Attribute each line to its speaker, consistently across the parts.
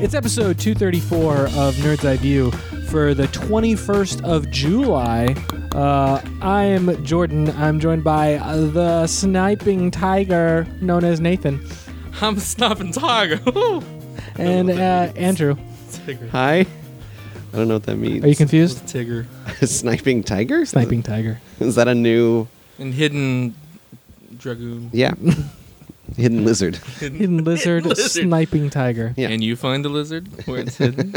Speaker 1: That's episode 234 of Nerd's Eye View for the 21st of July. Uh, I am Jordan. I'm joined by uh, the sniping tiger known as Nathan
Speaker 2: I'm snapping tiger. Woo!
Speaker 1: and uh, Andrew.
Speaker 2: Tigger.
Speaker 3: Hi. I don't know what that means.
Speaker 1: Are you confused?
Speaker 2: Tigger.
Speaker 3: sniping tiger?
Speaker 1: Sniping tiger.
Speaker 3: Is that a new?
Speaker 2: And hidden dragoon.
Speaker 3: Yeah. Hidden lizard.
Speaker 1: Hidden lizard,
Speaker 2: Lizard.
Speaker 1: sniping tiger.
Speaker 3: Yeah.
Speaker 2: And you find the lizard where it's hidden.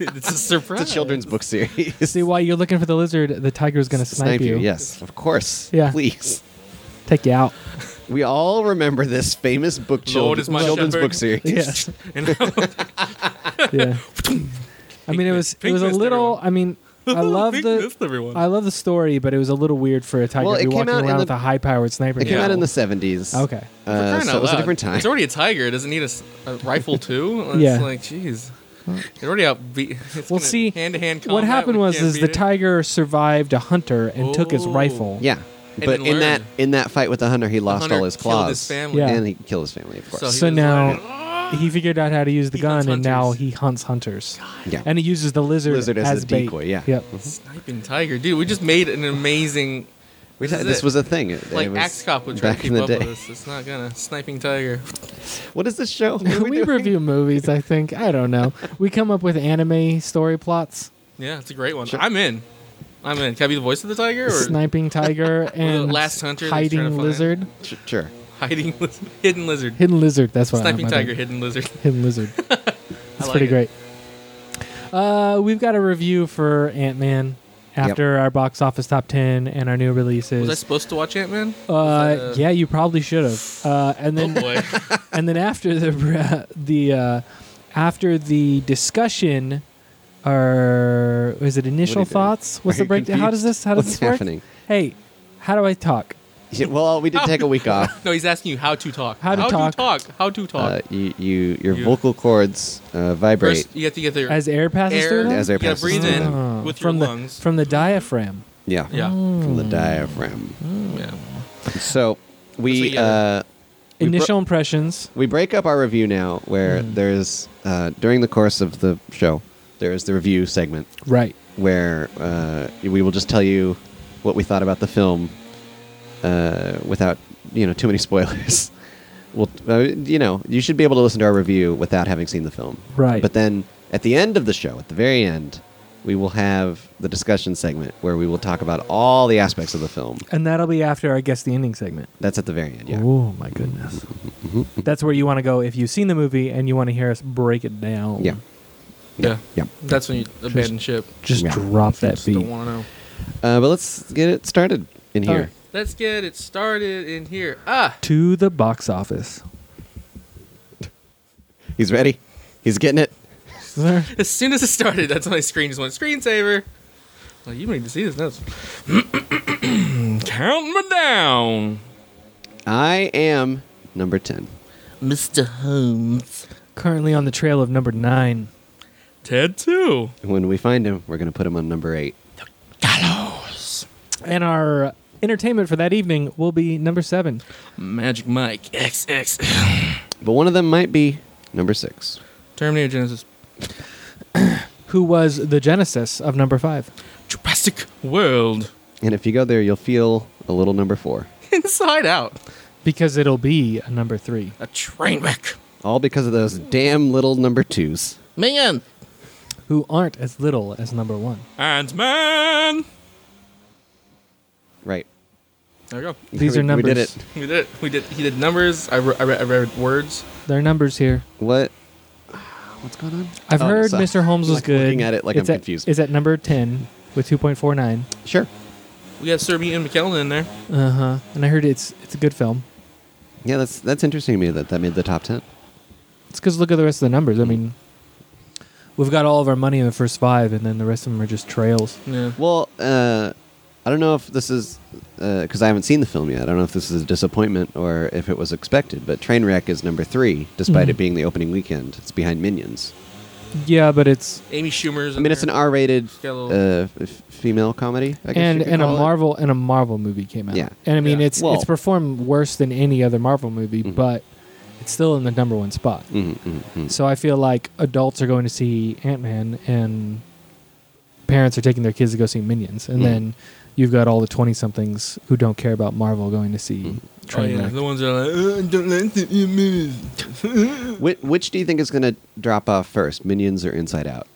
Speaker 2: it's a surprise.
Speaker 3: It's a children's book series.
Speaker 1: See, while you're looking for the lizard, the tiger is going to snipe, you.
Speaker 3: Yes, of course.
Speaker 1: Yeah.
Speaker 3: Please.
Speaker 1: Take you out.
Speaker 3: We all remember this famous book chil-
Speaker 2: Lord is my
Speaker 3: children's
Speaker 2: shepherd.
Speaker 3: book series.
Speaker 1: Yes.
Speaker 2: And
Speaker 1: yeah. I mean, it
Speaker 2: Pink
Speaker 1: was
Speaker 2: fist-
Speaker 1: it was a
Speaker 2: pink fist,
Speaker 1: little.
Speaker 2: everyone.
Speaker 1: I mean, I love
Speaker 2: Pink
Speaker 1: the
Speaker 2: fist, everyone.
Speaker 3: Uh,
Speaker 1: I love the story, but it was a little weird for a tiger
Speaker 3: Well,
Speaker 1: to
Speaker 3: it
Speaker 1: be
Speaker 3: came
Speaker 1: walking
Speaker 3: out in
Speaker 1: around
Speaker 3: the-
Speaker 1: with a high powered sniper.
Speaker 3: It came
Speaker 1: rifle.
Speaker 3: out in the 70s.
Speaker 1: Okay.
Speaker 3: Uh,
Speaker 2: Crying
Speaker 3: so
Speaker 2: out
Speaker 3: it was a
Speaker 2: loud.
Speaker 3: different time.
Speaker 2: It's already a tiger. It doesn't need a, s- a rifle too. It's
Speaker 1: Yeah.
Speaker 2: like, jeez. They're already out. Be- it's
Speaker 1: Well,
Speaker 2: gonna-
Speaker 1: see,
Speaker 2: hand-to-hand combat.
Speaker 1: What happened
Speaker 2: we
Speaker 1: was
Speaker 2: can't
Speaker 1: is
Speaker 2: beat
Speaker 1: the
Speaker 2: it.
Speaker 1: tiger survived a hunter and took his
Speaker 2: Oh.
Speaker 1: rifle.
Speaker 3: yeah. But
Speaker 2: then
Speaker 3: in that
Speaker 2: learned.
Speaker 3: in that fight with the hunter, he
Speaker 2: The
Speaker 3: lost
Speaker 2: hunter
Speaker 3: all his
Speaker 2: killed
Speaker 3: claws.
Speaker 2: His family.
Speaker 1: Yeah.
Speaker 3: And he killed his family, of course.
Speaker 2: he
Speaker 1: So
Speaker 2: was
Speaker 1: now-
Speaker 2: like, "Ah!"
Speaker 1: He figured out how to use the
Speaker 2: He hunts
Speaker 1: gun, and now
Speaker 2: hunters.
Speaker 1: he hunts hunters.
Speaker 3: yeah.
Speaker 1: And he uses the lizard,
Speaker 3: Lizard as a
Speaker 1: bait.
Speaker 3: decoy, yeah.
Speaker 1: Yep.
Speaker 2: sniping tiger, dude. We just made an amazing
Speaker 3: We
Speaker 2: This
Speaker 3: had-
Speaker 2: is
Speaker 3: this
Speaker 2: it.
Speaker 3: was a thing. It- it
Speaker 2: like
Speaker 3: was
Speaker 2: axe cop would try to
Speaker 3: back
Speaker 2: keep
Speaker 3: in the
Speaker 2: up
Speaker 3: day.
Speaker 2: with us. It's not gonna sniping tiger.
Speaker 3: What is this show? What are
Speaker 1: we
Speaker 3: doing?
Speaker 1: review movies, I think. I don't know. We come up with anime story plots.
Speaker 2: Yeah, it's a great one.
Speaker 3: Sure.
Speaker 2: I'm in. I'm in. Can I be the voice of the tiger or
Speaker 1: Sniping tiger and
Speaker 2: last hunter that's trying to
Speaker 1: hiding
Speaker 2: find-
Speaker 1: lizard.
Speaker 3: Sh- Sure.
Speaker 2: hiding lizard, hidden lizard,
Speaker 1: Hidden lizard. That's what
Speaker 2: sniping
Speaker 1: I meant.
Speaker 2: tiger, hidden lizard?
Speaker 1: Hidden lizard.
Speaker 2: I
Speaker 1: That's
Speaker 2: like
Speaker 1: pretty
Speaker 2: it.
Speaker 1: great. Uh, we've got a review for Ant Man
Speaker 3: Yep.
Speaker 1: after our box office top ten and our new
Speaker 2: Was I
Speaker 1: releases.
Speaker 2: supposed to watch Ant Man?
Speaker 1: uh, yeah, you probably should have. Uh, and
Speaker 2: Oh
Speaker 1: then
Speaker 2: boy.
Speaker 1: and then after the the uh, after the discussion, or was it initial
Speaker 3: doing?
Speaker 1: thoughts? What's
Speaker 3: Are
Speaker 1: the
Speaker 3: you
Speaker 1: breakdown? How does
Speaker 3: confused?
Speaker 1: this? How does
Speaker 3: What's
Speaker 1: this work?
Speaker 3: happening?
Speaker 1: Hey, how do I talk?
Speaker 3: Yeah, well, we did take a week off.
Speaker 2: no, he's asking you how to talk.
Speaker 1: How to talk.
Speaker 2: How to talk.
Speaker 3: Uh, you, you, your
Speaker 2: You-
Speaker 3: vocal cords uh, vibrate.
Speaker 2: First, you have to get the
Speaker 1: As air passes
Speaker 2: air.
Speaker 1: through them.
Speaker 3: As air
Speaker 2: you gotta
Speaker 3: passes
Speaker 2: breathe
Speaker 3: through
Speaker 2: in
Speaker 1: Ah,
Speaker 2: with
Speaker 1: from
Speaker 2: your
Speaker 1: the
Speaker 2: lungs.
Speaker 1: from the diaphragm.
Speaker 3: yeah,
Speaker 2: yeah.
Speaker 3: from the diaphragm.
Speaker 2: yeah.
Speaker 3: So
Speaker 2: So,
Speaker 3: we
Speaker 2: yeah.
Speaker 3: uh, We bro-
Speaker 1: Initial impressions.
Speaker 3: we break up our review now, where
Speaker 2: Mm.
Speaker 3: there's uh, during the course of the show, there is the review segment
Speaker 1: Right.
Speaker 3: where uh, we will just tell you what we thought about the film uh, without you know too many spoilers. Well, uh, you know, you should be able to listen to our review without having seen the film.
Speaker 1: Right.
Speaker 3: But then at the end of the show, at the very end, we will have the discussion segment where we will talk about all the aspects of the film.
Speaker 1: And that'll be after I guess the ending segment.
Speaker 3: That's at the very end, yeah. Mm-hmm.
Speaker 1: Oh my goodness. That's where you want to go if you've seen the movie and you want to hear us break it down.
Speaker 3: Yeah.
Speaker 2: yeah.
Speaker 3: Yeah.
Speaker 2: That's when you abandon ship.
Speaker 1: Just
Speaker 3: Yeah.
Speaker 1: drop that
Speaker 2: Just
Speaker 1: beat.
Speaker 2: don't want to know.
Speaker 3: Uh, but let's get it started in
Speaker 1: All
Speaker 3: here.
Speaker 1: right.
Speaker 2: Let's get it started in here. Ah,
Speaker 1: To the box office.
Speaker 3: He's ready. He's getting it.
Speaker 2: as soon as it started, that's when my screen just went screensaver. Well, you need to see this notes. Count me down,
Speaker 3: I am number 10.
Speaker 2: Mr. Holmes.
Speaker 1: Currently on the trail of number nine.
Speaker 2: Ted too.
Speaker 3: When we find him, we're going to put him on number 8.
Speaker 2: Gallows.
Speaker 1: And our entertainment for that evening will be number seven.
Speaker 2: Magic Mike XX.
Speaker 3: But one of them might be number 6.
Speaker 2: Terminator Genesis.
Speaker 1: Who was the genesis of number five?
Speaker 2: Jurassic World.
Speaker 3: And if you go there, you'll feel a little number 4.
Speaker 2: Inside Out.
Speaker 1: Because it'll be a number three.
Speaker 2: A train wreck.
Speaker 3: All because of those damn little number 2s.
Speaker 2: Man.
Speaker 1: Who aren't as little as number one.
Speaker 2: And man.
Speaker 3: Right.
Speaker 2: There we go.
Speaker 1: These
Speaker 3: We-
Speaker 1: are numbers.
Speaker 3: We did it.
Speaker 2: We did it. We did. He did numbers. I, re- I, re- I read words.
Speaker 1: There are numbers here.
Speaker 3: What? What's going on?
Speaker 1: I've
Speaker 3: Oh,
Speaker 1: heard
Speaker 3: sorry.
Speaker 1: Mr. Holmes was
Speaker 3: Like,
Speaker 1: good.
Speaker 3: Looking at it like
Speaker 1: It's
Speaker 3: I'm
Speaker 1: at-
Speaker 3: confused.
Speaker 1: It's at number 10 with 2.49.
Speaker 3: Sure.
Speaker 2: We got Sir Ian McKellen in there.
Speaker 1: Uh huh. And I heard it's it's a good film.
Speaker 3: Yeah, that's that's interesting to me that that made the top ten.
Speaker 1: It's because look at the rest of the numbers. I mean, we've got all of our money in the first five, and then the rest of them are just trails.
Speaker 2: Yeah.
Speaker 3: Well, uh, I don't know if this is because I haven't seen the film yet. I don't know if this is a disappointment or if it was expected. But Trainwreck is number three, despite
Speaker 1: Mhm.
Speaker 3: it being the opening weekend. It's behind Minions.
Speaker 1: Yeah, but it's
Speaker 2: Amy Schumer's.
Speaker 3: I mean, it's an R-rated
Speaker 2: Got a
Speaker 3: uh,
Speaker 2: little-
Speaker 3: f- female comedy. I guess you
Speaker 1: and
Speaker 3: could
Speaker 1: and a
Speaker 3: call it.
Speaker 1: Marvel and a Marvel movie came out.
Speaker 3: Yeah.
Speaker 1: and I mean
Speaker 2: Yeah.
Speaker 1: it's
Speaker 3: Well-
Speaker 1: it's performed worse than any other Marvel movie,
Speaker 3: Mhm.
Speaker 1: but it's still in the number one spot.
Speaker 3: Mhm, mhm, mhm.
Speaker 1: So I feel like adults are going to see Ant Man and parents are taking their kids to go see Minions. And
Speaker 3: Mm.
Speaker 1: then you've got all the 20 somethings who don't care about Marvel going to see
Speaker 3: Mm-hmm.
Speaker 2: Oh, yeah,
Speaker 1: Trainwreck.
Speaker 2: the ones that are like, uh, I don't like the image.
Speaker 3: Which, which do you think is going to drop off first, Minions or Inside Out?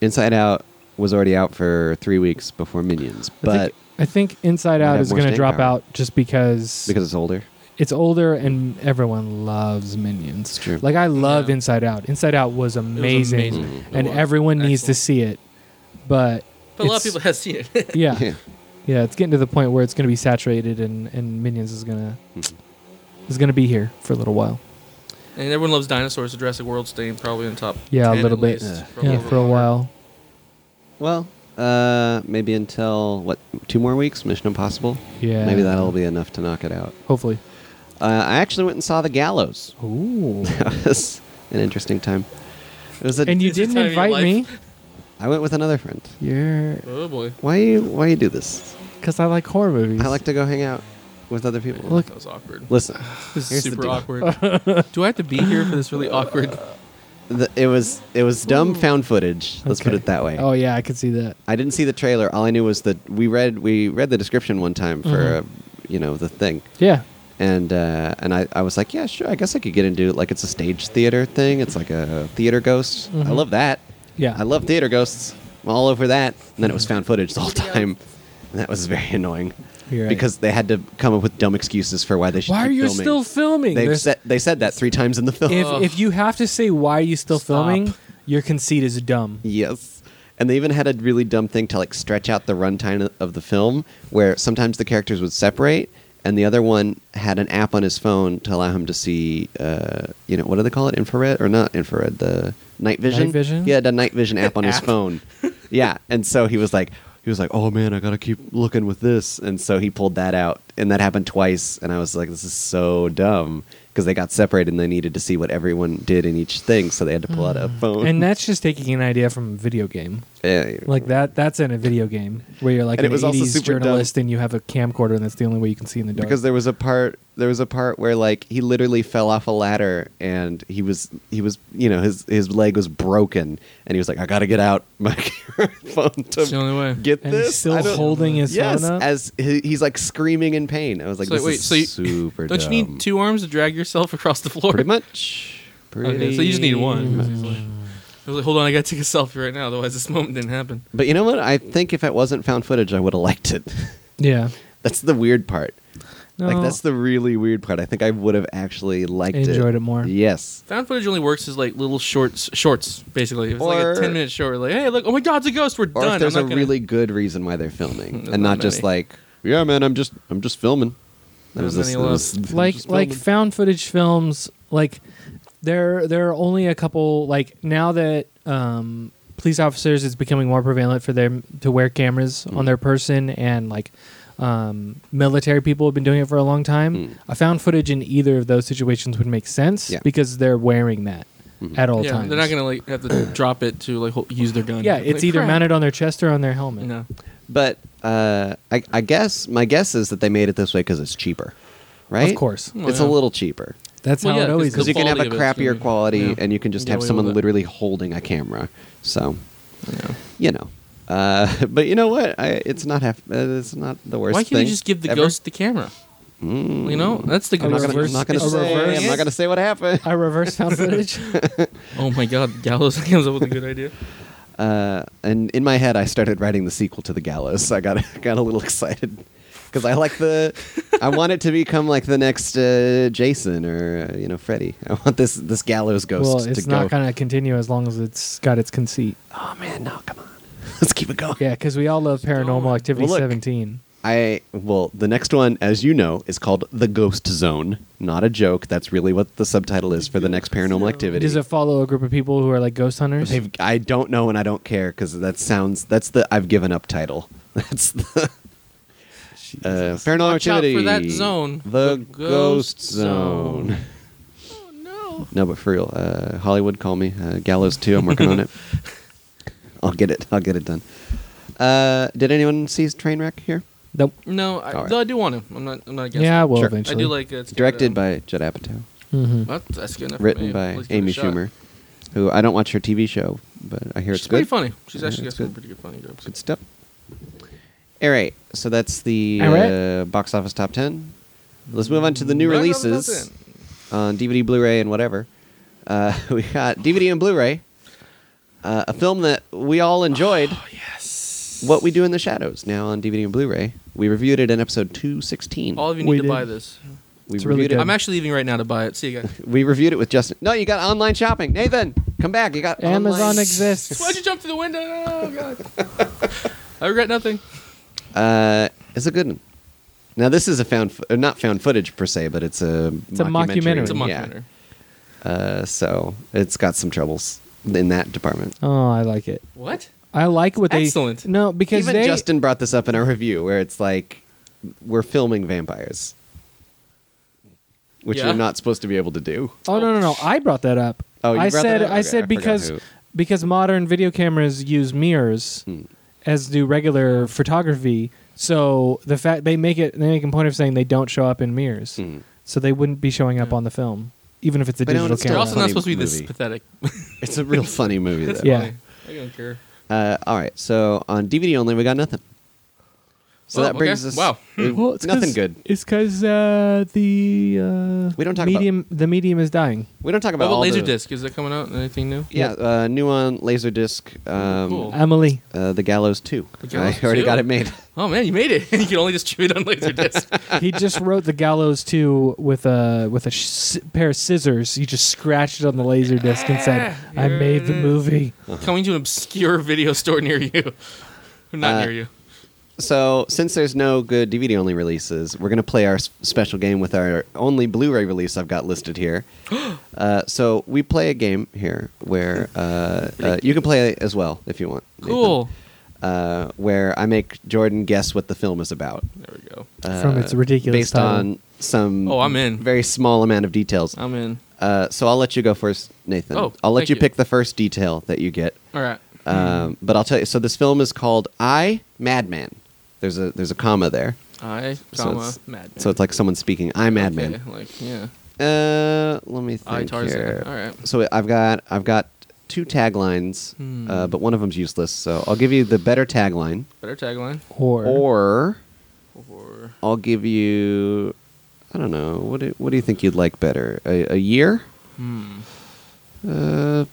Speaker 3: Inside Out was already out for three weeks before Minions,
Speaker 1: I
Speaker 3: but
Speaker 1: think, I think Inside
Speaker 3: Might
Speaker 1: Out
Speaker 3: have
Speaker 1: is
Speaker 3: more
Speaker 1: going to
Speaker 3: staying
Speaker 1: drop
Speaker 3: power.
Speaker 1: out just because,
Speaker 3: because it's older,
Speaker 1: it's older and everyone loves Minions.
Speaker 3: It's true.
Speaker 1: Like I love
Speaker 2: Yeah.
Speaker 1: Inside Out. Inside Out was amazing,
Speaker 2: amazing.
Speaker 3: Mhm.
Speaker 1: and
Speaker 2: It was
Speaker 1: everyone needs to
Speaker 2: excellent.
Speaker 1: see it. But
Speaker 2: But a lot of
Speaker 1: it's-
Speaker 2: people have seen it.
Speaker 1: yeah, yeah,
Speaker 3: Yeah.
Speaker 1: it's getting to the point where it's going to be saturated, and and Minions is gonna
Speaker 3: Mhm.
Speaker 1: is gonna be here for a little while.
Speaker 2: and everyone loves dinosaurs. So Jurassic World staying probably in top.
Speaker 1: Yeah, a
Speaker 2: 10 at
Speaker 1: little bit.
Speaker 2: least,
Speaker 3: Yeah.
Speaker 1: yeah,
Speaker 2: over
Speaker 1: for a
Speaker 2: there.
Speaker 1: while.
Speaker 3: Well, uh, maybe until what? Two more weeks, Mission Impossible.
Speaker 1: Yeah,
Speaker 3: Maybe that'll be enough to knock it out.
Speaker 1: hopefully.
Speaker 3: Uh, I actually went and saw The Gallows.
Speaker 1: Ooh,
Speaker 3: That was an interesting time. It was a.
Speaker 1: and you
Speaker 2: It's the
Speaker 1: didn't
Speaker 2: time of your
Speaker 1: invite me.
Speaker 2: life.
Speaker 3: I went with another friend.
Speaker 1: You're
Speaker 2: Oh boy,
Speaker 3: Why you? Why you do this?
Speaker 1: because I like horror movies.
Speaker 3: I like to go hang out with other people.
Speaker 1: Look-
Speaker 2: that was awkward.
Speaker 3: listen.
Speaker 2: This is
Speaker 3: here's the
Speaker 2: super
Speaker 3: deal.
Speaker 2: awkward. Uh, Do I have to be here for this really awkward?
Speaker 3: The, it was it was dumb found footage. Let's put
Speaker 1: Okay.
Speaker 3: it that way.
Speaker 1: Oh yeah, I could see that.
Speaker 3: I didn't see the trailer. All I knew was that we read we read the description one time for
Speaker 1: Mhm.
Speaker 3: uh, you know the thing,
Speaker 1: Yeah,
Speaker 3: and uh, and I, I was like, yeah, sure, I guess I could get into it. Like it's a stage theater thing. It's like a theater ghost. I
Speaker 1: Mhm.
Speaker 3: love that.
Speaker 1: yeah.
Speaker 3: I love theater ghosts. I'm all over that. And then it was
Speaker 1: Mm-hmm.
Speaker 3: found footage the whole time, and that was very annoying
Speaker 1: You're right.
Speaker 3: because they had to come up with dumb excuses for why they should.
Speaker 1: Why are
Speaker 3: keep
Speaker 1: you
Speaker 3: filming.
Speaker 1: still filming?
Speaker 3: They
Speaker 1: There's-
Speaker 3: said they said that three times in the film.
Speaker 1: if
Speaker 2: Ugh.
Speaker 1: if you have to say why are you still
Speaker 2: Stop.
Speaker 1: filming, your conceit is dumb.
Speaker 3: Yes. And they even had a really dumb thing to like stretch out the runtime of the film where sometimes the characters would separate and the other one had an app on his phone to allow him to see uh, you know what do they call it infrared or not infrared the night vision
Speaker 1: Night vision?
Speaker 3: yeah the night vision app on his phone yeah and so he was like he was like oh man i gotta keep looking with this and so he pulled that out and that happened twice and i was like this is so dumb because they got separated and they needed to see what everyone did in each thing so they had to pull out a phone
Speaker 1: Mm. And that's just taking an idea from a video game.
Speaker 3: Yeah.
Speaker 1: Like that that's in a video game where you're like
Speaker 3: And
Speaker 1: an
Speaker 3: it was also
Speaker 1: 80s
Speaker 3: super dumb.
Speaker 1: journalist and you have a camcorder and that's the only way you can see in the dark.
Speaker 3: because there was a part there was a part where like he literally fell off a ladder and he was he was you know his his leg was broken and he was like I gotta get out my phone to
Speaker 2: It's the only way.
Speaker 3: get
Speaker 1: and
Speaker 3: this
Speaker 1: he's still
Speaker 3: I don't-
Speaker 1: holding his
Speaker 3: yes
Speaker 1: phone up.
Speaker 3: as he, he's like screaming in pain I was like
Speaker 2: So,
Speaker 3: this
Speaker 2: wait,
Speaker 3: is
Speaker 2: so you-
Speaker 3: super
Speaker 2: Don't you
Speaker 3: dumb.
Speaker 2: need two arms to drag yourself across the floor?
Speaker 3: pretty much pretty
Speaker 2: Okay, so you just need one.
Speaker 3: much.
Speaker 2: I was like, hold on, I gotta take a selfie right now, otherwise this moment didn't happen.
Speaker 3: but you know what I think if it wasn't found footage I would have liked it
Speaker 1: yeah.
Speaker 3: that's the weird part
Speaker 1: No,
Speaker 3: like that's the really weird part I think I would have actually liked it
Speaker 1: Enjoyed it more.
Speaker 3: yes
Speaker 2: Found footage only works as like little shorts, shorts basically. If it's like
Speaker 3: Or-
Speaker 2: a ten minute short, like, hey, look, oh my god, it's a ghost, we're
Speaker 3: or
Speaker 2: done.
Speaker 3: if there's
Speaker 2: I'm
Speaker 3: a
Speaker 2: not gonna-
Speaker 3: really good reason why they're filming
Speaker 2: There's
Speaker 3: and
Speaker 2: not
Speaker 3: not just
Speaker 2: many.
Speaker 3: like yeah man i'm just i'm just filming that
Speaker 2: Not
Speaker 3: was this
Speaker 2: many
Speaker 3: that was-
Speaker 2: left.
Speaker 1: like
Speaker 3: just
Speaker 1: like
Speaker 3: filming.
Speaker 1: found footage films like there there are only a couple like now that um police officers it's becoming more prevalent for them to wear cameras
Speaker 3: Mm.
Speaker 1: on their person and like um military people have been doing it for a long time
Speaker 3: Mm.
Speaker 1: a found footage in either of those situations would make sense
Speaker 3: Yeah.
Speaker 1: because they're wearing that
Speaker 3: Mhm.
Speaker 1: at all
Speaker 2: yeah,
Speaker 1: times
Speaker 2: they're not gonna like have to drop it to like ho- use their gun.
Speaker 1: yeah
Speaker 2: Like,
Speaker 1: it's either
Speaker 2: crap.
Speaker 1: mounted on their chest or on their helmet
Speaker 2: No,
Speaker 3: but uh I, I guess my guess is that they made it this way because it's cheaper right
Speaker 1: Of course.
Speaker 2: Well,
Speaker 3: it's
Speaker 2: yeah.
Speaker 3: a little cheaper
Speaker 1: that's
Speaker 2: Hmm. Well,
Speaker 1: how
Speaker 2: yeah,
Speaker 1: it always
Speaker 2: The
Speaker 3: because
Speaker 1: is
Speaker 3: you can have a
Speaker 2: quality of it's gonna
Speaker 3: crappier
Speaker 2: be-
Speaker 3: quality
Speaker 2: yeah.
Speaker 3: and you can just
Speaker 2: Get away
Speaker 3: have
Speaker 2: with
Speaker 3: someone
Speaker 2: it.
Speaker 3: literally holding a camera so
Speaker 2: yeah.
Speaker 3: you know uh, but you know what? I, it's not half. Uh, it's not the worst.
Speaker 2: Why can't you
Speaker 3: thing
Speaker 2: just give the
Speaker 3: ever.
Speaker 2: ghost the camera?
Speaker 3: Mm.
Speaker 2: You know, that's the
Speaker 1: A
Speaker 3: I'm not gonna.
Speaker 2: ghost.
Speaker 1: reverse-
Speaker 3: I'm not gonna
Speaker 1: a
Speaker 3: say.
Speaker 1: reverse-
Speaker 3: I'm not gonna say what happened.
Speaker 1: i reverse found footage
Speaker 2: Oh my god, Gallows comes up with a good idea.
Speaker 3: uh, and in my head, I started writing the sequel to The Gallows. So I got got a little excited because I like the, I want it to become like the next uh, Jason or uh, you know Freddy. I want this this gallows ghost
Speaker 1: well
Speaker 3: to
Speaker 1: it's
Speaker 3: go.
Speaker 1: not gonna continue as long as it's got its conceit
Speaker 3: Oh man, no, come on, let's keep it going.
Speaker 1: Yeah, because we all love Paranormal
Speaker 2: going.
Speaker 1: Activity
Speaker 3: Well, look.
Speaker 1: 17.
Speaker 3: I well, the next one, as you know, is called The Ghost Zone. Not a joke. That's really what the subtitle is for the next Paranormal Activity.
Speaker 1: Does it follow a group of people who are like ghost hunters?
Speaker 3: They've, I don't know and I don't care because that sounds that's the I've given up title. That's the uh, paranormal
Speaker 2: Watch out
Speaker 3: activity
Speaker 2: for that zone.
Speaker 3: The,
Speaker 2: The
Speaker 3: ghost
Speaker 2: ghost
Speaker 3: zone.
Speaker 2: zone. Oh no.
Speaker 3: No, but for real, uh, Hollywood, call me uh, Gallows too. I'm working on it. I'll get it. I'll get it done. Uh, did anyone see Trainwreck here?
Speaker 1: Nope.
Speaker 2: No, I,
Speaker 3: All right.
Speaker 2: though I do want to. I'm not. I'm not against.
Speaker 1: Yeah,
Speaker 2: it.
Speaker 1: well,
Speaker 3: Sure. I do
Speaker 1: eventually.
Speaker 2: I do like it. It's got,
Speaker 3: Directed
Speaker 2: um,
Speaker 3: by Judd Apatow.
Speaker 1: Mm-hmm.
Speaker 2: Well, that's good enough. for
Speaker 3: written
Speaker 2: me.
Speaker 3: by
Speaker 2: Let's give it a
Speaker 3: Amy
Speaker 2: shot.
Speaker 3: Schumer, who I don't watch her TV show, but I hear
Speaker 2: She's
Speaker 3: it's
Speaker 2: pretty
Speaker 3: good.
Speaker 2: funny. She's
Speaker 3: Yeah,
Speaker 2: actually got
Speaker 3: it's
Speaker 2: some
Speaker 3: good.
Speaker 2: pretty good funny jokes.
Speaker 3: Good stuff. All right, so that's the
Speaker 1: All right.
Speaker 3: uh, box office top ten. Let's move on to the new
Speaker 2: Right,
Speaker 3: releases
Speaker 2: nothing.
Speaker 3: on DVD, Blu-ray, and whatever. Uh, we got DVD and Blu-ray. Uh, a film that we all enjoyed.
Speaker 2: Oh, Yes.
Speaker 3: What We Do in the Shadows now on DVD and Blu-ray. We reviewed it in episode two sixteen.
Speaker 2: All of you
Speaker 1: We
Speaker 2: need to
Speaker 1: did.
Speaker 2: buy this.
Speaker 3: we
Speaker 1: It's really
Speaker 3: reviewed it.
Speaker 1: good.
Speaker 2: I'm actually leaving right now to buy it. See you guys.
Speaker 3: We reviewed it with Justin. No, you got online shopping. Nathan, come back. You got
Speaker 1: Amazon
Speaker 3: online-
Speaker 2: Why'd you
Speaker 1: exists.
Speaker 2: jump through the window? Oh god. I regret nothing.
Speaker 3: Uh, it's a good one. Now this is a found, fo- uh, not found footage per se, but it's a
Speaker 1: It's a mockumentary.
Speaker 2: It's a
Speaker 3: yeah.
Speaker 2: mockumentary.
Speaker 3: Uh, so it's got some troubles in that department.
Speaker 1: Oh, I like it.
Speaker 2: What?
Speaker 1: I like what they.
Speaker 2: Excellent.
Speaker 1: No, because
Speaker 3: Even
Speaker 1: they.
Speaker 3: Justin brought this up in our review, where it's like we're filming vampires, which
Speaker 2: Yeah.
Speaker 3: you're not supposed to be able to do.
Speaker 1: oh no no no! I brought that up.
Speaker 3: Oh, you
Speaker 1: I
Speaker 3: brought that
Speaker 1: said
Speaker 3: up?
Speaker 1: I
Speaker 3: Okay, I
Speaker 1: said
Speaker 3: forgot
Speaker 1: because
Speaker 3: who.
Speaker 1: because modern video cameras use mirrors.
Speaker 3: Hmm.
Speaker 1: as do regular photography. So the fact they make it, they make a point of saying they don't show up in mirrors,
Speaker 3: Hmm.
Speaker 1: so they wouldn't be showing up
Speaker 2: Yeah.
Speaker 1: on the film, even if it's a
Speaker 3: But I
Speaker 1: digital
Speaker 3: understand.
Speaker 2: They're
Speaker 1: camera.
Speaker 2: also not
Speaker 3: Funny
Speaker 2: supposed to be this
Speaker 3: movie.
Speaker 2: pathetic.
Speaker 3: It's a real funny movie. Though.
Speaker 2: That's
Speaker 1: Yeah.
Speaker 2: funny. I don't care.
Speaker 3: Uh, all right. So on DVD only, we got nothing. So
Speaker 2: Well,
Speaker 3: that brings
Speaker 2: Oh, okay.
Speaker 3: us
Speaker 2: Wow. Hmm.
Speaker 3: uh,
Speaker 1: Well, it's 'cause-
Speaker 3: nothing good.
Speaker 1: It's because uh, the uh,
Speaker 3: We don't talk about-
Speaker 1: medium. the medium is dying.
Speaker 3: We don't talk about
Speaker 2: What
Speaker 3: all
Speaker 2: about
Speaker 3: the-
Speaker 2: Laserdisc? Is that coming out? Anything new?
Speaker 3: Yeah, uh, new on Laserdisc. Um,
Speaker 2: Cool.
Speaker 1: Emily,
Speaker 3: uh, the Gallows Two.
Speaker 2: The Gallows
Speaker 3: I already
Speaker 2: 2?
Speaker 3: got it made.
Speaker 2: Oh man, you made it! you can only distribute it on Laserdisc.
Speaker 3: Ah.
Speaker 1: he just wrote the gallows too with a with a sh- pair of scissors. He just scratched it on the laser disc and said, "I
Speaker 2: Here
Speaker 1: made the
Speaker 2: it is.
Speaker 1: movie."
Speaker 2: Coming to an obscure video store near you. Not
Speaker 3: Uh,
Speaker 2: near you.
Speaker 3: So since there's no good DVD only releases, we're gonna play our s- special game with our only Blu-ray release I've got listed here. uh, so we play a game here where uh, uh, you can play as well if you want. Nathan.
Speaker 2: Cool.
Speaker 3: Uh, where I make Jordan guess what the film is about.
Speaker 2: There we go.
Speaker 1: From its ridiculous
Speaker 3: Uh, based
Speaker 1: title.
Speaker 3: on some
Speaker 2: Oh, I'm in.
Speaker 3: very small amount of details.
Speaker 2: I'm in.
Speaker 3: Uh, so I'll let you go first, Nathan.
Speaker 2: Oh,
Speaker 3: I'll let
Speaker 2: thank
Speaker 3: you
Speaker 2: you. Hmm.
Speaker 3: pick the first detail that you get.
Speaker 2: All right.
Speaker 3: Um, but I'll tell you. So this film is called I Madman. There's a there's a comma there,
Speaker 2: I,
Speaker 3: So
Speaker 2: comma,
Speaker 3: it's-
Speaker 2: madman.
Speaker 3: so it's like someone speaking I Madman.
Speaker 2: Okay, like, yeah.
Speaker 3: Uh, let me think
Speaker 2: I, Tarzan.
Speaker 3: here.
Speaker 2: All right.
Speaker 3: So I've got I've got two taglines,
Speaker 2: Hmm.
Speaker 3: uh, but one of them's useless. So I'll give you the better tagline,
Speaker 2: Better tagline.
Speaker 1: Or,
Speaker 3: or
Speaker 2: Or
Speaker 3: I'll give you I don't know what do, what do you think you'd like better a, a year?
Speaker 2: hmm.
Speaker 3: Uh,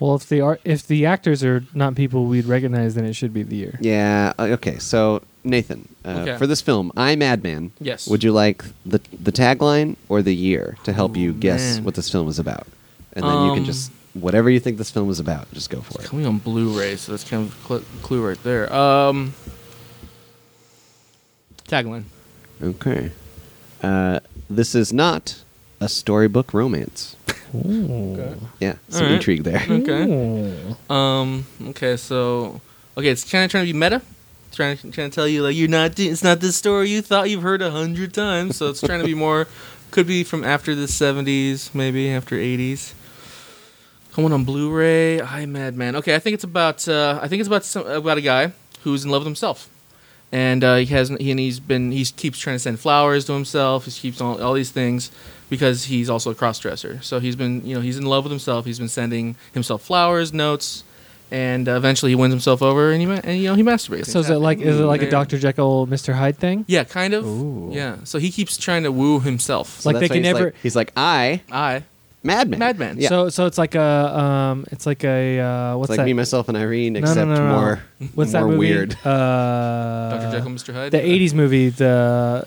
Speaker 1: well, if the art, if the actors are not people we'd recognize, then it should be the year.
Speaker 3: Yeah. uh, Okay. So Nathan, uh,
Speaker 2: Okay.
Speaker 3: for this film, I Madman.
Speaker 2: Yes.
Speaker 3: Would you like the the tagline or the year to help
Speaker 2: Oh,
Speaker 3: you guess
Speaker 2: man.
Speaker 3: what this film is about, and then you can
Speaker 2: Um,
Speaker 3: just whatever you think this film is about, just go for
Speaker 2: It's
Speaker 3: it.
Speaker 2: coming on Blu-ray, so that's kind of a cl- clue right there. Um, tagline.
Speaker 3: Okay. Uh, this is not a storybook romance. Yeah. Some
Speaker 2: Alright.
Speaker 3: intrigue
Speaker 1: Mm-hmm.
Speaker 3: there.
Speaker 2: Okay.
Speaker 1: Ooh.
Speaker 2: Um. Okay. So, okay, it's kind of trying to be meta. It's trying to trying to tell you like you're not. do- It's not this story you thought you've heard a hundred times. So it's trying to be more. Could be from after the '70s, maybe after '80s. Coming on Blu-ray. I Madman. Okay, I think it's about. Uh, I think it's about some, about a guy who's in love with himself. and uh, he has he, and he's been he keeps trying to send flowers to himself. He keeps all, all these things because he's also a cross-dresser. So he's been you know he's in love with himself. He's been sending himself flowers, notes, and uh, eventually he wins himself over and he ma- and you know he masturbates.
Speaker 1: So is it like is it like a
Speaker 2: Yeah.
Speaker 1: Dr. Jekyll, Mr. Hyde thing?
Speaker 2: Yeah, kind of.
Speaker 1: Ooh.
Speaker 2: Yeah. So he keeps trying to woo himself.
Speaker 3: So
Speaker 1: Like
Speaker 3: that's
Speaker 1: they
Speaker 3: why
Speaker 1: can
Speaker 3: he's
Speaker 1: never-
Speaker 3: Like, he's like I
Speaker 2: I
Speaker 3: Madman.
Speaker 2: Madman.
Speaker 3: Yeah.
Speaker 1: So so it's like a um it's like a uh what's
Speaker 3: it's like
Speaker 1: that?
Speaker 3: me, myself, and Irene,
Speaker 1: No, no,
Speaker 3: except
Speaker 1: no, no, no.
Speaker 3: more
Speaker 1: what's
Speaker 3: more
Speaker 1: that movie?
Speaker 3: weird.
Speaker 1: Uh,
Speaker 2: Dr. Jekyll, Mr. Hyde.
Speaker 1: The '80s movie, the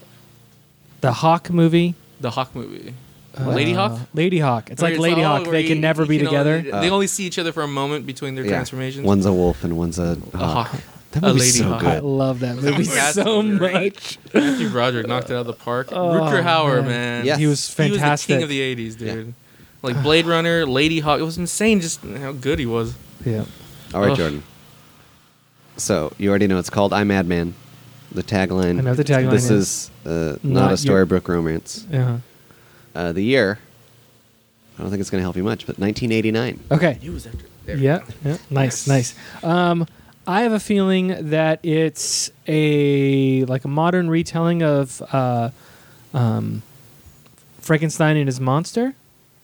Speaker 1: the Hawk movie.
Speaker 2: The Hawk movie.
Speaker 1: Uh,
Speaker 2: Lady Hawk.
Speaker 1: Lady Hawk. It's like
Speaker 2: Where
Speaker 1: Lady
Speaker 2: oh,
Speaker 1: Hawk.
Speaker 2: where
Speaker 1: They
Speaker 2: he-
Speaker 1: can never
Speaker 2: he
Speaker 1: be
Speaker 2: can
Speaker 1: together.
Speaker 2: Only, they only see each other for a moment between their
Speaker 3: Yeah.
Speaker 2: transformations.
Speaker 3: One's a wolf and one's a,
Speaker 2: a
Speaker 3: hawk.
Speaker 2: hawk.
Speaker 3: That
Speaker 2: A
Speaker 3: movie's
Speaker 2: lady
Speaker 3: so
Speaker 2: hawk.
Speaker 1: I
Speaker 3: good.
Speaker 1: love that movie
Speaker 2: That's
Speaker 1: so
Speaker 2: great.
Speaker 1: much.
Speaker 2: Matthew Broderick knocked it out of the park.
Speaker 1: Oh,
Speaker 2: Rutger Hauer,
Speaker 1: man.
Speaker 2: man.
Speaker 3: Yes.
Speaker 1: He was
Speaker 2: He
Speaker 1: fantastic.
Speaker 2: was the king of the 80s, dude. Like Blade Runner, Lady Hawk. It was insane just how good he was.
Speaker 1: yeah.
Speaker 3: All right,
Speaker 2: Ugh.
Speaker 3: Jordan. So you already know it's called "I'm Madman." The tagline.
Speaker 1: I know the tagline
Speaker 3: This
Speaker 1: is,
Speaker 3: is, uh, not,
Speaker 1: "Not
Speaker 3: a
Speaker 1: your-
Speaker 3: storybook romance.
Speaker 1: Yeah. Uh-huh.
Speaker 3: Uh, the year. I don't think it's going to help you much, but 1989.
Speaker 1: Okay.
Speaker 2: He was after. There.
Speaker 1: Yeah, yeah. Nice, nice. Um, I have a feeling that it's a like a modern retelling of uh, um, Frankenstein and his monster,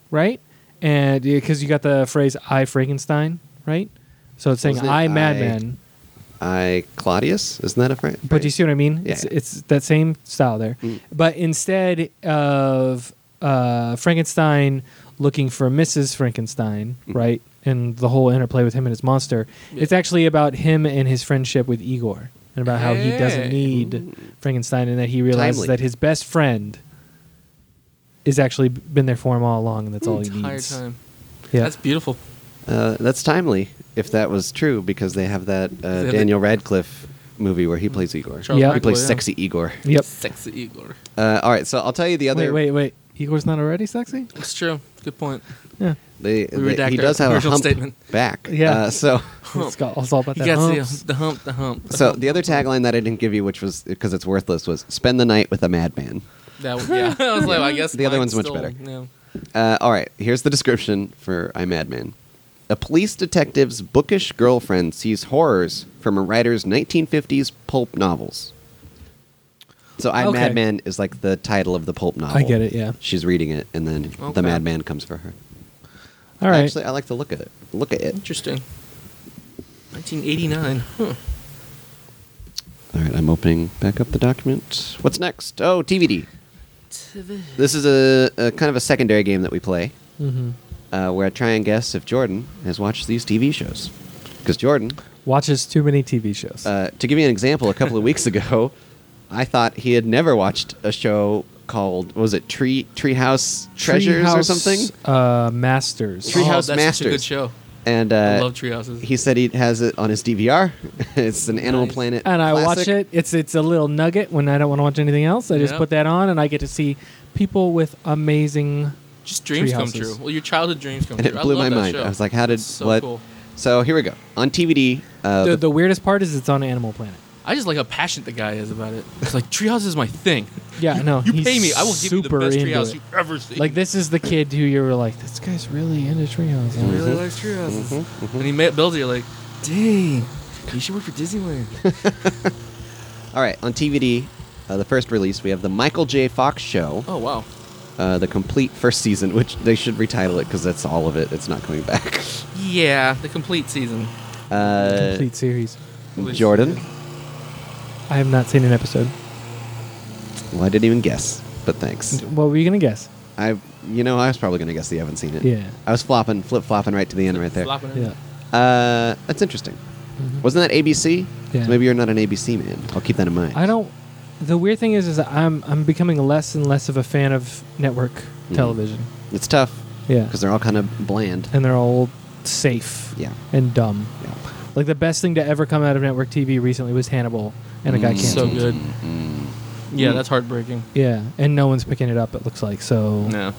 Speaker 1: right? And because you got the phrase "I Frankenstein," right? So it's saying
Speaker 3: Wasn't it
Speaker 1: "I
Speaker 3: I-
Speaker 1: Madman,"
Speaker 3: I Claudius, isn't that a friend?
Speaker 1: but do you see what I mean?
Speaker 3: Yeah.
Speaker 1: It's, it's that same style there,
Speaker 2: Mm.
Speaker 1: but instead of uh, Frankenstein looking for Mrs. Frankenstein,
Speaker 2: Mm.
Speaker 1: right? And the whole interplay with him and his monster. It's actually about him and his friendship with Igor, and about how he doesn't
Speaker 2: Hey.
Speaker 1: need Frankenstein, and that he realizes
Speaker 3: Timely.
Speaker 1: that his best friend is actually been there for him all along, and that's all he
Speaker 2: Entire
Speaker 1: needs.
Speaker 2: time.
Speaker 1: Yeah.
Speaker 2: That's beautiful.
Speaker 3: Uh, that's timely if that was true because they have that uh,
Speaker 2: have
Speaker 3: Daniel Radcliffe movie where he plays Igor.
Speaker 2: Mm-hmm. Charles
Speaker 1: Yeah.
Speaker 3: He
Speaker 1: Radcliffe,
Speaker 3: plays
Speaker 2: yeah.
Speaker 3: sexy Igor.
Speaker 1: Yep.
Speaker 2: Sexy Igor.
Speaker 3: Uh, all right, so I'll tell you the
Speaker 1: Wait,
Speaker 3: other.
Speaker 1: wait, wait. Igor's not already sexy?
Speaker 2: It's true. Good point.
Speaker 1: Yeah.
Speaker 3: They,
Speaker 2: We
Speaker 3: they- he
Speaker 2: redact our
Speaker 3: does have a
Speaker 2: original
Speaker 3: hump
Speaker 2: statement.
Speaker 3: back.
Speaker 1: Yeah.
Speaker 3: Uh, so,
Speaker 1: It's, got, it's all about
Speaker 2: You
Speaker 1: that.
Speaker 2: got the,
Speaker 1: humps.
Speaker 2: the hump, the hump.
Speaker 3: so the other tagline that I didn't give you, which was because it's worthless, was "Spend the night with a madman."
Speaker 2: That one, yeah. I was like, well, I guess
Speaker 3: The other
Speaker 2: mine's
Speaker 3: one's much
Speaker 2: still-
Speaker 3: better.
Speaker 2: Yeah.
Speaker 3: Uh, all right, here's the description for I Madman. A police detective's bookish girlfriend sees horrors from a writer's 1950s pulp novels. So I
Speaker 1: Okay.
Speaker 3: Madman is like the title of the pulp novel.
Speaker 1: I get it, yeah.
Speaker 3: She's reading it, and then
Speaker 2: Okay.
Speaker 3: the madman comes for her.
Speaker 1: All right.
Speaker 3: Actually, I like to look at it. Look at it.
Speaker 2: Interesting. 1989. Huh.
Speaker 3: All right, I'm opening back up the document. What's next? Oh, TVD. This is a, a kind of a secondary game that we play,
Speaker 1: hmm
Speaker 3: uh, where I try and guess if Jordan has watched these TV shows. Because Jordan
Speaker 1: Watches too many TV shows.
Speaker 3: Uh, to give you an example, a couple of weeks ago, I thought he had never watched a show called what was it Tree Treehouse Treasures or
Speaker 1: Treehouse,
Speaker 3: something,
Speaker 1: Uh, Masters.
Speaker 3: Treehouse
Speaker 2: oh, that's Such a
Speaker 3: Masters.
Speaker 2: good show.
Speaker 3: and uh,
Speaker 2: I love treehouses.
Speaker 3: he said he has it on his DVR. it's an Animal
Speaker 2: Nice.
Speaker 3: Planet,
Speaker 1: and I watch
Speaker 3: classic.
Speaker 1: it. It's it's a little nugget when I don't want to watch anything else. I just
Speaker 2: Yeah.
Speaker 1: put that on, and I get to see people with amazing.
Speaker 2: Just dreams come
Speaker 1: Treehouses.
Speaker 2: true. Well, your childhood dreams come
Speaker 3: and it
Speaker 2: true.
Speaker 3: blew
Speaker 2: I
Speaker 3: my
Speaker 2: love that
Speaker 3: mind.
Speaker 2: Show.
Speaker 3: I was like, how did
Speaker 2: It's so
Speaker 3: what?
Speaker 2: Cool.
Speaker 3: So here we go on TVD. Uh,
Speaker 1: the,
Speaker 3: the-
Speaker 1: the weirdest part is it's on Animal Planet.
Speaker 2: I just like how passionate the guy is about it. It's like treehouse is my thing.
Speaker 1: Yeah, no,
Speaker 2: You
Speaker 1: he's
Speaker 2: pay me, I will give you the
Speaker 1: super
Speaker 2: best
Speaker 1: into
Speaker 2: treehouse
Speaker 1: it.
Speaker 2: you've ever seen.
Speaker 1: Like this is the kid who you were like, this guy's really into treehouse.
Speaker 2: He
Speaker 1: huh?"
Speaker 3: Mm.
Speaker 2: really
Speaker 3: Mm-hmm.
Speaker 2: likes treehouses. And he met builds it. You're like, dang, you should work for Disneyland.
Speaker 3: all right, on TVD, uh, the first release we have the Michael J. Fox show,
Speaker 2: oh wow.
Speaker 3: uh, the complete first season, which they should retitle it because that's all of it. It's not coming back.
Speaker 2: Yeah, the complete season.
Speaker 3: Uh,
Speaker 1: Complete series.
Speaker 2: Please.
Speaker 3: Mm-hmm. Jordan.
Speaker 1: I have not seen an episode.
Speaker 3: Well, I didn't even guess, but thanks.
Speaker 1: What were you gonna guess?
Speaker 3: I, you know, I was probably gonna guess that you haven't seen it.
Speaker 1: Yeah.
Speaker 3: I was flopping, flip flopping right to the end, right there.
Speaker 2: Flopping it.
Speaker 1: Yeah.
Speaker 3: Uh, that's interesting.
Speaker 1: Mhm.
Speaker 3: Wasn't that ABC?
Speaker 1: Yeah.
Speaker 3: So maybe you're not an ABC man. I'll keep that in mind.
Speaker 1: I don't. The weird thing is, is that I'm I'm becoming less and less of a fan of network
Speaker 3: Mhm.
Speaker 1: television.
Speaker 3: It's tough
Speaker 1: Yeah.
Speaker 3: because they're all kind of bland.
Speaker 1: And they're all safe.
Speaker 3: Yeah.
Speaker 1: And dumb.
Speaker 3: Yeah.
Speaker 1: Like the best thing to ever come out of network TV recently was Hannibal, and it got
Speaker 3: Mm.
Speaker 1: canceled.
Speaker 2: So good.
Speaker 3: Mm-hmm.
Speaker 2: Yeah, that's heartbreaking.
Speaker 1: Yeah, and no one's picking it up. It looks like
Speaker 3: Mm-hmm.
Speaker 1: so.
Speaker 2: No.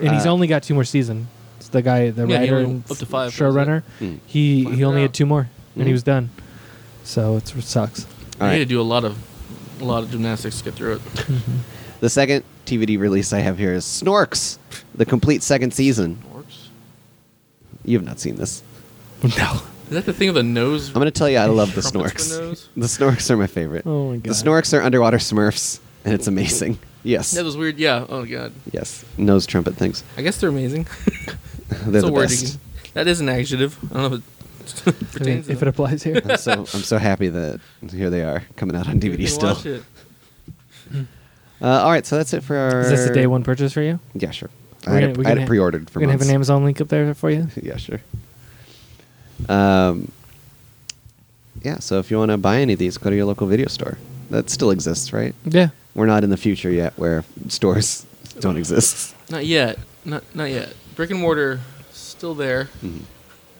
Speaker 1: And he's
Speaker 3: Uh,
Speaker 1: only got two more seasons. It's the guy, the
Speaker 2: Yeah, he
Speaker 1: writer
Speaker 2: only
Speaker 1: and
Speaker 2: up to five,
Speaker 1: showrunner.
Speaker 3: Mm.
Speaker 1: He
Speaker 2: Five
Speaker 1: he only
Speaker 2: out.
Speaker 1: had two more, and he
Speaker 3: Mhm.
Speaker 1: was done. So it's, it sucks.
Speaker 3: All
Speaker 2: I need to
Speaker 3: right.
Speaker 2: do a lot of, a lot of gymnastics to get through it.
Speaker 3: The second TVD release I have here is Snorks, the complete second season.
Speaker 2: Orcs.
Speaker 3: You have not seen this.
Speaker 1: no.
Speaker 2: Is that the thing of the nose?
Speaker 3: I'm gonna tell you, I love the
Speaker 2: Trumpets for
Speaker 3: Snorks.
Speaker 2: nose?
Speaker 3: The Snorks are my favorite.
Speaker 1: Oh my
Speaker 3: The
Speaker 1: God.
Speaker 3: Snorks are underwater Smurfs, and it's amazing. Yes.
Speaker 2: That was weird. Yeah. Oh god.
Speaker 3: Yes, nose trumpet things.
Speaker 2: I guess they're amazing.
Speaker 3: They're
Speaker 2: It's
Speaker 3: the
Speaker 2: a word
Speaker 3: best.
Speaker 2: again. That is an adjective. I don't know if it
Speaker 1: I mean,
Speaker 2: pertains. to
Speaker 1: if it
Speaker 2: them.
Speaker 1: applies here.
Speaker 3: I'm so I'm so happy that here they are coming out on
Speaker 2: You
Speaker 3: DVD
Speaker 2: can
Speaker 3: still.
Speaker 2: watch it.
Speaker 3: Uh, all right, so that's it for our.
Speaker 1: Is this a day one purchase for you?
Speaker 3: Yeah, sure.
Speaker 1: We're
Speaker 3: I had,
Speaker 1: gonna- we're
Speaker 3: it, I had
Speaker 1: gonna
Speaker 3: it
Speaker 1: ha-
Speaker 3: pre-ordered for
Speaker 1: We're gonna have an
Speaker 3: months.
Speaker 1: Amazon link up there for you.
Speaker 3: yeah, sure. Um, yeah, so if you want to buy any of these, go to your local video store. That still exists, right?
Speaker 1: Yeah.
Speaker 3: We're not in the future yet, where stores don't exist
Speaker 2: Not yet. Not not yet. Brick and mortar still there.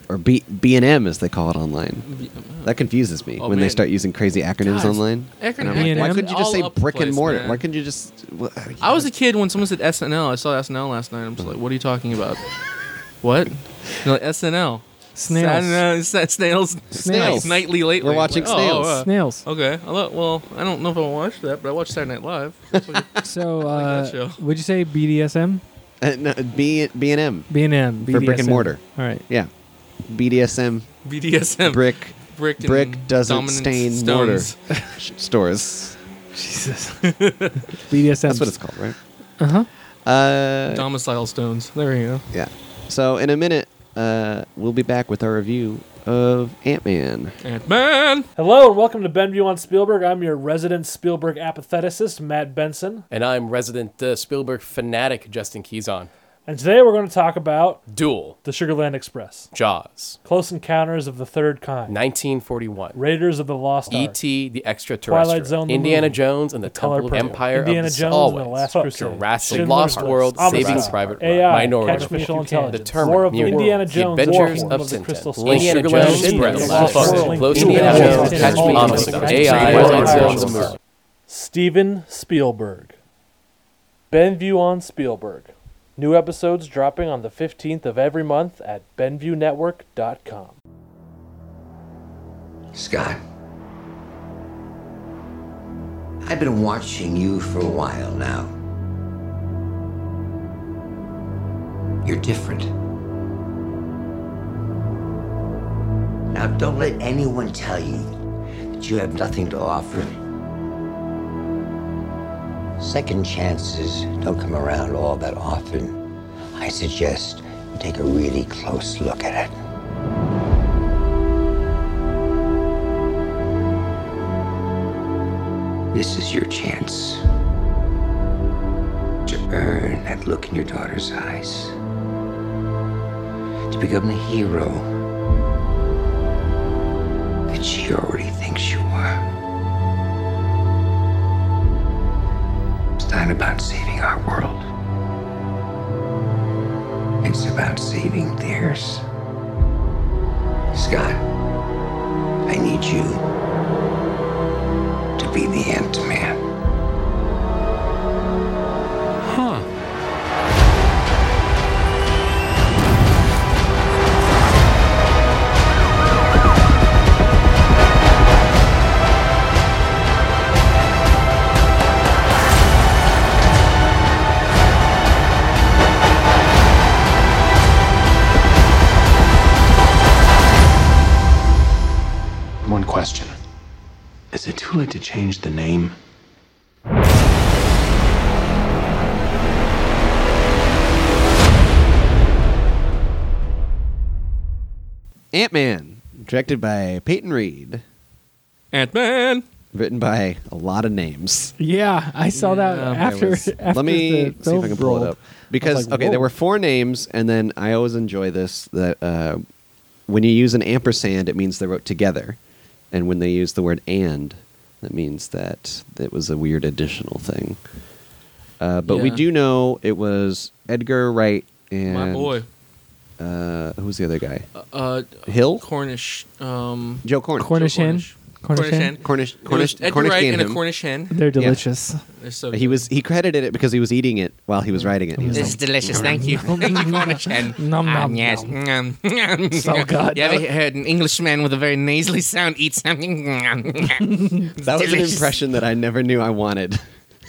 Speaker 3: or B B and M as they call it online. That confuses me
Speaker 2: Oh,
Speaker 3: when they
Speaker 2: man.
Speaker 3: start using crazy acronyms
Speaker 2: Guys,
Speaker 3: online.
Speaker 2: acron-
Speaker 3: And I'm like, why
Speaker 1: acronyms
Speaker 3: couldn't you just
Speaker 2: all
Speaker 3: say
Speaker 2: up the
Speaker 3: brick and
Speaker 2: place,
Speaker 3: mortar?
Speaker 2: man.
Speaker 3: Why couldn't you just? wh-
Speaker 2: I was a kid when someone said SNL. I saw SNL last night. I'm just like, what are you talking about? what? They're like SNL.
Speaker 1: Snails.
Speaker 2: Snails. Snails.
Speaker 1: Snails.
Speaker 2: Nightly lately.
Speaker 3: We're watching
Speaker 2: Like, oh,
Speaker 3: snails.
Speaker 2: uh,
Speaker 1: Snails.
Speaker 2: Okay. I lo- well, I don't know if I watched that, but I watched Saturday Night Live.
Speaker 1: So,
Speaker 2: like that
Speaker 1: uh,
Speaker 2: show.
Speaker 1: would you say BDSM?
Speaker 3: Uh, no, B B and M.
Speaker 1: B and M
Speaker 3: For brick and mortar.
Speaker 1: All right.
Speaker 3: Yeah, BDSM
Speaker 2: BDSM.
Speaker 3: brick
Speaker 2: Brick. and
Speaker 3: brick doesn't
Speaker 2: dominant
Speaker 3: stain
Speaker 2: stones.
Speaker 3: mortar sh- stores.
Speaker 1: Jesus. BDSM.
Speaker 3: That's what it's called, right?
Speaker 1: Uh
Speaker 2: Uh-huh.
Speaker 1: huh.
Speaker 3: Uh,
Speaker 2: Domicile stones. There you go.
Speaker 3: yeah. So in a minute, uh, we'll be back with our review of Ant Man.
Speaker 2: Ant Man.
Speaker 1: Hello and welcome to Benview on Spielberg. I'm your resident Spielberg apatheticist, Matt Benson,
Speaker 4: And I'm resident uh, Spielberg fanatic Justin Keyson.
Speaker 1: and today we're going to talk about
Speaker 4: Duel,
Speaker 1: The Sugarland Express,
Speaker 4: Jaws,
Speaker 1: Close Encounters of the Third Kind,
Speaker 4: 1941,
Speaker 1: Raiders of the Lost Ark,
Speaker 4: E.T., E The Extraterrestrial,
Speaker 1: Twilight Zone, the
Speaker 4: Indiana
Speaker 1: movie.
Speaker 4: Jones and the,
Speaker 1: Color
Speaker 4: Temple of
Speaker 1: Purple,
Speaker 4: Empire,
Speaker 1: Indiana
Speaker 4: of the
Speaker 1: Jones
Speaker 4: always,
Speaker 1: and the Last Crusade,
Speaker 4: Jurassic
Speaker 1: Schindler's
Speaker 4: Lost
Speaker 1: List,
Speaker 4: World,
Speaker 1: Homicide,
Speaker 4: Saving Private Ryan,
Speaker 1: AI,
Speaker 4: Minority
Speaker 1: Artificial
Speaker 4: Report,
Speaker 1: Intelligence,
Speaker 4: The Terminator,
Speaker 1: War of the
Speaker 4: Mutants,
Speaker 1: Indiana
Speaker 4: The
Speaker 1: Jones,
Speaker 4: Adventures
Speaker 1: War
Speaker 4: of
Speaker 1: of the Crystal
Speaker 4: Tintin,
Speaker 1: Skull,
Speaker 4: Indiana
Speaker 1: Indiana
Speaker 4: Jones,
Speaker 1: Jones,
Speaker 4: Express,
Speaker 1: Indiana Jones,
Speaker 4: Close
Speaker 1: Indiana
Speaker 4: Indiana
Speaker 1: Jones,
Speaker 4: Jones,
Speaker 1: Indiana
Speaker 4: Attachment,
Speaker 1: Jones,
Speaker 4: Homicide,
Speaker 1: Indiana
Speaker 4: AI,
Speaker 1: Jones,
Speaker 4: Twilight
Speaker 1: Indiana
Speaker 4: Zone,
Speaker 1: Jones. Steven Spielberg. Benview on Spielberg. New episodes dropping on the 15th of every month at BenviewNetwork.com.
Speaker 5: Scott, I've been watching you for a while now. You're different. Now, don't let anyone tell you that you have nothing to offer. Second chances don't come around all that often. I suggest you take a really close look at it. This is your chance to earn that look in your daughter's eyes, to become the hero that she already thinks you are. It's not about saving our world, it's about saving theirs. Scott, I need you to be the Ant Man. Huh.
Speaker 6: One question. Is it too late to change the name?
Speaker 3: Ant Man, directed by Peyton Reed,
Speaker 2: Ant Man.
Speaker 3: written by a lot of names.
Speaker 1: Yeah, I saw that
Speaker 2: Yeah,
Speaker 1: after,
Speaker 3: There was-
Speaker 1: after.
Speaker 3: let me
Speaker 1: the
Speaker 3: see if
Speaker 1: film
Speaker 3: I can pull it
Speaker 1: rolled.
Speaker 3: up because
Speaker 1: like,
Speaker 3: okay, there
Speaker 1: whoa.
Speaker 3: were four names, and then I always enjoy this that uh, when you use an ampersand, it means they wrote together, and when they use the word and, that means that it was a weird additional thing. Uh, but we
Speaker 2: Yeah.
Speaker 3: do know it was Edgar Wright and
Speaker 2: My boy.
Speaker 3: Uh, who's the other guy?
Speaker 2: Uh,
Speaker 3: Hill,
Speaker 2: Cornish. Um,
Speaker 3: Joe Cornish.
Speaker 1: Cornish hen.
Speaker 2: Cornish.
Speaker 1: Cornish hen.
Speaker 3: Cornish.
Speaker 2: It
Speaker 3: Cornish.
Speaker 2: was Edgar
Speaker 3: Cornish
Speaker 2: Wright and a
Speaker 3: Gainham.
Speaker 2: Cornish hen.
Speaker 1: They're delicious.
Speaker 2: They're so
Speaker 3: He
Speaker 2: good.
Speaker 3: was he credited it because he was eating it while he
Speaker 2: Mm.
Speaker 3: was writing it. He was
Speaker 2: This
Speaker 3: like,
Speaker 2: is delicious. Thank you. Thank you, Cornish hen.
Speaker 1: Nom,
Speaker 2: Ah,
Speaker 1: nom,
Speaker 2: yes. Mm.
Speaker 1: So good.
Speaker 2: You ever heard an Englishman with a very nasally sound eat something?
Speaker 3: That was an
Speaker 2: Delicious.
Speaker 3: impression that I never knew I wanted.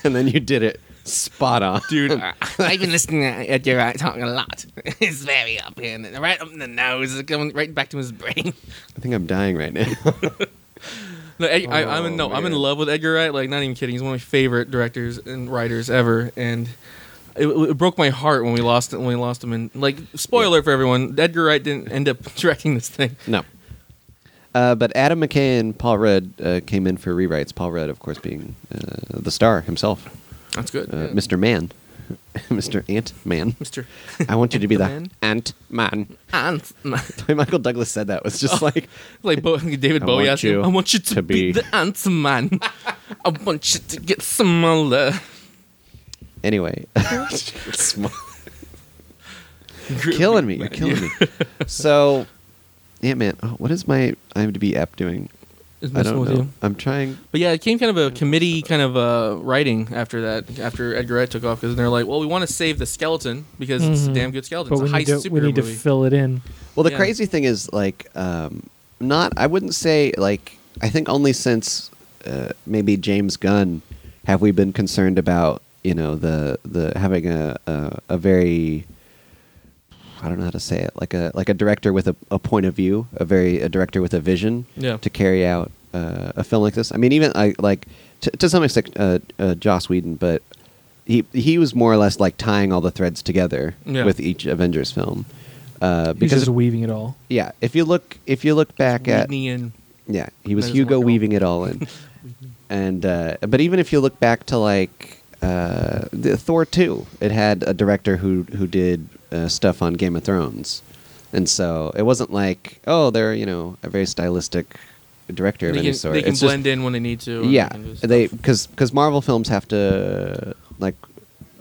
Speaker 3: And then you did it spot on.
Speaker 2: Dude, I've been listening at your uh, talk a lot. It's very up here, and right up in the nose, it's going right back to his brain.
Speaker 3: I think I'm dying right now.
Speaker 2: No, Ed, I, I'm in,
Speaker 3: Oh,
Speaker 2: no, I'm in love with Edgar Wright. Like, not even kidding. He's one of my favorite directors and writers ever. And it, it broke my heart when we lost when we lost him. And like, spoiler for everyone, Edgar Wright didn't end up directing this thing.
Speaker 3: no. Uh, but Adam McKay and Paul Rudd uh, came in for rewrites. Paul Rudd, of course, being uh, the star himself,
Speaker 2: That's good,
Speaker 3: uh, Mr. Man, Mr. Ant Man.
Speaker 2: Mister.
Speaker 3: I want you to be the
Speaker 2: Ant-Man?
Speaker 3: Ant Man.
Speaker 2: Ant-
Speaker 3: The way Michael Douglas said that was just like,
Speaker 2: like Bo- David
Speaker 3: I
Speaker 2: Bowie
Speaker 3: want
Speaker 2: asked him,
Speaker 3: you
Speaker 2: "I want you to,
Speaker 3: to
Speaker 2: be,
Speaker 3: be-
Speaker 2: the Ant Man. I want you to get smaller."
Speaker 3: anyway. killing me. You're killing me. So, Ant Man, oh, what is my IMDb app doing?
Speaker 2: It's
Speaker 3: I
Speaker 2: messing
Speaker 3: don't
Speaker 2: with
Speaker 3: know.
Speaker 2: you.
Speaker 3: I'm trying.
Speaker 2: But yeah, it came kind of a committee kind of uh, writing after that, after Edgar Wright took off, because they're like, well, we want to save the skeleton because it's a damn good skeleton.
Speaker 1: But
Speaker 2: it's
Speaker 1: we
Speaker 2: a high
Speaker 1: need, to,
Speaker 2: superhero
Speaker 1: we need to
Speaker 2: movie.
Speaker 1: fill it in.
Speaker 3: Well, the
Speaker 2: Yeah.
Speaker 3: crazy thing is, like, um, not. I wouldn't say like. I think only since uh, maybe James Gunn have we been concerned about you know the the having a a, a very I don't know how to say it like a like a director with a, a point of view, a very a director with a vision
Speaker 2: Yeah.
Speaker 3: to carry out uh, a film like this. I mean, even I like to, to some extent uh, uh, Joss Whedon, but he he was more or less like tying all the threads together
Speaker 2: Yeah.
Speaker 3: with each Avengers film. Uh,
Speaker 1: He's
Speaker 3: because
Speaker 1: just weaving it all.
Speaker 3: yeah, if you look if you look back at
Speaker 2: Leading in.
Speaker 3: yeah, he was
Speaker 2: That doesn't
Speaker 3: Hugo
Speaker 2: work at all.
Speaker 3: weaving it all in. and uh, but even if you look back to like uh, the Thor two, it had a director who who did uh, stuff on Game of Thrones, and so it wasn't like oh they're you know a very stylistic director
Speaker 2: They
Speaker 3: of
Speaker 2: can,
Speaker 3: any sort.
Speaker 2: they can
Speaker 3: It's just-
Speaker 2: blend in when they need to. and
Speaker 3: yeah,
Speaker 2: they can just-
Speaker 3: they because because Marvel films have to like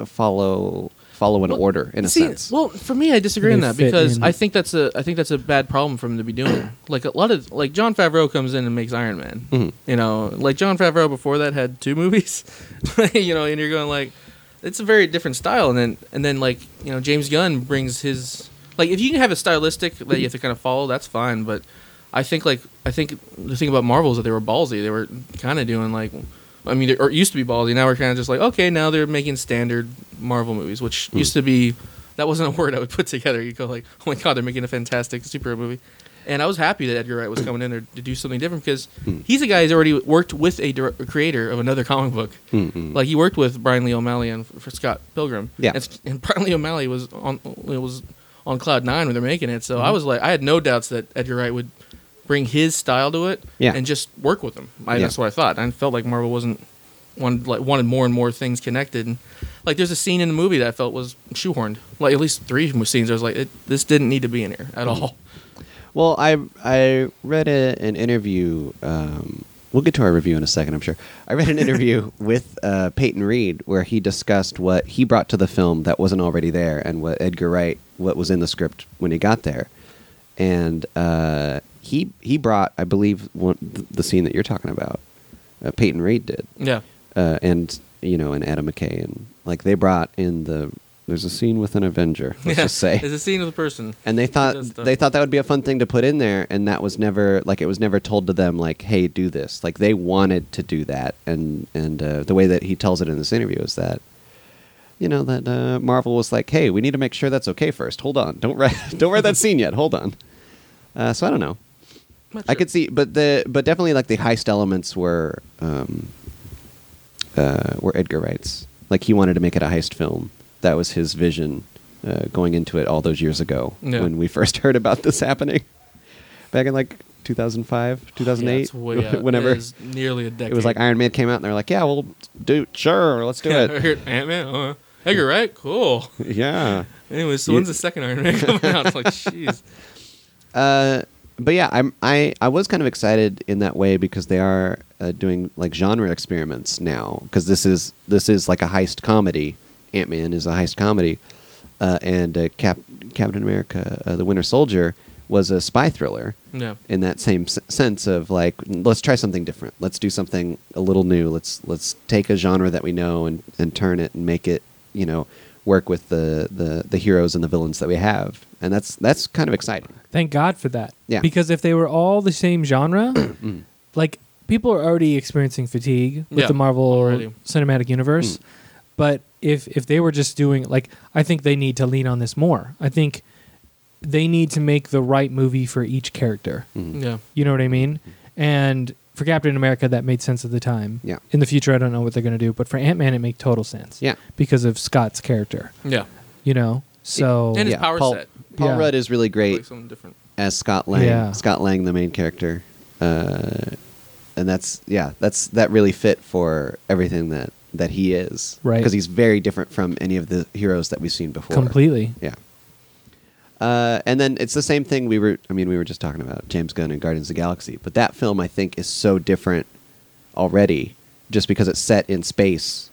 Speaker 3: follow follow an
Speaker 2: Well,
Speaker 3: order in a
Speaker 2: See,
Speaker 3: sense.
Speaker 2: Well, for me, I disagree on
Speaker 1: They
Speaker 2: that
Speaker 1: fit
Speaker 2: because
Speaker 1: in.
Speaker 2: I think that's a I think that's a bad problem for him to be doing. like a lot of like John Favreau comes in and makes Iron Man.
Speaker 3: Mhm.
Speaker 2: You know, like John Favreau before that had two movies. you know, and you're going like, it's a very different style. And then and then like you know James Gunn brings his like if you can have a stylistic that you have to kind of follow, that's fine. But I think like I think the thing about Marvel is that they were ballsy. They were kind of doing like. I mean, they- or it used to be ballsy. Now we're kind of just like, okay, now they're making standard Marvel movies, which used to be that wasn't a word I would put together. You go like, oh my god, they're making a fantastic superhero movie, and I was happy that Edgar Wright was coming in there to do something different because
Speaker 3: Hmm.
Speaker 2: he's a guy who's already worked with a, dir- a creator of another comic book.
Speaker 3: Hmm,
Speaker 2: Like he worked with Brian Lee O'Malley and for Scott Pilgrim.
Speaker 3: Yeah.
Speaker 2: and, and Brian Lee O'Malley was on it was on cloud nine when they're making it. So I
Speaker 3: Hmm.
Speaker 2: was like, I had no doubts that Edgar Wright would bring his style to it
Speaker 3: Yeah.
Speaker 2: and just work with him. I,
Speaker 3: Yeah.
Speaker 2: That's what I thought. I felt like Marvel wasn't wanted like wanted more and more things connected. And, like there's a scene in the movie that I felt was shoehorned. Like at least three scenes, I was like, it, this didn't need to be in here
Speaker 3: Hmm.
Speaker 2: at all.
Speaker 3: Well, I I read a, an interview. Um, we'll get to our review in a second, I'm sure. I read an interview with uh, Peyton Reed where he discussed what he brought to the film that wasn't already there, and what Edgar Wright what was in the script when he got there. And uh, he he brought, I believe, one, th- the scene that you're talking about. Uh, Peyton Reed did
Speaker 2: Yeah,
Speaker 3: uh, and you know, and Adam McKay, and like they brought in the. There's a scene with an Avenger. Let's
Speaker 2: yeah.
Speaker 3: just say
Speaker 2: it's a scene with a person.
Speaker 3: and they thought
Speaker 2: does stuff.
Speaker 3: they thought that would be a fun thing to put in there, and that was never like it was never told to them like, "Hey, do this." Like they wanted to do that, and and uh, the way that he tells it in this interview is that, you know, that uh, Marvel was like, "Hey, we need to make sure that's okay first. Hold on, don't write don't write that scene yet. Hold on." Uh, so I don't know.
Speaker 2: Not
Speaker 3: I
Speaker 2: sure.
Speaker 3: could see, but the but definitely like the heist elements were um, uh, were Edgar Wright's. Like he wanted to make it a heist film. That was his vision uh, going into it all those years ago
Speaker 2: Yeah.
Speaker 3: when we first heard about this happening back in like 2005,
Speaker 2: Yeah,
Speaker 3: 2008,
Speaker 2: it's way out.
Speaker 3: whenever
Speaker 2: it is nearly a decade.
Speaker 3: it was like Iron Man came out and they were like, yeah, well, do sure, let's do it.
Speaker 2: Ant Man. Uh, Edgar Wright, cool.
Speaker 3: yeah.
Speaker 2: Anyways, so
Speaker 3: You-
Speaker 2: when's the second Iron Man coming out? It's like, jeez.
Speaker 3: Uh, but yeah, I'm I, I was kind of excited in that way because they are uh, doing like genre experiments now because this is this is like a heist comedy. Ant Man is a heist comedy, uh, and uh, Cap Captain America: uh, The Winter Soldier was a spy thriller
Speaker 2: Yeah.
Speaker 3: in that same s- sense of like let's try something different let's do something a little new let's let's take a genre that we know and and turn it and make it you know work with the the, the heroes and the villains that we have and that's that's kind of exciting
Speaker 1: Thank God for that.
Speaker 3: Yeah. Mm.
Speaker 1: Because if they were all the same genre, like people are already experiencing fatigue with
Speaker 2: Yeah,
Speaker 1: the Marvel
Speaker 2: already.
Speaker 1: Cinematic
Speaker 3: Mm.
Speaker 1: Universe, but if if they were just doing like, I think they need to lean on this more. I think they need to make the right movie for each character.
Speaker 3: Mm.
Speaker 2: Yeah.
Speaker 1: You know what I mean? And for Captain America, that made sense at the time.
Speaker 3: Yeah.
Speaker 1: In the future, I don't know what they're going to do, but for Ant Man, it made total sense.
Speaker 3: Yeah.
Speaker 1: Because of Scott's character,
Speaker 2: Yeah.
Speaker 1: you know. So
Speaker 2: And his power
Speaker 3: Paul,
Speaker 2: set.
Speaker 3: Paul
Speaker 1: Yeah.
Speaker 3: Rudd is really
Speaker 2: Like
Speaker 3: great
Speaker 2: something different.
Speaker 3: as Scott Lang.
Speaker 1: Yeah.
Speaker 3: Scott Lang, the main character, uh, and that's yeah, that's that really fit for everything that that he is,
Speaker 1: Right.
Speaker 3: Because he's very different from any of the heroes that we've seen before.
Speaker 1: completely.
Speaker 3: yeah. Uh, and then it's the same thing we were. I mean, we were just talking about James Gunn and Guardians of the Galaxy, but that film I think is so different already, just because it's set in space,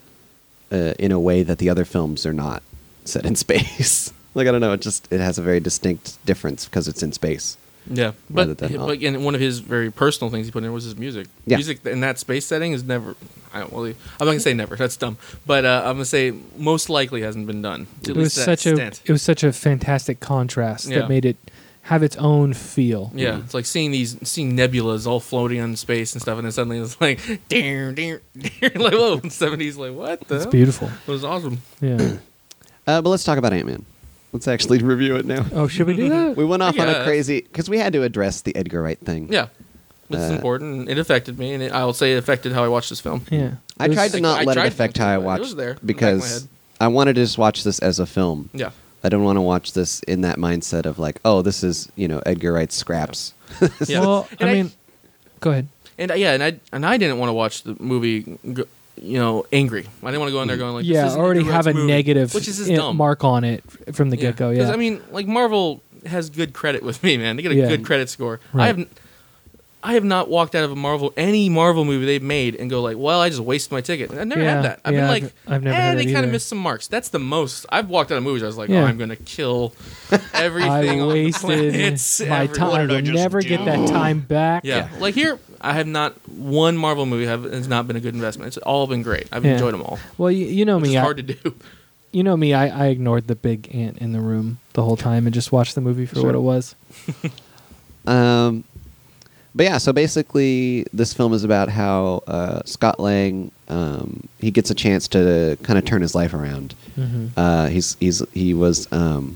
Speaker 3: uh, in a way that the other films are not set in space. like I don't know, it just it has a very distinct difference because it's in space.
Speaker 2: Yeah,
Speaker 3: rather
Speaker 2: but
Speaker 3: than not.
Speaker 2: but and one of his very personal things he put in there was his music.
Speaker 3: Yeah.
Speaker 2: Music in that space setting is never. I don't really. I'm not gonna say never. That's dumb. But uh, I'm gonna say most likely hasn't been done.
Speaker 1: it
Speaker 2: To at
Speaker 1: was
Speaker 2: least that
Speaker 1: such a
Speaker 2: extent.
Speaker 1: it was such a fantastic contrast
Speaker 2: Yeah.
Speaker 1: that made it have its own feel.
Speaker 2: yeah, it's like seeing these seeing nebulas all floating on space and stuff, and then suddenly it's like, ding, ding, ding, like whoa, seventies, like what the?
Speaker 1: It's
Speaker 2: hell?
Speaker 1: beautiful.
Speaker 2: It was awesome.
Speaker 1: Yeah.
Speaker 3: Uh, but let's talk about Ant Man. Let's actually review it now.
Speaker 1: oh, should we do that?
Speaker 3: We went off on a
Speaker 2: Yeah.
Speaker 3: crazy because we had to address the Edgar Wright thing.
Speaker 2: Yeah, It's important. It affected me, and it, I will say it affected how I watched this film.
Speaker 1: Yeah. It
Speaker 3: I
Speaker 1: was-
Speaker 3: tried to not
Speaker 2: I
Speaker 3: let
Speaker 2: tried
Speaker 3: it
Speaker 2: to
Speaker 3: affect
Speaker 2: not
Speaker 3: how
Speaker 2: do
Speaker 3: I
Speaker 2: it. It was
Speaker 3: watched
Speaker 2: there in the back of my
Speaker 3: because
Speaker 2: head.
Speaker 3: I wanted to just watch this as a film.
Speaker 2: Yeah.
Speaker 3: I didn't want to watch this in that mindset of like, oh, this is you know Edgar Wright's scraps.
Speaker 2: yeah.
Speaker 1: Well, I
Speaker 2: And I-
Speaker 1: mean, go ahead.
Speaker 2: and uh, yeah, and I and I didn't want to watch the movie, g- you know, angry. I didn't want to go in there going like, this
Speaker 1: yeah,
Speaker 2: isn't
Speaker 1: already
Speaker 2: Edgar
Speaker 1: have a
Speaker 2: Wright's movie,
Speaker 1: negative
Speaker 2: which is just
Speaker 1: i-
Speaker 2: dumb.
Speaker 1: mark on it f- from the get go. Yeah.
Speaker 2: because I mean, like Marvel has good credit with me, man. They get a
Speaker 1: Yeah.
Speaker 2: good credit score.
Speaker 1: Right.
Speaker 2: I have, I have not walked out of a Marvel any Marvel movie they've made and go like, well, I just wasted my ticket. I never
Speaker 1: Yeah,
Speaker 2: had that. I've
Speaker 1: yeah,
Speaker 2: been
Speaker 1: I've-
Speaker 2: like,
Speaker 1: I've never
Speaker 2: eh,
Speaker 1: had
Speaker 2: they
Speaker 1: it
Speaker 2: kind
Speaker 1: either.
Speaker 2: of missed some marks. That's the most I've walked out of movies. I was like,
Speaker 1: Yeah.
Speaker 2: oh, I'm gonna kill everything.
Speaker 1: I
Speaker 2: on the
Speaker 1: wasted
Speaker 2: planets,
Speaker 1: my
Speaker 2: every-
Speaker 1: time.
Speaker 7: did I
Speaker 1: I'll
Speaker 7: just
Speaker 1: never
Speaker 7: do?
Speaker 1: get that time back.
Speaker 2: Yeah. like here, I have not one Marvel movie have, has not been a good investment. It's all been great. I've
Speaker 1: Yeah.
Speaker 2: enjoyed them all.
Speaker 1: Well, you, you know
Speaker 2: Which
Speaker 1: me.
Speaker 2: is
Speaker 1: I,
Speaker 2: hard to do.
Speaker 1: you know me. I, I ignored the big ant in the room the whole time and just watched the movie for what it was.
Speaker 3: Um, but yeah, so basically, this film is about how uh, Scott Lang um, he gets a chance to kind of turn his life around. Uh, he's he's he was. Um,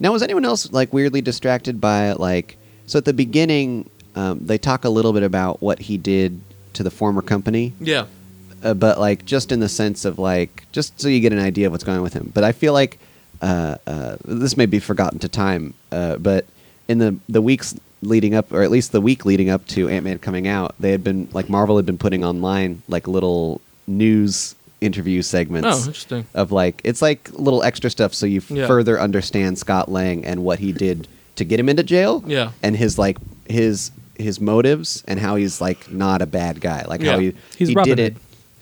Speaker 3: now, was anyone else like weirdly distracted by like? So at the beginning, um, they talk a little bit about what he did to the former company,
Speaker 2: Yeah,
Speaker 3: uh, but like just in the sense of like just so you get an idea of what's going on with him. But I feel like uh, uh, this may be forgotten to time, uh, but in the the weeks leading up, or at least the week leading up to Ant Man coming out, they had been like Marvel had been putting online like little news interview segments.
Speaker 2: Oh, interesting.
Speaker 3: Of like it's like little extra stuff, so you f-
Speaker 2: Yeah.
Speaker 3: further understand Scott Lang and what he did to get him into jail.
Speaker 2: Yeah.
Speaker 3: and his like his his motives and how he's like not a bad guy, like how
Speaker 2: Yeah.
Speaker 3: he
Speaker 1: He's
Speaker 3: he
Speaker 1: Robin
Speaker 3: did it,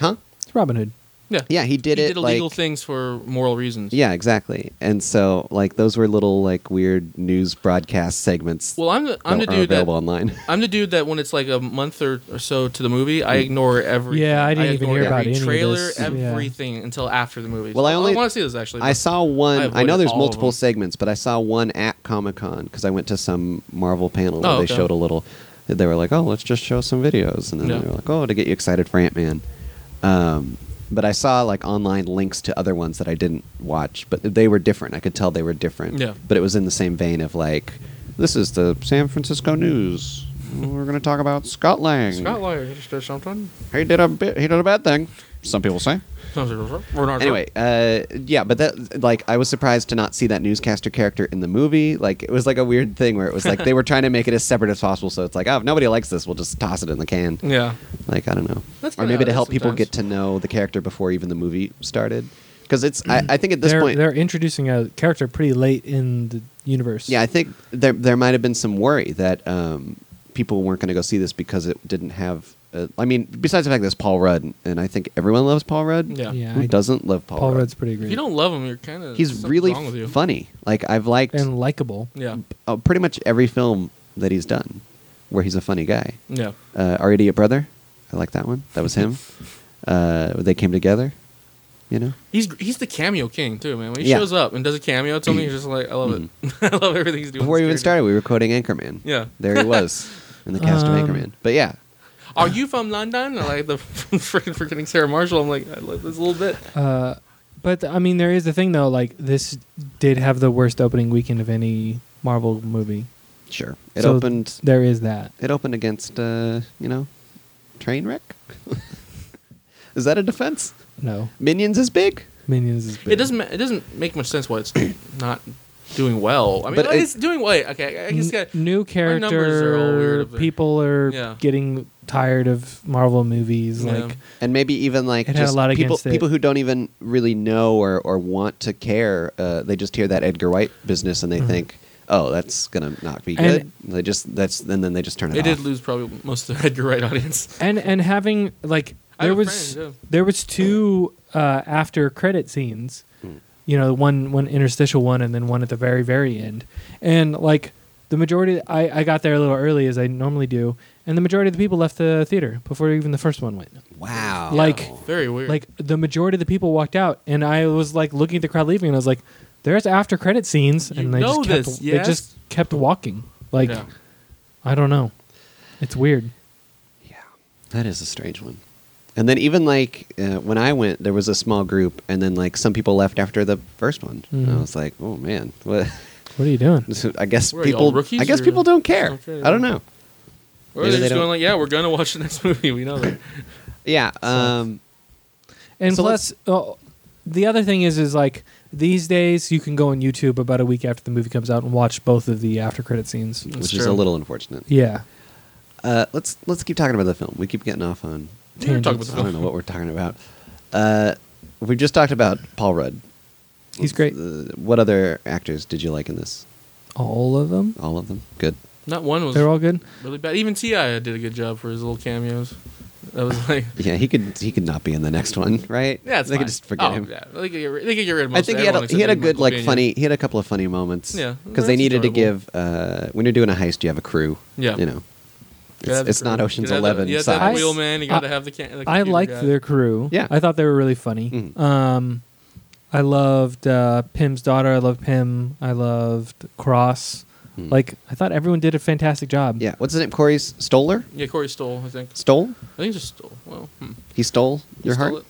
Speaker 1: Hood.
Speaker 3: huh?
Speaker 1: It's Robin Hood.
Speaker 2: yeah,
Speaker 3: Yeah, he did
Speaker 2: he
Speaker 3: it.
Speaker 2: did illegal
Speaker 3: like,
Speaker 2: things for moral reasons.
Speaker 3: Yeah, exactly. And so, like, those were little like weird news broadcast segments.
Speaker 2: Well, I'm the I'm the
Speaker 3: that are
Speaker 2: dude that
Speaker 3: available online.
Speaker 2: I'm the dude that when it's like a month or, or so to the movie, I ignore every.
Speaker 1: Yeah, I didn't even
Speaker 2: ignore
Speaker 1: hear about
Speaker 2: every
Speaker 1: any of
Speaker 2: trailer,
Speaker 1: this. Yeah.
Speaker 2: everything until after the movie.
Speaker 3: Well, I
Speaker 2: So
Speaker 3: only-
Speaker 2: want to see this actually.
Speaker 3: I
Speaker 2: but-
Speaker 3: saw
Speaker 2: I
Speaker 3: one. I,
Speaker 2: avoided
Speaker 3: know there's
Speaker 2: all of
Speaker 3: multiple
Speaker 2: them.
Speaker 3: segments, but I saw one at Comic Con because I went to some Marvel panel where
Speaker 2: Oh,
Speaker 3: they
Speaker 2: okay.
Speaker 3: showed a little. They were like, "Oh, let's just show some videos," and then
Speaker 2: Yeah.
Speaker 3: they were like, "Oh, to get you excited for Ant Man." Um, but I saw like online links to other ones that I didn't watch, but they were different. I could tell they were different.
Speaker 2: Yeah.
Speaker 3: But it was in the same vein of like, "This is the San Francisco news. We're going to talk about Scott Lang.
Speaker 2: Scott Lang just did something.
Speaker 3: He did a bit, he did a bad thing. Some people say." Anyway, uh, yeah, but that like I was surprised to not see that newscaster character in the movie. Like it was like a weird thing where it was like they were trying to make it as separate as possible. So it's like, oh, if nobody likes this, we'll just toss it in the can.
Speaker 2: Yeah.
Speaker 3: Like I don't know,
Speaker 2: That's
Speaker 3: or
Speaker 2: kinda
Speaker 3: maybe
Speaker 2: how it
Speaker 3: to
Speaker 2: is
Speaker 3: help people
Speaker 2: sometimes.
Speaker 3: get to know the character before even the movie started. Because it's, I, I think at this
Speaker 1: they're
Speaker 3: point,
Speaker 1: they're introducing a character pretty late in the universe.
Speaker 3: yeah, I think there there might have been some worry that um, people weren't going to go see this because it didn't have. uh, I mean, besides the fact that it's Paul Rudd, and I think everyone loves Paul Rudd.
Speaker 2: Yeah.
Speaker 1: Yeah,
Speaker 3: who
Speaker 1: I-
Speaker 3: doesn't love Paul,
Speaker 1: Paul
Speaker 3: Rudd?
Speaker 1: Rudd's pretty
Speaker 2: If
Speaker 1: great.
Speaker 2: you don't love him, you're kind of
Speaker 3: Mm. he's really
Speaker 2: wrong with you.
Speaker 3: funny. Like I've liked
Speaker 1: and likable.
Speaker 2: Yeah.
Speaker 3: uh, pretty much every film that he's done where he's a funny guy.
Speaker 2: Yeah.
Speaker 3: Uh, Our Idiot Brother, I like that one. That was him. uh, they came together, you know.
Speaker 2: He's he's the cameo king too, man. When he
Speaker 3: Yeah. Mm. Mm-hmm.
Speaker 2: shows up and does a cameo, to me, he's just like, I love it. I love everything he's doing.
Speaker 3: Before
Speaker 2: with
Speaker 3: we even
Speaker 2: this character.
Speaker 3: started, we were quoting Anchorman.
Speaker 2: Yeah.
Speaker 3: there he was in the cast
Speaker 1: Um,
Speaker 3: of Anchorman. But yeah,
Speaker 2: Are you from London? I like the freaking forgetting Sarah Marshall. I'm like, I love this a little bit.
Speaker 1: Uh, But I mean, there is a thing though. Like this did have the worst opening weekend of any Marvel movie.
Speaker 3: sure. It
Speaker 1: So
Speaker 3: opened.
Speaker 1: There is that.
Speaker 3: It opened against uh, you know, Trainwreck. is that a defense?
Speaker 1: No,
Speaker 3: Minions is big.
Speaker 1: Minions is. Big.
Speaker 2: It doesn't. ma- It doesn't make much sense why it's not doing well. I mean,
Speaker 3: But
Speaker 2: like,
Speaker 3: it-
Speaker 2: it's doing well. Okay, I guess.
Speaker 1: N-
Speaker 2: got-
Speaker 1: new
Speaker 2: our numbers are all
Speaker 1: character.
Speaker 2: weird up there.
Speaker 1: people are
Speaker 2: Yeah.
Speaker 1: getting tired of Marvel movies.
Speaker 2: Yeah.
Speaker 1: Like
Speaker 3: and maybe even like
Speaker 1: It had a
Speaker 3: just
Speaker 1: lot
Speaker 3: people
Speaker 1: against it.
Speaker 3: people who don't even really know or, or want to care uh, they just hear that Edgar White business and they think oh that's gonna not be
Speaker 1: Mm-hmm. And-
Speaker 3: good they just that's and then they just turn it
Speaker 2: They did
Speaker 3: off.
Speaker 2: lose probably most of the Edgar Wright audience.
Speaker 1: and and having like
Speaker 2: I have
Speaker 1: there
Speaker 2: a
Speaker 1: was
Speaker 2: friend, yeah.
Speaker 1: there was two uh, after credit scenes. You know, one one interstitial one, and then one at the very very end. And like the majority, I I got there a little early as I normally do, and the majority of the people left the theater before even the first one went.
Speaker 3: wow
Speaker 1: Like
Speaker 2: Very weird.
Speaker 1: like the majority of the people walked out, and I was like looking at the crowd leaving, and I was like, "There's after credit scenes,"
Speaker 2: You
Speaker 1: and they
Speaker 2: know
Speaker 1: just kept
Speaker 2: this,
Speaker 1: they just
Speaker 2: yes?
Speaker 1: kept walking. Like
Speaker 2: Yeah.
Speaker 1: I don't know, it's weird.
Speaker 3: that is a strange one and then even like uh, when I went there was a small group and then like some people left after the first one and I
Speaker 1: Mhm.
Speaker 3: was like oh man what
Speaker 1: What are you doing?
Speaker 3: I guess
Speaker 2: What are y'all,
Speaker 3: people
Speaker 2: rookies
Speaker 3: I guess
Speaker 2: or-
Speaker 3: people don't care
Speaker 2: Okay,
Speaker 3: I don't
Speaker 2: yeah.
Speaker 3: know
Speaker 2: Or
Speaker 3: Maybe
Speaker 2: they're
Speaker 3: they
Speaker 2: just
Speaker 3: don't-
Speaker 2: going like, yeah, we're gonna watch the next movie. We know that.
Speaker 3: Yeah. Um,
Speaker 1: And
Speaker 3: So
Speaker 1: plus, oh, the other thing is, is like these days you can go on YouTube about a week after the movie comes out and watch both of the after credit scenes.
Speaker 3: which is
Speaker 2: true.
Speaker 3: a little unfortunate.
Speaker 1: Yeah,
Speaker 3: Uh, let's let's keep talking about the film. We keep getting off on.
Speaker 2: We were talking about the
Speaker 3: I don't know
Speaker 2: film.
Speaker 3: what we're talking about. Uh, we just talked about Paul Rudd.
Speaker 1: he's great.
Speaker 3: Uh, what other actors did you like in this?
Speaker 1: All of them.
Speaker 3: All of them. Good.
Speaker 2: Not one was
Speaker 1: They're all good.
Speaker 2: really bad. Even Ti did a good job for his little cameos. That was like,
Speaker 3: Yeah, he could he could not be in the next one, right?
Speaker 2: yeah, it's
Speaker 3: they
Speaker 2: fine.
Speaker 3: could just forget
Speaker 2: Oh,
Speaker 3: him.
Speaker 2: Yeah, they could get rid, they could get rid of. Most
Speaker 3: I think he had
Speaker 2: everyone
Speaker 3: a, he had a
Speaker 2: except
Speaker 3: good
Speaker 2: Michael
Speaker 3: like
Speaker 2: Pena.
Speaker 3: funny he had a couple of funny moments.
Speaker 2: Yeah,
Speaker 3: because they
Speaker 2: that's
Speaker 3: needed to
Speaker 2: adorable.
Speaker 3: give uh, when you're doing a heist, you have a crew.
Speaker 2: Yeah.
Speaker 3: you
Speaker 2: You
Speaker 3: know,
Speaker 2: gotta
Speaker 3: it's,
Speaker 2: have
Speaker 3: it's
Speaker 2: the crew.
Speaker 3: not Ocean's
Speaker 2: You gotta have
Speaker 3: Eleven
Speaker 2: the, you gotta have
Speaker 3: size.
Speaker 2: the wheel man. You gotta
Speaker 1: I-
Speaker 2: have the. Can- the
Speaker 1: I
Speaker 2: computer
Speaker 1: liked
Speaker 2: guy.
Speaker 1: their crew.
Speaker 3: Yeah.
Speaker 1: I thought they were really funny.
Speaker 3: Mhm.
Speaker 1: Um, I loved uh, Pim's daughter. I loved Pim. I loved Cross.
Speaker 3: Mhm.
Speaker 1: Like I thought everyone did a fantastic job.
Speaker 3: yeah, what's his name? Corey S- Stoller.
Speaker 2: Yeah, Corey stole. I think.
Speaker 3: Stole?
Speaker 2: I think he just stole. Well, hmm.
Speaker 3: He stole
Speaker 2: He
Speaker 3: your
Speaker 2: stole
Speaker 3: heart.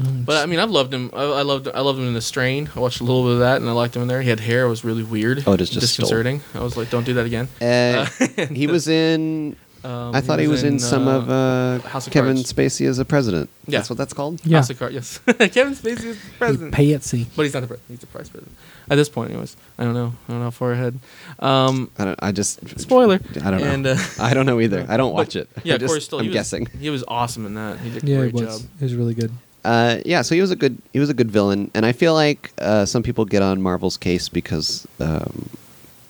Speaker 2: it. But I mean, I've loved him. I, I loved. I loved him in The Strain. I watched a little bit of that, and I liked him in there. He had hair. It was really weird.
Speaker 3: Oh, it is just stole.
Speaker 2: disconcerting. I was like, don't do that again.
Speaker 3: Uh, he was in.
Speaker 2: Um,
Speaker 3: I thought he was, in, some of uh,
Speaker 2: House of
Speaker 3: Kevin
Speaker 2: Cards.
Speaker 3: Spacey as a president.
Speaker 2: Yeah.
Speaker 3: That's what that's called.
Speaker 1: Yeah.
Speaker 2: House of Cards. Yes, Kevin Spacey is president.
Speaker 1: Hey, Patsy.
Speaker 2: But he's not the president. He's the vice president. At this point, anyways. I don't know. I don't know how far ahead. Um,
Speaker 3: I don't. I just
Speaker 2: Spoiler.
Speaker 3: I don't know.
Speaker 2: And, uh,
Speaker 3: I don't know either. I don't watch it.
Speaker 2: yeah,
Speaker 3: I just,
Speaker 2: Corey Stoll.
Speaker 3: I'm
Speaker 2: he was,
Speaker 3: guessing.
Speaker 2: He was awesome in that. He did a
Speaker 1: Yeah,
Speaker 2: great
Speaker 1: it was.
Speaker 2: job.
Speaker 1: It was really good.
Speaker 3: Uh, yeah, so he was a good he was a good villain, and I feel like uh, some people get on Marvel's case because um,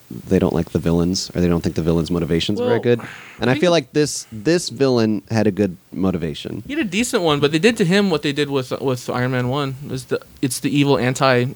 Speaker 3: they don't like the villains or they don't think the villains' motivations are very
Speaker 2: Well,
Speaker 3: good. And I
Speaker 2: I
Speaker 3: feel like this this villain had a good motivation.
Speaker 2: He did a decent one, but they did to him what they did with with Iron Man One. Is the it's the evil anti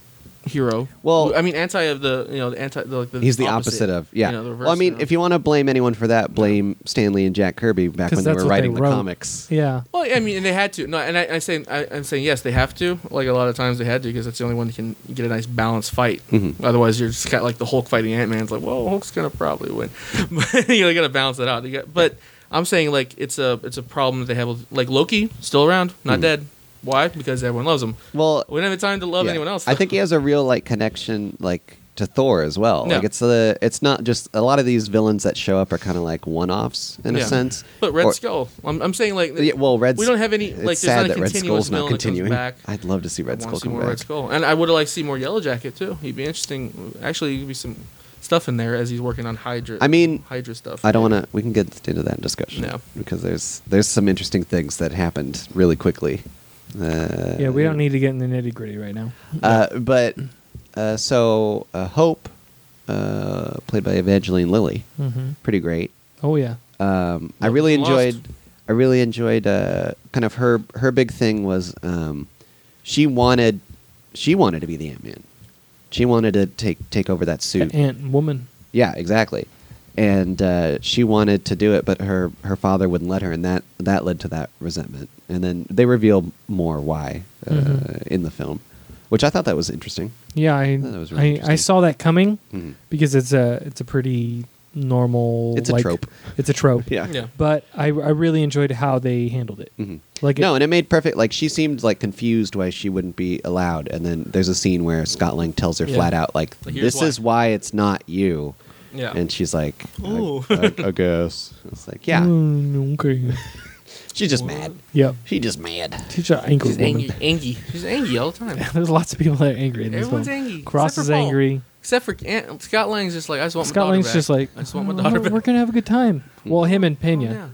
Speaker 2: hero.
Speaker 3: Well-
Speaker 2: I mean anti of the you know the anti the, like the
Speaker 3: He's the opposite, of yeah.
Speaker 2: you know, the reverse,
Speaker 3: well, I mean,
Speaker 2: know.
Speaker 3: if you want to blame anyone for that, blame Stanley and Jack Kirby back
Speaker 1: 'Cause
Speaker 3: when they
Speaker 1: that's
Speaker 3: were
Speaker 1: what they
Speaker 3: writing the
Speaker 1: wrote.
Speaker 3: comics.
Speaker 1: Yeah.
Speaker 2: Well, I mean, and they had to. No, and I, I say I, I'm saying yes, they have to. Like a lot of times they had to because that's the only one that can get a nice balanced fight.
Speaker 3: Mhm.
Speaker 2: Otherwise, you're just got like the Hulk fighting Ant Man. It's like, well, Hulk's gonna probably win, but you know, got to balance that out. You got, but I'm saying like it's a it's a problem that they have. With, like Loki, still around, not
Speaker 3: Mm-hmm.
Speaker 2: dead. Why? Because everyone loves him.
Speaker 3: Well,
Speaker 2: We don't have time to love
Speaker 3: yeah.
Speaker 2: anyone else.
Speaker 3: I think he has a real like connection like to Thor as well.
Speaker 2: Yeah.
Speaker 3: Like it's the it's not just a lot of these villains that show up are kind of like one offs in a
Speaker 2: Yeah.
Speaker 3: sense.
Speaker 2: But Red
Speaker 3: Or-
Speaker 2: Skull, I'm, I'm saying like
Speaker 3: Yeah, well, Red.
Speaker 2: We don't have any,
Speaker 3: It's
Speaker 2: like, there's
Speaker 3: sad
Speaker 2: not a
Speaker 3: that Red
Speaker 2: continuous
Speaker 3: Skull's not
Speaker 2: villain that comes
Speaker 3: continuing.
Speaker 2: back.
Speaker 3: I'd love to see
Speaker 2: I
Speaker 3: Red Skull
Speaker 2: wanna see
Speaker 3: come
Speaker 2: more
Speaker 3: back.
Speaker 2: Red Skull, and I would like to see more Yellow Jacket too. He'd be interesting. Actually, there'd be some stuff in there as he's working on Hydra.
Speaker 3: I mean,
Speaker 2: Hydra stuff.
Speaker 3: I don't want to. We can get into that discussion.
Speaker 2: No.
Speaker 3: because there's there's some interesting things that happened really quickly. Uh,
Speaker 1: Yeah, we don't need to get in the nitty gritty right now.
Speaker 3: Uh, but uh, so uh, Hope, uh, played by Evangeline Lilly,
Speaker 1: Mm-hmm.
Speaker 3: pretty great.
Speaker 1: Oh yeah.
Speaker 3: Um, I really
Speaker 2: Lost.
Speaker 3: enjoyed. I really enjoyed. Uh, kind of her her big thing was um, she wanted she wanted to be the Ant Man. She wanted to take take over that suit.
Speaker 1: The ant woman.
Speaker 3: Yeah, exactly. And uh, she wanted to do it, but her, her father wouldn't let her, and that, that led to that resentment. And then they reveal more why uh,
Speaker 1: Mhm.
Speaker 3: in the film, which I thought that was interesting.
Speaker 1: Yeah, I
Speaker 3: That was really
Speaker 1: I, I
Speaker 3: interesting.
Speaker 1: saw that coming
Speaker 3: Mhm.
Speaker 1: because it's a it's a pretty normal.
Speaker 3: It's a
Speaker 1: like-
Speaker 3: trope.
Speaker 1: It's a trope.
Speaker 3: Yeah.
Speaker 2: Yeah.
Speaker 1: But I, I really enjoyed how they handled it.
Speaker 3: Mhm.
Speaker 1: Like it,
Speaker 3: No, and it made perfect. Like she seemed like confused why she wouldn't be allowed, and then there's a scene where Scott Lang tells her
Speaker 2: Yeah.
Speaker 3: flat out, like,
Speaker 2: Like, here's
Speaker 3: "This
Speaker 2: why."
Speaker 3: is why it's not you,"
Speaker 2: Yeah.
Speaker 3: and she's like,
Speaker 2: Ooh.
Speaker 3: I, I, "I guess." It's like, yeah,
Speaker 1: Mm, okay.
Speaker 3: she's just mad.
Speaker 1: yep.
Speaker 3: She's just mad.
Speaker 1: She's an angry
Speaker 2: She's angry.
Speaker 1: woman.
Speaker 2: Angry. She's angry all the time.
Speaker 1: There's lots of people that are angry in this
Speaker 2: Everyone's
Speaker 1: film.
Speaker 2: angry.
Speaker 1: Cross
Speaker 2: except
Speaker 1: is
Speaker 2: for Paul.
Speaker 1: angry.
Speaker 2: Except for Aunt, Scott Lang's just like I just want my
Speaker 1: Scott
Speaker 2: daughter
Speaker 1: Lang's
Speaker 2: back.
Speaker 1: just like
Speaker 2: I just want
Speaker 1: "Oh,
Speaker 2: my daughter
Speaker 1: we're,
Speaker 2: back.
Speaker 1: gonna have a good time.
Speaker 3: Mm-hmm.
Speaker 1: Well, him and
Speaker 2: Oh,
Speaker 1: Pena.
Speaker 2: yeah.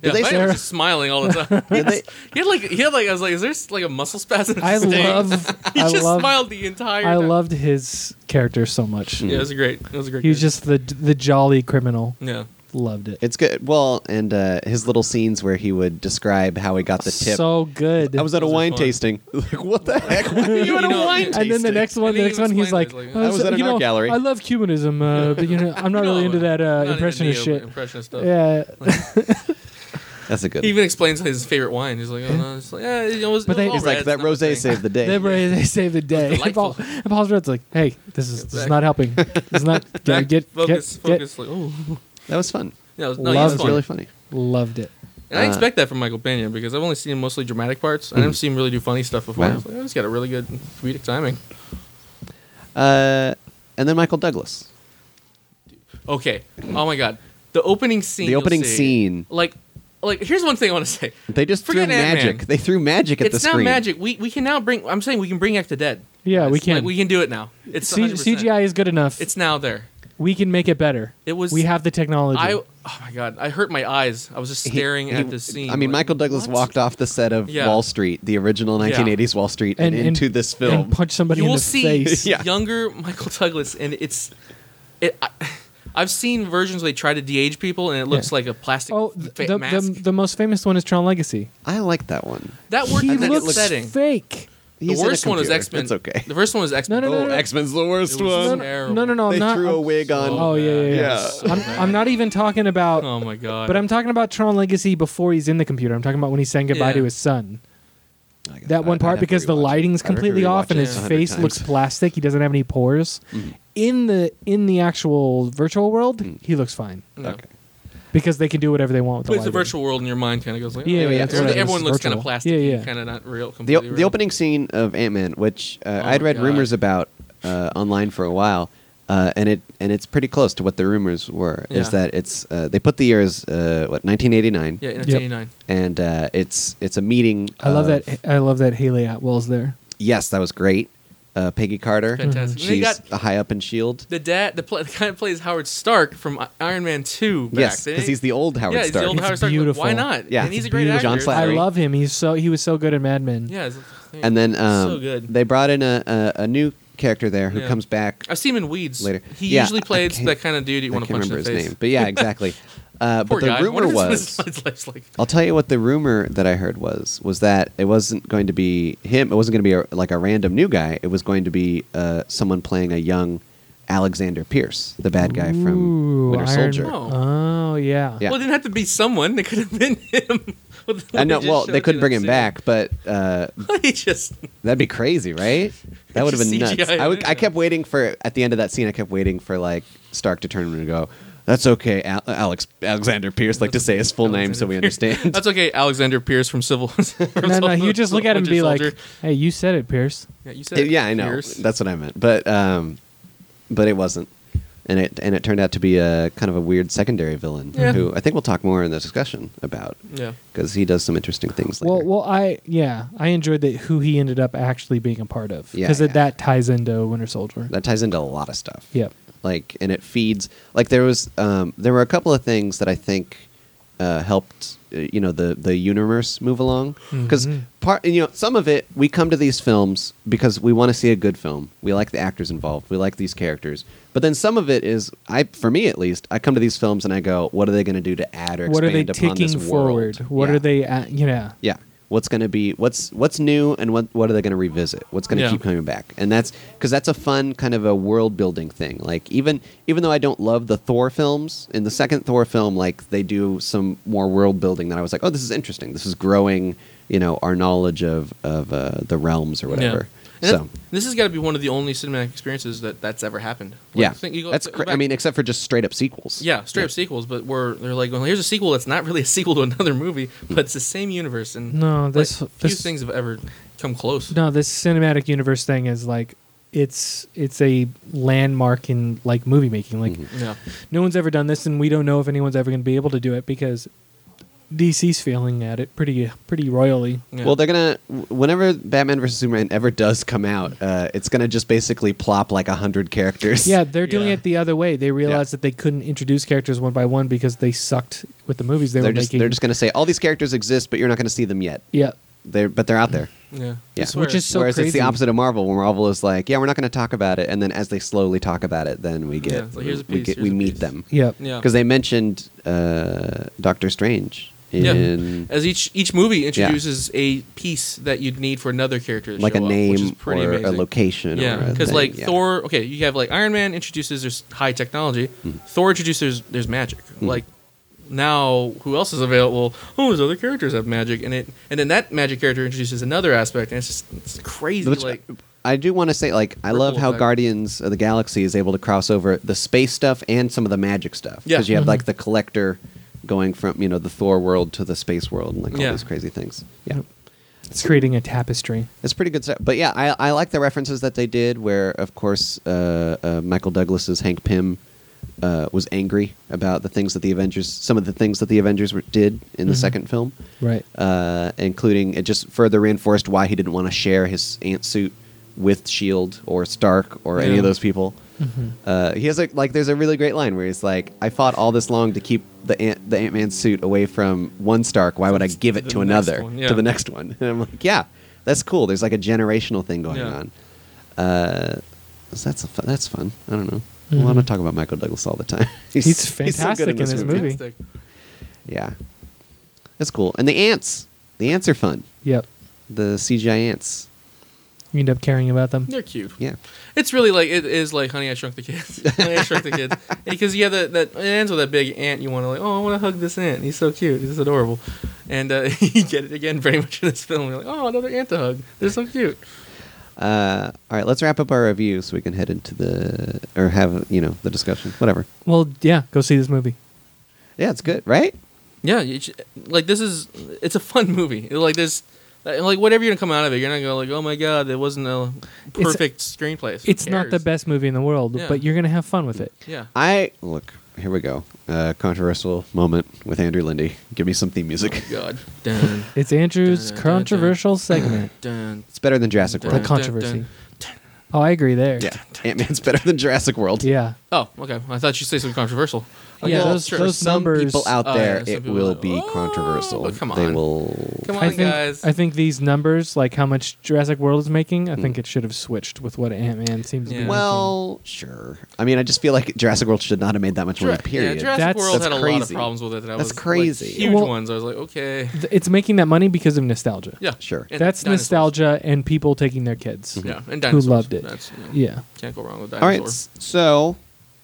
Speaker 2: Yeah,
Speaker 3: they
Speaker 2: Biden
Speaker 3: share-
Speaker 2: was just smiling all the time.
Speaker 3: Did they-
Speaker 2: he had like he had like I was like, is there like a muscle spasm?
Speaker 1: I
Speaker 2: today?
Speaker 1: love.
Speaker 2: He
Speaker 1: I
Speaker 2: just
Speaker 1: love.
Speaker 2: smiled the entire.
Speaker 1: I
Speaker 2: time.
Speaker 1: loved his character so much.
Speaker 2: Yeah, it
Speaker 3: Mm-hmm.
Speaker 2: was great. It was a great.
Speaker 1: He was
Speaker 2: character.
Speaker 1: just the the jolly criminal.
Speaker 2: yeah.
Speaker 1: Loved it.
Speaker 3: It's good. Well, and uh, his little scenes where he would describe how he got the tip.
Speaker 1: so good.
Speaker 3: I was at a
Speaker 2: Those are
Speaker 3: wine
Speaker 2: fun.
Speaker 3: tasting. like, what the heck? Why are
Speaker 2: You
Speaker 3: you at a
Speaker 2: know,
Speaker 3: wine
Speaker 2: and
Speaker 3: tasting?
Speaker 1: and then the next one,
Speaker 2: And
Speaker 1: the
Speaker 2: he
Speaker 1: next one, he's
Speaker 2: explained
Speaker 1: like,
Speaker 2: it, like,
Speaker 1: "Oh,
Speaker 3: I was
Speaker 1: so-
Speaker 3: at an
Speaker 1: you
Speaker 3: art
Speaker 1: know,
Speaker 3: gallery."
Speaker 1: I love Cubanism, uh, but you know, I'm not really
Speaker 2: No,
Speaker 1: into that
Speaker 2: not
Speaker 1: uh,
Speaker 2: into
Speaker 1: impressionist
Speaker 2: neo-
Speaker 1: shit."
Speaker 2: Impressionist stuff.
Speaker 1: Yeah,
Speaker 3: That's a good.
Speaker 2: He even explains his favorite wine. He's like, oh, no, it's like, yeah, you know, it was,
Speaker 1: But
Speaker 2: it was
Speaker 1: they-
Speaker 2: all
Speaker 3: He's like
Speaker 2: reds,
Speaker 3: that
Speaker 2: not my
Speaker 3: rosé
Speaker 2: thing."
Speaker 3: saved the day.
Speaker 1: they, bra- they save the day. And,
Speaker 2: delightful.
Speaker 1: Paul, and Paul's Red's like, "Hey, this is this is not helping. This is not get
Speaker 2: Back,
Speaker 1: get
Speaker 2: focus,
Speaker 1: get,
Speaker 2: focus. Like, oh,
Speaker 3: That was fun.
Speaker 2: yeah, it was,
Speaker 1: Love
Speaker 2: no, he
Speaker 3: that
Speaker 2: was
Speaker 1: it.
Speaker 3: was
Speaker 2: funny.
Speaker 3: really funny.
Speaker 1: get." Loved it.
Speaker 2: And I
Speaker 3: Uh,
Speaker 2: expect that from Michael Pena because I've only seen him mostly dramatic parts. I haven't seen him really do funny stuff before.
Speaker 3: Hmm. Wow.
Speaker 2: I was like, oh, he's got a really good comedic timing.
Speaker 3: Uh, and then Michael Douglas.
Speaker 2: Okay. Oh my God. The opening scene.
Speaker 3: The
Speaker 2: you'll
Speaker 3: opening
Speaker 2: see.
Speaker 3: scene.
Speaker 2: Like, like here's one thing I want to say.
Speaker 3: They just
Speaker 2: Forget
Speaker 3: threw
Speaker 2: Ant-Man.
Speaker 3: magic. They threw magic at
Speaker 2: it's
Speaker 3: the
Speaker 2: not
Speaker 3: screen.
Speaker 2: magic. We we can now bring. I'm saying we can bring back the dead.
Speaker 1: Yeah, we
Speaker 2: It's like,
Speaker 1: can.
Speaker 2: we can do it now. It's
Speaker 1: C-
Speaker 2: 100%.
Speaker 1: CGI is good enough.
Speaker 2: It's now there.
Speaker 1: we can make it better.
Speaker 2: It was-
Speaker 1: We have the technology.
Speaker 2: I oh my god, I hurt my eyes. I was just
Speaker 3: He-
Speaker 2: staring
Speaker 3: he-
Speaker 2: at the scene.
Speaker 3: I mean,
Speaker 2: like,
Speaker 3: Michael Douglas
Speaker 2: what?
Speaker 3: walked off the set of
Speaker 2: Yeah.
Speaker 3: Wall Street, the original 1980s Wall Street, and, into this film.
Speaker 1: and punch somebody
Speaker 2: you
Speaker 1: in
Speaker 2: will
Speaker 1: the
Speaker 2: see
Speaker 1: face.
Speaker 3: Yeah.
Speaker 2: younger Michael Douglas, and it's it. I, I've seen versions where they try to de-age people, and it looks
Speaker 1: Yeah.
Speaker 2: like a plastic
Speaker 1: Oh,
Speaker 2: fa-
Speaker 1: th- the,
Speaker 2: mask.
Speaker 1: the, the most famous one is Tron Legacy.
Speaker 3: I like that one.
Speaker 2: that worked
Speaker 1: he
Speaker 2: in that
Speaker 1: looks
Speaker 2: setting.
Speaker 1: fake.
Speaker 2: The
Speaker 3: He's in a
Speaker 2: worst one was
Speaker 3: computer.
Speaker 2: X Men.
Speaker 3: It's okay.
Speaker 2: The first one was X Men.
Speaker 1: No, no, no,
Speaker 3: Oh,
Speaker 1: no.
Speaker 3: X Men's the worst
Speaker 2: It was
Speaker 1: No,
Speaker 3: one.
Speaker 1: no,
Speaker 2: terrible.
Speaker 1: no, no, no.
Speaker 3: they
Speaker 1: I'm not.
Speaker 3: threw
Speaker 1: I'm-
Speaker 3: a wig on.
Speaker 1: Oh yeah, yeah, yeah.
Speaker 3: Yeah.
Speaker 1: I'm, I'm not even talking about.
Speaker 2: Oh my god.
Speaker 1: But I'm talking about Tron Legacy before he's in the computer. I'm talking about when he's saying goodbye
Speaker 2: Yeah.
Speaker 1: to his son.
Speaker 3: I guess
Speaker 1: That
Speaker 3: I'd-
Speaker 1: one
Speaker 3: I'd
Speaker 1: part
Speaker 3: have to
Speaker 1: because the
Speaker 3: rewatch it.
Speaker 1: lighting's
Speaker 3: I'd have to
Speaker 1: completely off
Speaker 3: rewatch
Speaker 1: and
Speaker 2: it
Speaker 1: his
Speaker 3: 100
Speaker 1: face
Speaker 3: times. Mm-hmm.
Speaker 1: looks plastic. He doesn't have any pores. In the in the actual virtual world,
Speaker 3: Mm.
Speaker 1: he looks fine
Speaker 2: No.
Speaker 3: Okay.
Speaker 1: because they can do whatever they want with
Speaker 2: But
Speaker 1: the
Speaker 2: it's a
Speaker 1: lighting.
Speaker 2: virtual world, and your mind kind of goes like, oh,
Speaker 1: Yeah, yeah, it's
Speaker 2: everyone,
Speaker 1: whatever,
Speaker 2: everyone
Speaker 1: it's
Speaker 2: looks kind of
Speaker 1: virtual.
Speaker 2: plastic,
Speaker 1: Yeah, yeah.
Speaker 2: kind of not real.
Speaker 3: The,
Speaker 2: Completely
Speaker 3: the
Speaker 2: real.
Speaker 3: opening scene of Ant Man, which uh,
Speaker 2: Oh
Speaker 3: I'd
Speaker 2: my
Speaker 3: read
Speaker 2: God.
Speaker 3: rumors about uh, online for a while, uh, and it and it's pretty close to what the rumors were. Is
Speaker 2: Yeah.
Speaker 3: that it's uh, they put the years uh, what 1989,
Speaker 2: Yeah, in
Speaker 1: Yep.
Speaker 2: 1989.
Speaker 3: and uh, it's it's a meeting.
Speaker 1: I love
Speaker 3: of-
Speaker 1: that. I love that Haley Atwell's there.
Speaker 3: Yes, that was great. Uh, Peggy Carter,
Speaker 2: Fantastic. Mhm.
Speaker 3: she's
Speaker 2: They got-
Speaker 3: high up in Shield.
Speaker 2: The dad, the, pla the guy that plays Howard Stark from I- Iron Man 2. Back.
Speaker 3: Yes,
Speaker 2: They-
Speaker 3: because he's the old Howard
Speaker 2: yeah, he's
Speaker 3: Stark.
Speaker 2: the old
Speaker 1: It's
Speaker 2: Howard Stark.
Speaker 1: beautiful.
Speaker 2: Why not?
Speaker 3: Yeah,
Speaker 2: and he's
Speaker 3: it's
Speaker 2: a great
Speaker 3: beautiful. John
Speaker 2: actor.
Speaker 1: I
Speaker 3: Flattery.
Speaker 1: love him. He's so he was so good in Mad Men.
Speaker 2: Yeah, it's-
Speaker 3: and then um,
Speaker 2: so good.
Speaker 3: they brought in a, a, a new character there who
Speaker 2: Yeah.
Speaker 3: comes back.
Speaker 2: I've seen him in Weeds
Speaker 3: Later.
Speaker 2: He
Speaker 3: Yeah,
Speaker 2: usually
Speaker 3: I
Speaker 2: plays
Speaker 3: can't-
Speaker 2: that kind of dude you
Speaker 3: I
Speaker 2: want
Speaker 3: can't
Speaker 2: to punch in
Speaker 3: remember
Speaker 2: the
Speaker 3: his
Speaker 2: face.
Speaker 3: name, but yeah, exactly. Uh,
Speaker 2: Poor
Speaker 3: but the
Speaker 2: guy. I
Speaker 3: rumor
Speaker 2: wonder if
Speaker 3: was.
Speaker 2: that's what his life's like.
Speaker 3: I'll tell you what the rumor that I heard was was that it wasn't going to be him. It wasn't going to be a, like a random new guy. It was going to be uh, someone playing a young Alexander Pierce, the bad guy from
Speaker 1: Ooh,
Speaker 3: Winter
Speaker 1: Iron-
Speaker 3: Soldier.
Speaker 2: Oh.
Speaker 1: Oh yeah.
Speaker 3: Yeah.
Speaker 2: Well, it didn't have to be someone. It could have been him.
Speaker 3: I know. Well, they couldn't bring him back, but uh,
Speaker 2: he just
Speaker 3: that'd be crazy, right? That would have been
Speaker 2: Just
Speaker 3: nuts.
Speaker 2: CGI
Speaker 3: I, would,
Speaker 2: it.
Speaker 3: I kept waiting for at the end of that scene. I kept waiting for like Stark to turn around and go, "That's okay, Al- Alex Alexander Pierce." Like to say his full name so we understand.
Speaker 2: That's okay. Alexander Pierce from Civil. from
Speaker 1: No, no.
Speaker 2: Sol-
Speaker 1: You just look at him and
Speaker 2: Winter
Speaker 1: be like,
Speaker 2: Soldier.
Speaker 1: "Hey, you said it, Pierce."
Speaker 2: yeah, you said
Speaker 3: It- yeah, I know.
Speaker 2: Pierce.
Speaker 3: That's what I meant. But um, but it wasn't, and it and it turned out to be a kind of a weird secondary villain
Speaker 2: Yeah.
Speaker 3: who I think we'll talk more in the discussion about
Speaker 2: yeah.
Speaker 3: because he does some interesting things. Later.
Speaker 1: Well, well, I yeah, I enjoyed that who he ended up actually being a part of
Speaker 3: Yeah,
Speaker 1: because
Speaker 3: yeah.
Speaker 1: that ties into Winter Soldier.
Speaker 3: that ties into a lot of stuff.
Speaker 1: Yep.
Speaker 3: like and it feeds like there was um, there were a couple of things that I think uh, helped uh, you know the the universe move along because
Speaker 1: Mm-hmm.
Speaker 3: part you know some of it we come to these films because we want to see a good film we like the actors involved we like these characters but then some of it is I for me at least I come to these films and I go what are they going to do to add or
Speaker 1: What are they
Speaker 3: expand upon this
Speaker 1: taking forward?
Speaker 3: world?
Speaker 1: What
Speaker 3: Yeah.
Speaker 1: are they? At, you know.
Speaker 3: Yeah. What's going to be what's what's new and what what are they going to revisit? What's going to
Speaker 2: Yeah.
Speaker 3: keep coming back? And that's cuz that's a fun kind of a world building thing. Like even even though I don't love the Thor films, in the second Thor film like they do some more world building that I was like, "Oh, this is interesting. This is growing, you know, our knowledge of of uh, the realms or whatever."
Speaker 2: And
Speaker 3: So
Speaker 2: that- this has got to be one of the only cinematic experiences that that's ever happened. Like,
Speaker 3: yeah,
Speaker 2: think- you go-
Speaker 3: that's.
Speaker 2: go
Speaker 3: Cra- I
Speaker 2: back-
Speaker 3: mean, except for just straight up sequels.
Speaker 2: Yeah, straight up sequels, but where they're like, well, here's a sequel that's not really a sequel to another movie, but it's the same universe, and
Speaker 1: No,
Speaker 2: like,
Speaker 1: this-
Speaker 2: few
Speaker 1: this-
Speaker 2: things have ever come close.
Speaker 1: No, this cinematic universe thing is like it's it's a landmark in like movie making. Like
Speaker 3: Mm-hmm.
Speaker 2: Yeah,
Speaker 1: no one's ever done this, and we don't know if anyone's ever going to be able to do it because DC's failing at it pretty pretty royally.
Speaker 2: yeah.
Speaker 3: Well, they're gonna whenever Batman vs Superman ever does come out, uh, it's gonna just basically plop like a hundred characters.
Speaker 1: Yeah, they're doing
Speaker 2: Yeah.
Speaker 1: it the other way. They realized that they couldn't introduce characters one by one because they sucked with the movies they
Speaker 3: they're
Speaker 1: were
Speaker 3: just
Speaker 1: making.
Speaker 3: they're just going to say all these characters exist, but you're not going to see them yet.
Speaker 1: yeah,
Speaker 3: They're but they're out there.
Speaker 2: yeah,
Speaker 3: Yeah.
Speaker 2: I
Speaker 1: Which is so
Speaker 3: Whereas it's
Speaker 1: crazy.
Speaker 3: the opposite of Marvel, where Marvel is like, yeah, we're not going to talk about it, and then as they slowly talk about it, then we get
Speaker 2: Yeah, it's like, here's a
Speaker 3: we
Speaker 2: piece,
Speaker 3: get
Speaker 2: here's
Speaker 3: we
Speaker 2: a
Speaker 3: meet
Speaker 2: piece.
Speaker 3: them.
Speaker 1: yeah,
Speaker 2: yeah,
Speaker 3: Because they mentioned uh, Doctor Strange
Speaker 2: yeah.
Speaker 3: in
Speaker 2: As each each movie introduces a piece that you'd need for another character, to
Speaker 3: like a
Speaker 2: show up, which is
Speaker 3: name or
Speaker 2: pretty amazing.
Speaker 3: a location.
Speaker 2: Yeah,
Speaker 3: because
Speaker 2: because like Thor, okay, you have like Iron Man introduces there's high technology.
Speaker 3: Hmm.
Speaker 2: Thor introduces there's magic. Like now, who else is available? Oh, there's other characters have magic, and it and then that magic character introduces another aspect, and it's just it's crazy.
Speaker 3: Which-
Speaker 2: like
Speaker 3: I do want to say, like, I love
Speaker 2: Ripple
Speaker 3: how
Speaker 2: effect.
Speaker 3: Guardians of the Galaxy is able to cross over the space stuff and some of the magic stuff.
Speaker 2: Yeah.
Speaker 3: Because you have, like, the collector going from, you know, the Thor world to the space world and, like, all
Speaker 2: Yeah.
Speaker 3: these crazy things. Yeah.
Speaker 1: it's creating a tapestry.
Speaker 3: It's pretty good stuff. But yeah, I, I like the references that they did, where, of course, uh, uh, Michael Douglas's Hank Pym uh, was angry about the things that the Avengers, some of the things that the Avengers were, did in the
Speaker 2: Mm-hmm.
Speaker 3: second film,
Speaker 1: Right.
Speaker 3: uh, including it just further reinforced why he didn't want to share his ant suit with Shield E or Stark or any
Speaker 2: Yeah. Mm-hmm.
Speaker 3: of those people. Uh, he has a, like, there's a really great line where he's like, "I fought all this long to keep the ant the Ant Man suit away from one Stark. Why would I give it
Speaker 2: the
Speaker 3: to
Speaker 2: next
Speaker 3: another
Speaker 2: one, yeah.
Speaker 3: to the next one?" And I'm like, "Yeah, that's cool. There's like a generational thing going
Speaker 2: Yeah.
Speaker 3: on." Uh, so that's a fu- that's fun. I don't know. Well, I'm not talking about Michael Douglas all the time.
Speaker 1: He's fantastic in this movie.
Speaker 2: Mm-hmm. Fantastic.
Speaker 3: Yeah, that's cool. And the ants, the ants are fun.
Speaker 1: Yep.
Speaker 3: The CGI ants.
Speaker 1: You end up caring about them.
Speaker 2: They're cute.
Speaker 3: Yeah,
Speaker 2: It's really like it is like Honey I Shrunk the Kids. Honey I Shrunk the Kids because you have that that it ends with that big ant. You want to like oh I want to hug this ant. He's so cute. He's adorable. And uh, you get it again very much in this film. You're like oh another ant to hug. They're so cute.
Speaker 3: Uh, all right, let's wrap up our review so we can head into the or have you know the discussion, whatever.
Speaker 1: Well, yeah, go see this movie.
Speaker 3: Yeah, it's good, right?
Speaker 2: Yeah, you sh- like this is it's a fun movie. Like this, like whatever you're gonna come out of it, you're not gonna go like oh my god, it wasn't a
Speaker 1: It's-
Speaker 2: perfect screenplay. Who
Speaker 1: It's not the
Speaker 2: cares?
Speaker 1: best movie in the world,
Speaker 2: Yeah.
Speaker 1: but you're gonna have fun with it.
Speaker 2: Yeah.
Speaker 3: I look here we go. Uh, controversial moment with Andrew Lindy. Give me some theme music.
Speaker 2: God. Dun,
Speaker 1: It's Andrew's
Speaker 2: Dun, dun, dun, dun.
Speaker 1: controversial segment.
Speaker 2: dun,
Speaker 3: It's better than Jurassic
Speaker 2: dun,
Speaker 1: The
Speaker 2: dun,
Speaker 3: World.
Speaker 1: controversy.
Speaker 2: dun.
Speaker 1: Oh, I agree there.
Speaker 3: Yeah, Ant Man's better than Jurassic World.
Speaker 1: Yeah.
Speaker 2: Oh, okay. I thought you'd say something controversial.
Speaker 1: Oh, yeah,
Speaker 2: Well,
Speaker 1: those-
Speaker 2: sure.
Speaker 3: For
Speaker 1: those-
Speaker 3: some
Speaker 1: numbers-
Speaker 3: people out
Speaker 2: Oh,
Speaker 3: there,
Speaker 2: yeah, some
Speaker 3: it
Speaker 2: people
Speaker 3: will
Speaker 2: are like,
Speaker 3: be
Speaker 2: "Oh,"
Speaker 3: controversial.
Speaker 2: but come
Speaker 3: They
Speaker 2: on.
Speaker 3: will.
Speaker 2: Come on,
Speaker 1: I think
Speaker 2: guys.
Speaker 1: I think these numbers, like how much Jurassic World is making, I think it should have switched with what Ant Man seems to
Speaker 2: Yeah.
Speaker 1: be.
Speaker 3: Hmm. Well, sure. I mean, I just feel like Jurassic World should not have made that much money.
Speaker 2: Jura-
Speaker 3: Period.
Speaker 2: Yeah, Jurassic
Speaker 1: That's-
Speaker 2: World
Speaker 3: that's
Speaker 2: had a lot of
Speaker 3: crazy.
Speaker 2: problems with it. That
Speaker 3: That's
Speaker 2: was, like,
Speaker 3: crazy.
Speaker 2: huge
Speaker 1: Well-
Speaker 2: ones. I was like, okay,
Speaker 1: making. Th- it's making that money because of nostalgia.
Speaker 2: yeah,
Speaker 3: Sure.
Speaker 2: And
Speaker 1: That's
Speaker 2: dinosaurs.
Speaker 1: nostalgia and people taking their kids.
Speaker 2: Yeah, and dinosaurs.
Speaker 1: Who loved it?
Speaker 2: That's, you know,
Speaker 1: Yeah.
Speaker 2: can't go wrong with
Speaker 3: All right,
Speaker 2: dinosaurs.
Speaker 3: s- so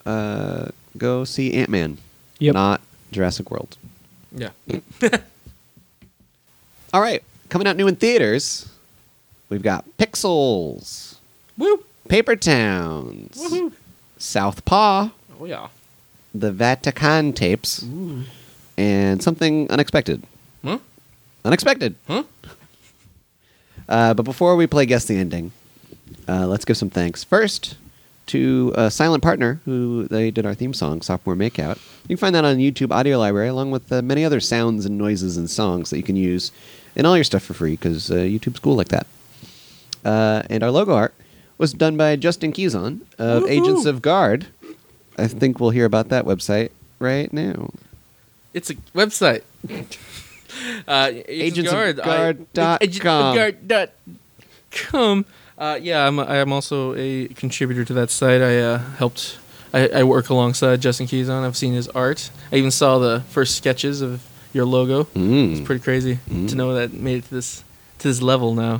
Speaker 3: uh, go see Ant Man.
Speaker 1: Yep.
Speaker 3: Not Jurassic World.
Speaker 2: Yeah,
Speaker 3: All right, coming out new in theaters, we've got Pixels,
Speaker 2: woo,
Speaker 3: Paper Towns,
Speaker 2: woohoo,
Speaker 3: Southpaw,
Speaker 2: oh yeah,
Speaker 3: The Vatican Tapes, and something unexpected.
Speaker 2: huh,
Speaker 3: Unexpected.
Speaker 2: huh.
Speaker 3: Uh, but before we play Guess the Ending, uh, let's give some thanks. First, to uh, Silent Partner, who they did our theme song, Sophomore Makeout. You can find that on YouTube Audio Library, along with uh, many other sounds and noises and songs that you can use in all your stuff for free, because uh, YouTube's cool like that. Uh, and our logo art was done by Justin Keyson of Agents of Guard. I think we'll hear about that website right now.
Speaker 2: It's a website. uh, Agents of Guard. I-
Speaker 3: dot
Speaker 2: Agents of
Speaker 3: com.
Speaker 2: Guard dot com. Uh, yeah, I'm. I'm also a contributor to that site. I uh, helped. I, I work alongside Justin Keyson. I've seen his art. I even saw the first sketches of your logo.
Speaker 3: Mm.
Speaker 2: It's pretty crazy to know that made it to this to this level now.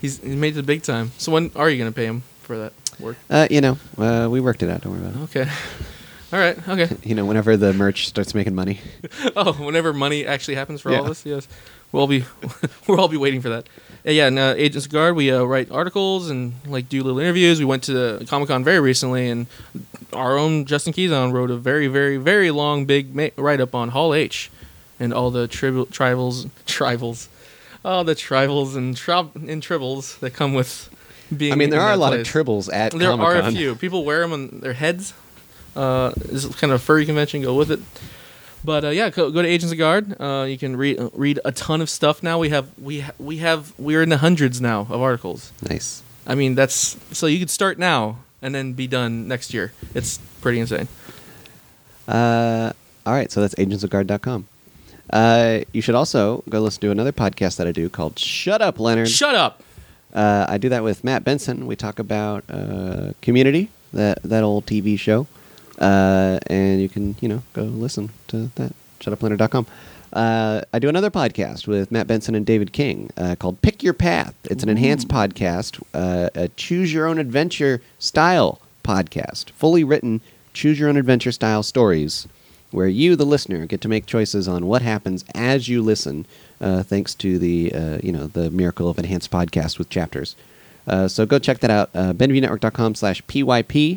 Speaker 2: he's he made it to big time. So when are you gonna pay him for that work?
Speaker 3: Uh, you know, uh, we worked it out. Don't worry about it.
Speaker 2: Okay. All right. Okay.
Speaker 3: You know, whenever the merch starts making money.
Speaker 2: Oh, whenever money actually happens for all
Speaker 3: Yeah.
Speaker 2: of us, yes, we'll all be we'll all be waiting for that. Uh, yeah, and uh, Agents of Guard, we uh, write articles and like do little interviews. We went to Comic Con very recently, and our own Justin Keyson wrote a very, very, very long, big ma- write up on Hall H and all the tribal tribals, tribals, all the tribals and trob and tribbles that come with being.
Speaker 3: I mean, there
Speaker 2: in
Speaker 3: are a
Speaker 2: that
Speaker 3: lot
Speaker 2: place.
Speaker 3: of tribbles at
Speaker 2: There
Speaker 3: Comic-Con.
Speaker 2: are a few. People wear them on their heads. Uh, this is kind of a furry convention. Go with it. But uh, yeah, go, go to Agents of Guard. Uh, you can read read a ton of stuff now. We have we ha- we have we're in the hundreds now of articles.
Speaker 3: Nice.
Speaker 2: I mean, that's so you could start now and then be done next year. It's pretty insane.
Speaker 3: Uh, all right, so that's agentsofguard.com. Uh, you should also go listen to another podcast that I do called Shut Up, Leonard.
Speaker 2: Shut up.
Speaker 3: Uh, I do that with Matt Benson. We talk about uh, Community, that that old TV show, uh, and you can you know go listen to that. ShutUpLeonard.com. Uh, I do another podcast with Matt Benson and David King uh, called Pick Your Path. It's an enhanced podcast, uh, a choose your own adventure style podcast, fully written choose your own adventure style stories where you, the listener, get to make choices on what happens as you listen, uh, thanks to the uh, you know the miracle of enhanced podcast with chapters. Uh, so go check that out. Uh, BenviewNetwork.com slash pyp.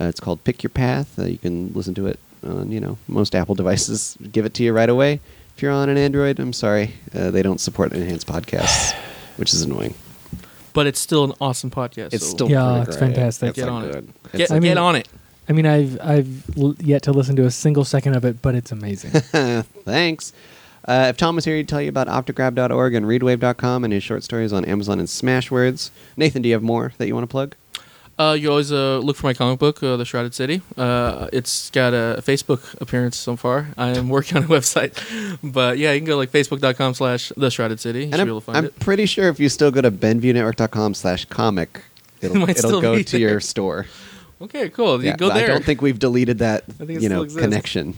Speaker 3: Uh, it's called Pick Your Path. Uh, you can listen to it on you know most Apple devices. Give it to you right away. If you're on an Android, I'm sorry, uh, they don't support enhanced podcasts, which is annoying.
Speaker 2: But it's still an awesome podcast.
Speaker 3: It's
Speaker 2: so
Speaker 3: still
Speaker 1: Yeah,
Speaker 3: pretty
Speaker 1: it's
Speaker 3: great.
Speaker 1: fantastic.
Speaker 2: get
Speaker 3: so
Speaker 2: on
Speaker 3: good.
Speaker 2: it. Get,
Speaker 3: It's-
Speaker 1: I mean-
Speaker 2: get on it.
Speaker 1: I mean, I've I've l- yet to listen to a single second of it, but it's amazing.
Speaker 3: Thanks. Uh, if Tom was here, he'd tell you about optograb.org and readwave.com and his short stories on Amazon and Smashwords. Nathan, do you have more that you want to plug?
Speaker 2: Uh, you always uh, look for my comic book, uh, The Shrouded City. Uh, it's got a Facebook appearance so far. I am working on a website, but yeah, you can go like facebook.com slash The Shrouded City. You should
Speaker 3: and I'm,
Speaker 2: be able to find
Speaker 3: I'm
Speaker 2: it.
Speaker 3: pretty sure if you still go to benviewnetwork.com slash comic, it'll,
Speaker 2: might
Speaker 3: it'll
Speaker 2: still
Speaker 3: go
Speaker 2: be
Speaker 3: to
Speaker 2: there.
Speaker 3: your store.
Speaker 2: Okay, cool. You go
Speaker 3: but
Speaker 2: there.
Speaker 3: I don't think we've deleted that
Speaker 2: think it
Speaker 3: you
Speaker 2: still
Speaker 3: know
Speaker 2: exists.
Speaker 3: connection.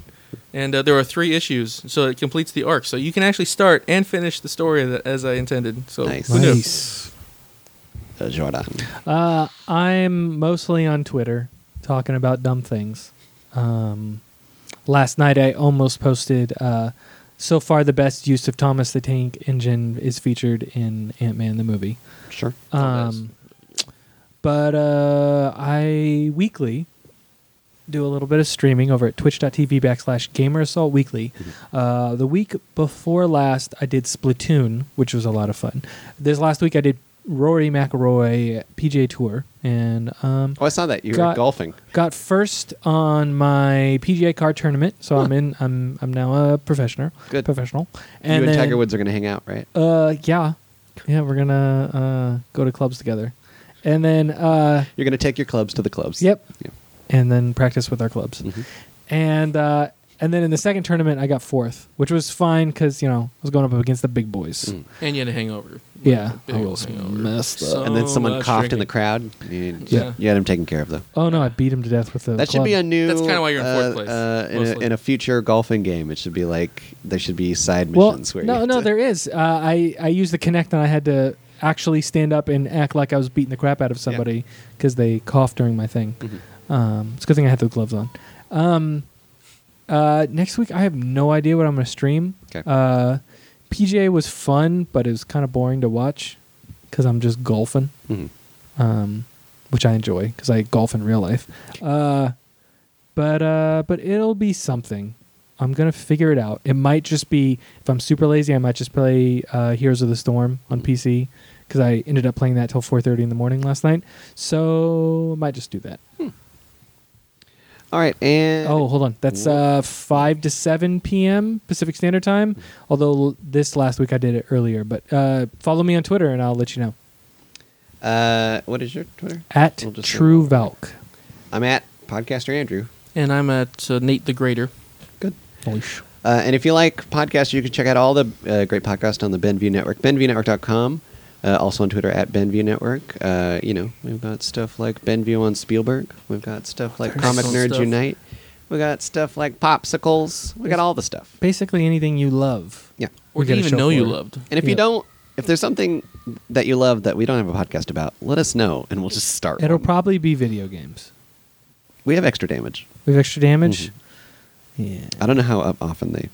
Speaker 2: and uh, there are three issues, so it completes the arc. So you can actually start and finish the story tha- as I intended. So
Speaker 3: Nice.
Speaker 2: who knew?
Speaker 3: Uh, Jordan.
Speaker 1: Uh, I'm mostly on Twitter talking about dumb things. Um, last night I almost posted. Uh, so far, the best use of Thomas the Tank Engine is featured in Ant Man the movie.
Speaker 3: Sure.
Speaker 1: Um, but uh, I weekly do a little bit of streaming over at twitch.tv backslash gamer assault weekly.
Speaker 3: Mm-hmm.
Speaker 1: Uh, the week before last, I did Splatoon, which was a lot of fun. This last week, I did Rory McIlroy PGA Tour, and um,
Speaker 3: Oh, I saw that. You were
Speaker 1: Got-
Speaker 3: golfing.
Speaker 1: got first on my PGA card tournament. So I'm in. I'm I'm now a professional.
Speaker 3: Good.
Speaker 1: Professional. And
Speaker 3: you and
Speaker 1: then,
Speaker 3: Tiger Woods are going to hang out, right?
Speaker 1: Uh, yeah, yeah, we're gonna uh go to clubs together, and then uh,
Speaker 3: You're going to take your clubs to the clubs.
Speaker 1: Yep.
Speaker 3: Yeah.
Speaker 1: and then practice with our clubs,
Speaker 3: Mm-hmm.
Speaker 1: and uh, and then in the second tournament I got fourth, which was fine because you know I was going up against the big boys.
Speaker 3: Mm.
Speaker 2: And you had a hangover.
Speaker 1: Yeah,
Speaker 2: Big
Speaker 1: I
Speaker 2: ol'
Speaker 1: was
Speaker 2: hangover.
Speaker 1: messed up.
Speaker 2: So
Speaker 3: And then someone
Speaker 2: much
Speaker 3: coughed
Speaker 2: drinking.
Speaker 3: in the crowd. You,
Speaker 2: Yeah.
Speaker 3: you had him taken care of, though.
Speaker 1: Oh no, I beat him to death with the.
Speaker 3: That should be a
Speaker 1: club.
Speaker 3: new.
Speaker 2: That's kinda why you're in fourth
Speaker 3: uh,
Speaker 2: place,
Speaker 3: Uh, in, a,
Speaker 2: mostly.
Speaker 3: in a future golfing game, it should be like there should be side
Speaker 1: well,
Speaker 3: missions where you
Speaker 1: no,
Speaker 3: have
Speaker 1: no,
Speaker 3: to-
Speaker 1: there is. Uh, I I used the connect and I had to actually stand up and act like I was beating the crap out of somebody because they coughed during my thing.
Speaker 3: Mm-hmm.
Speaker 1: Um, it's a good thing I had the gloves on. Um, uh, next week I have no idea what I'm going to stream.
Speaker 3: 'Kay.
Speaker 1: Uh, PGA was fun, but it was kind of boring to watch because I'm just golfing,
Speaker 3: Mhm.
Speaker 1: um, which I enjoy because I golf in real life. Uh, but uh, but it'll be something. I'm gonna figure it out. It might just be if I'm super lazy, I might just play uh, Heroes of the Storm on PC because I ended up playing that till 4:30 in the morning last night. So I might just do that.
Speaker 3: All right, and
Speaker 1: Oh, hold on. That's uh, 5 to 7 p.m. Pacific Standard Time. Although l- this last week I did it earlier, but uh, follow me on Twitter and I'll let you know.
Speaker 3: uh, what is your Twitter?
Speaker 1: At
Speaker 3: We'll just-
Speaker 1: True Valk.
Speaker 3: I'm at podcaster Andrew.
Speaker 2: And I'm at uh, Nate the Greater.
Speaker 3: Good.
Speaker 1: Holy sh-
Speaker 3: Uh, and if you like podcasts, you can check out all the uh, great podcasts on the Benview Network, benviewnetwork.com. Uh, also on Twitter at Benview Network. Uh, you know, we've got stuff like Benview on Spielberg. We've got stuff like
Speaker 2: There's
Speaker 3: Comic
Speaker 2: some
Speaker 3: Nerds
Speaker 2: stuff.
Speaker 3: Unite. We got stuff like Popsicles. We got all the stuff.
Speaker 1: Basically anything you love.
Speaker 3: Yeah.
Speaker 2: Or
Speaker 1: We got a
Speaker 2: didn't
Speaker 1: show
Speaker 2: even know you
Speaker 1: for it.
Speaker 2: loved.
Speaker 3: And if you
Speaker 1: Yeah.
Speaker 3: don't, if there's something that you love that we don't have a podcast about, let us know and we'll just start.
Speaker 1: It'll
Speaker 3: one.
Speaker 1: probably be video games.
Speaker 3: we have extra damage.
Speaker 1: We have extra damage. Yeah.
Speaker 3: I don't know how up- often they.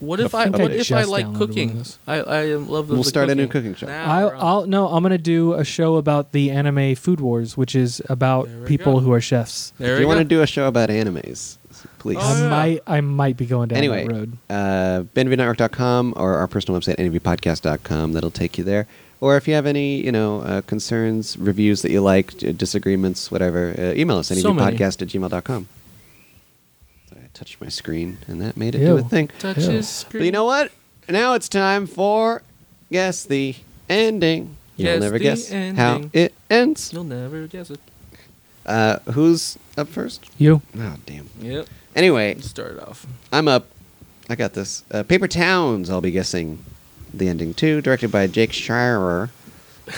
Speaker 2: What if
Speaker 1: I
Speaker 2: I,
Speaker 1: think I
Speaker 2: what if I
Speaker 1: just
Speaker 2: like
Speaker 1: downloaded one
Speaker 2: cooking?
Speaker 1: of those.
Speaker 2: I, I love the
Speaker 3: We'll
Speaker 2: the
Speaker 3: start a
Speaker 2: cooking.
Speaker 3: new cooking show.
Speaker 2: Now
Speaker 1: I'll,
Speaker 2: we're on.
Speaker 1: I'll no. I'm gonna do a show about the anime Food Wars, which is about
Speaker 2: There we
Speaker 1: people
Speaker 2: go.
Speaker 1: who are chefs.
Speaker 2: There
Speaker 3: if
Speaker 2: we
Speaker 3: you want to
Speaker 2: go.
Speaker 3: do a show about animes, please.
Speaker 2: Oh,
Speaker 1: I
Speaker 2: yeah.
Speaker 1: might. I might be going down
Speaker 3: anyway,
Speaker 1: that road.
Speaker 3: uh, benvnetwork.com or our personal website, nvpodcast.com. That'll take you there. Or if you have any, you know, uh, concerns, reviews that you like, d- disagreements, whatever, uh, email us,
Speaker 2: So many.
Speaker 3: nvpodcast at gmail.com. Sorry, I touched my screen, and that made it do
Speaker 1: Ew.
Speaker 3: a thing.
Speaker 1: Ew.
Speaker 2: touches.
Speaker 3: But you know what? Now it's time for guess the ending. You'll
Speaker 2: Guess
Speaker 3: never
Speaker 2: the
Speaker 3: guess how
Speaker 2: ending.
Speaker 3: it ends.
Speaker 2: You'll never guess it.
Speaker 3: Uh, who's up first?
Speaker 1: You.
Speaker 3: Oh, damn.
Speaker 2: Yep.
Speaker 3: Anyway,
Speaker 2: Start it off.
Speaker 3: I'm up. I got this. Uh, Paper Towns, I'll be guessing the ending too. Directed by Jake Shirer,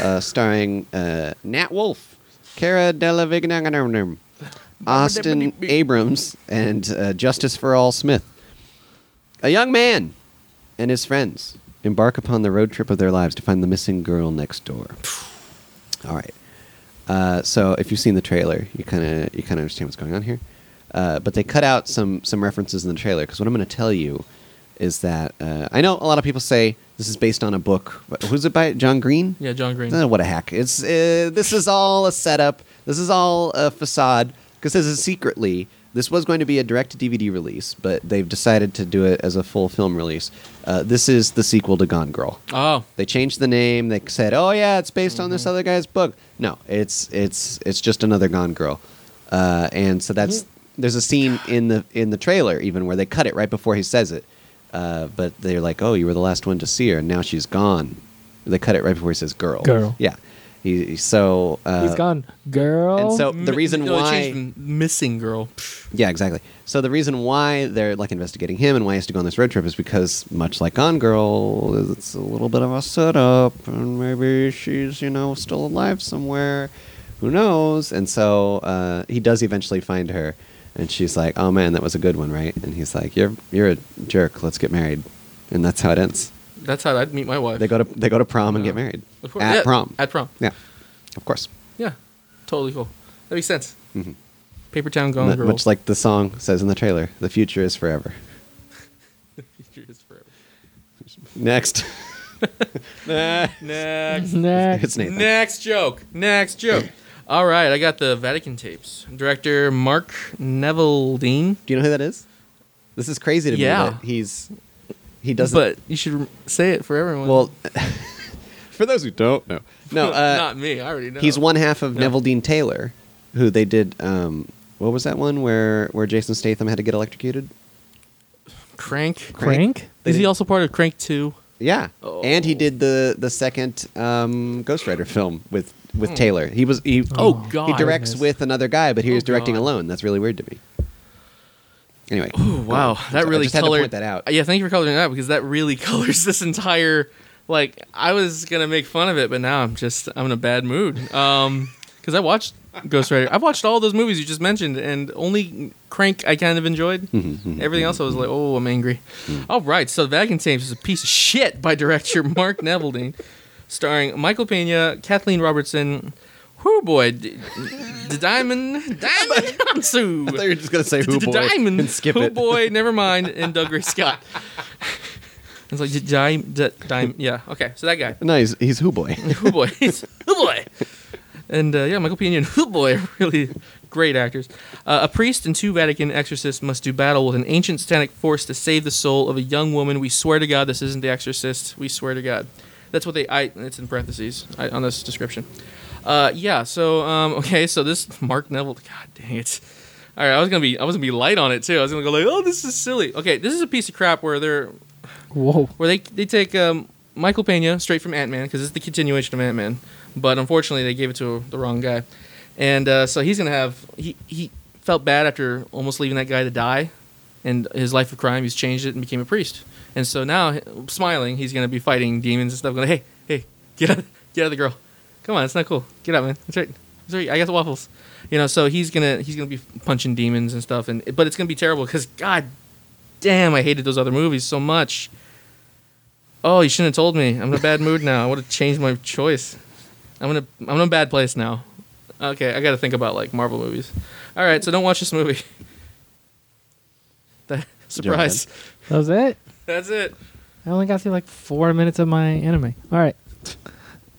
Speaker 3: uh, starring uh, Nat Wolf, Cara Delevingne, Austin Abrams, and uh, Justice for All Smith. A young man and his friends embark upon the road trip of their lives to find the missing girl next door. All right. Uh, so if you've seen the trailer, you kind of you kind of understand what's going on here. Uh, but they cut out some some references in the trailer because what I'm going to tell you is that uh, I know a lot of people say this is based on a book. But Who's it by? John Green.
Speaker 2: Yeah, John Green.
Speaker 3: Uh, what a hack! It's uh, this is all a setup. This is all a facade because this is secretly this was going to be a direct to DVD release, but they've decided to do it as a full film release. Uh, this is the sequel to Gone Girl.
Speaker 2: Oh,
Speaker 3: They changed the name. They
Speaker 1: Mm-hmm.
Speaker 3: said, "Oh yeah, it's based on this other guy's book." No, it's it's it's just another Gone Girl. uh, and so that's there's a scene in the in the trailer even where they cut it right before he says it, uh, but they're like, "Oh, you were the last one to see her, and now she's gone." They cut it right before he says "girl."
Speaker 1: Girl.
Speaker 3: Yeah. He, he- so uh,
Speaker 1: He's gone, girl.
Speaker 3: and so Oh, the reason
Speaker 2: no, they
Speaker 3: why
Speaker 2: changed missing girl. Psh,
Speaker 3: yeah, exactly. So the reason why they're like investigating him and why he has to go on this road trip is because, much like Gone Girl, it's a little bit of a setup, and maybe she's you know still alive somewhere. Who knows? And so uh, he does eventually find her, and she's like, "Oh man, that was a good one, right?" And he's like, "You're you're a jerk. Let's get married." And that's how it ends.
Speaker 2: That's how I'd meet my wife.
Speaker 3: They go to they go to prom and get married
Speaker 2: Of course,
Speaker 3: at
Speaker 2: yeah,
Speaker 3: prom.
Speaker 2: At prom.
Speaker 3: yeah, of course.
Speaker 2: Yeah, totally cool. That makes sense.
Speaker 3: Mhm.
Speaker 2: Paper Town Gone
Speaker 3: Mu-
Speaker 2: Girl.
Speaker 3: much like the song says in the trailer, "The future is forever."
Speaker 2: Future is forever.
Speaker 3: Next.
Speaker 2: Next.
Speaker 1: Next.
Speaker 3: it's Nathan.
Speaker 2: Next joke. Next joke. All right, I got the Vatican tapes. Director Mark Neville Dean.
Speaker 3: Do you know who that is? This is crazy to
Speaker 2: Yeah.
Speaker 3: me that he's he doesn't.
Speaker 2: But you should rem- say it for everyone.
Speaker 3: well, for those who don't know, no, uh,
Speaker 2: not me. I already know.
Speaker 3: he's one half of
Speaker 2: No.
Speaker 3: Neville Dean Taylor, who they did. Um, what was that one where where Jason Statham had to get electrocuted?
Speaker 2: Crank.
Speaker 1: Crank?
Speaker 3: They
Speaker 2: Is he
Speaker 3: did-
Speaker 2: also part of Crank Two?
Speaker 3: Yeah,
Speaker 2: Oh.
Speaker 3: and he did the the second um, Ghost Rider film with with Taylor. He was he.
Speaker 2: Hmm. Oh,
Speaker 1: Oh,
Speaker 2: God.
Speaker 3: he directs
Speaker 1: goodness.
Speaker 3: with another guy, but he was
Speaker 2: Oh,
Speaker 3: directing
Speaker 2: God.
Speaker 3: alone. That's really weird to me. Anyway,
Speaker 2: Oh, wow, that
Speaker 3: I
Speaker 2: really
Speaker 3: just had to
Speaker 2: colored
Speaker 3: point that out.
Speaker 2: Yeah, thank you for coloring that out because that really colors this entire. Like I was gonna make fun of it, but now I'm just I'm in a bad mood. Um, because I watched Ghost Rider. I've watched all those movies you just mentioned, and only Crank I kind of enjoyed.
Speaker 3: Mm-hmm,
Speaker 2: Everything else I was like, oh, I'm angry.
Speaker 3: Mm.
Speaker 2: All right, so Vatican Tapes is a piece of shit by director Mark Neveldine, starring Michael Pena, Kathleen Robertson. Whoo boy, d- the Diamond Diamond Hansu.
Speaker 3: I thought you were just gonna say who
Speaker 2: D-
Speaker 3: boy
Speaker 2: Diamond.
Speaker 3: and skip
Speaker 2: Who
Speaker 3: it.
Speaker 2: boy, never mind. And Doug Ray Scott. it's like, dime, dime, yeah, okay, so that guy.
Speaker 3: No, he's he's who boy.
Speaker 2: Who boy. Who boy. And uh, yeah, Michael Pena and Who boy are really great actors. Uh, a priest and two Vatican exorcists must do battle with an ancient satanic force to save the soul of a young woman. We swear to God, this isn't The Exorcist. We swear to God. That's what they. I. It's in parentheses I, on this description. Uh, yeah. So um, okay. So this Mark Neville. God dang it. All right. I was gonna be. I was gonna be light on it too. I was gonna go like, oh, this is silly. Okay. This is a piece of crap where they're
Speaker 1: Whoa.
Speaker 2: where they they take um, Michael Pena straight from Ant Man because it's the continuation of Ant Man, but unfortunately they gave it to the wrong guy, and uh, so he's gonna have he he felt bad after almost leaving that guy to die, and his life of crime he's changed it and became a priest, and so now h- smiling he's gonna be fighting demons and stuff going hey hey get out get out of the girl, come on it's not cool get out man that's right that's right I got the waffles, you know so he's gonna he's gonna be punching demons and stuff and but it's gonna be terrible because god damn I hated those other movies so much. Oh, you shouldn't have told me. I'm in a bad mood now. I would have changed my choice. I'm in a I'm in a bad place now. Okay, I got to think about like Marvel movies. All right, so don't watch this movie. That- surprise.
Speaker 1: That was it?
Speaker 2: That's it.
Speaker 1: I only got through like four minutes of my anime. All right.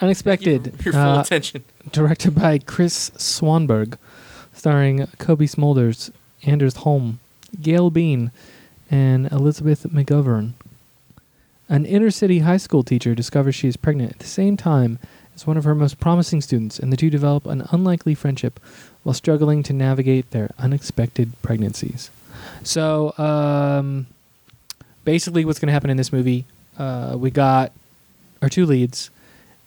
Speaker 1: Unexpected.
Speaker 2: Your full
Speaker 1: uh,
Speaker 2: attention.
Speaker 1: directed by Chris Swanberg, starring Kobe Smulders, Anders Holm, Gail Bean, and Elizabeth McGovern. An inner city high school teacher discovers she is pregnant at the same time as one of her most promising students, and the two develop an unlikely friendship while struggling to navigate their unexpected pregnancies. So, um, basically, what's going to happen in this movie? Uh, we got our two leads,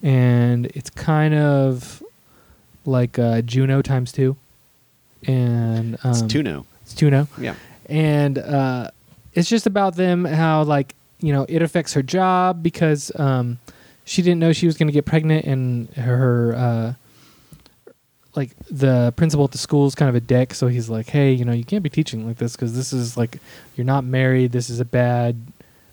Speaker 1: and it's kind of like uh, Juno times two, and um,
Speaker 3: it's Tuno.
Speaker 1: It's Juno
Speaker 3: Yeah.
Speaker 1: and uh, it's just about them how like you know it affects her job because um, she didn't know she was going to get pregnant and her uh, like the principal at the school is kind of a dick so he's like hey you know you can't be teaching like this because this is like you're not married this is a bad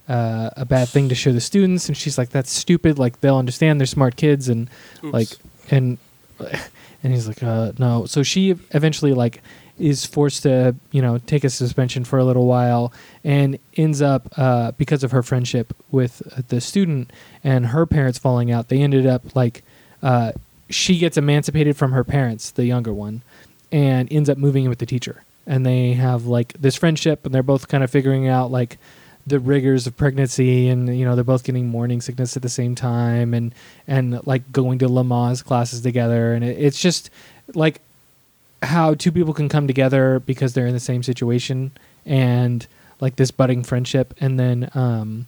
Speaker 1: uh, a bad thing to show the students and she's like that's stupid like they'll understand they're smart kids and like and and he's like uh no so she eventually like is forced to you know take a suspension for a little while and ends up uh because of her friendship with uh, the student and her parents falling out they ended up like uh she gets emancipated from her parents the younger one and ends up moving in with the teacher and they have like this friendship and they're both kind of figuring out like the rigors of pregnancy and you know they're both getting morning sickness at the same time and and like going to Lamaze classes together and it, it's just like how two people can come together because they're in the same situation and like this budding friendship and then um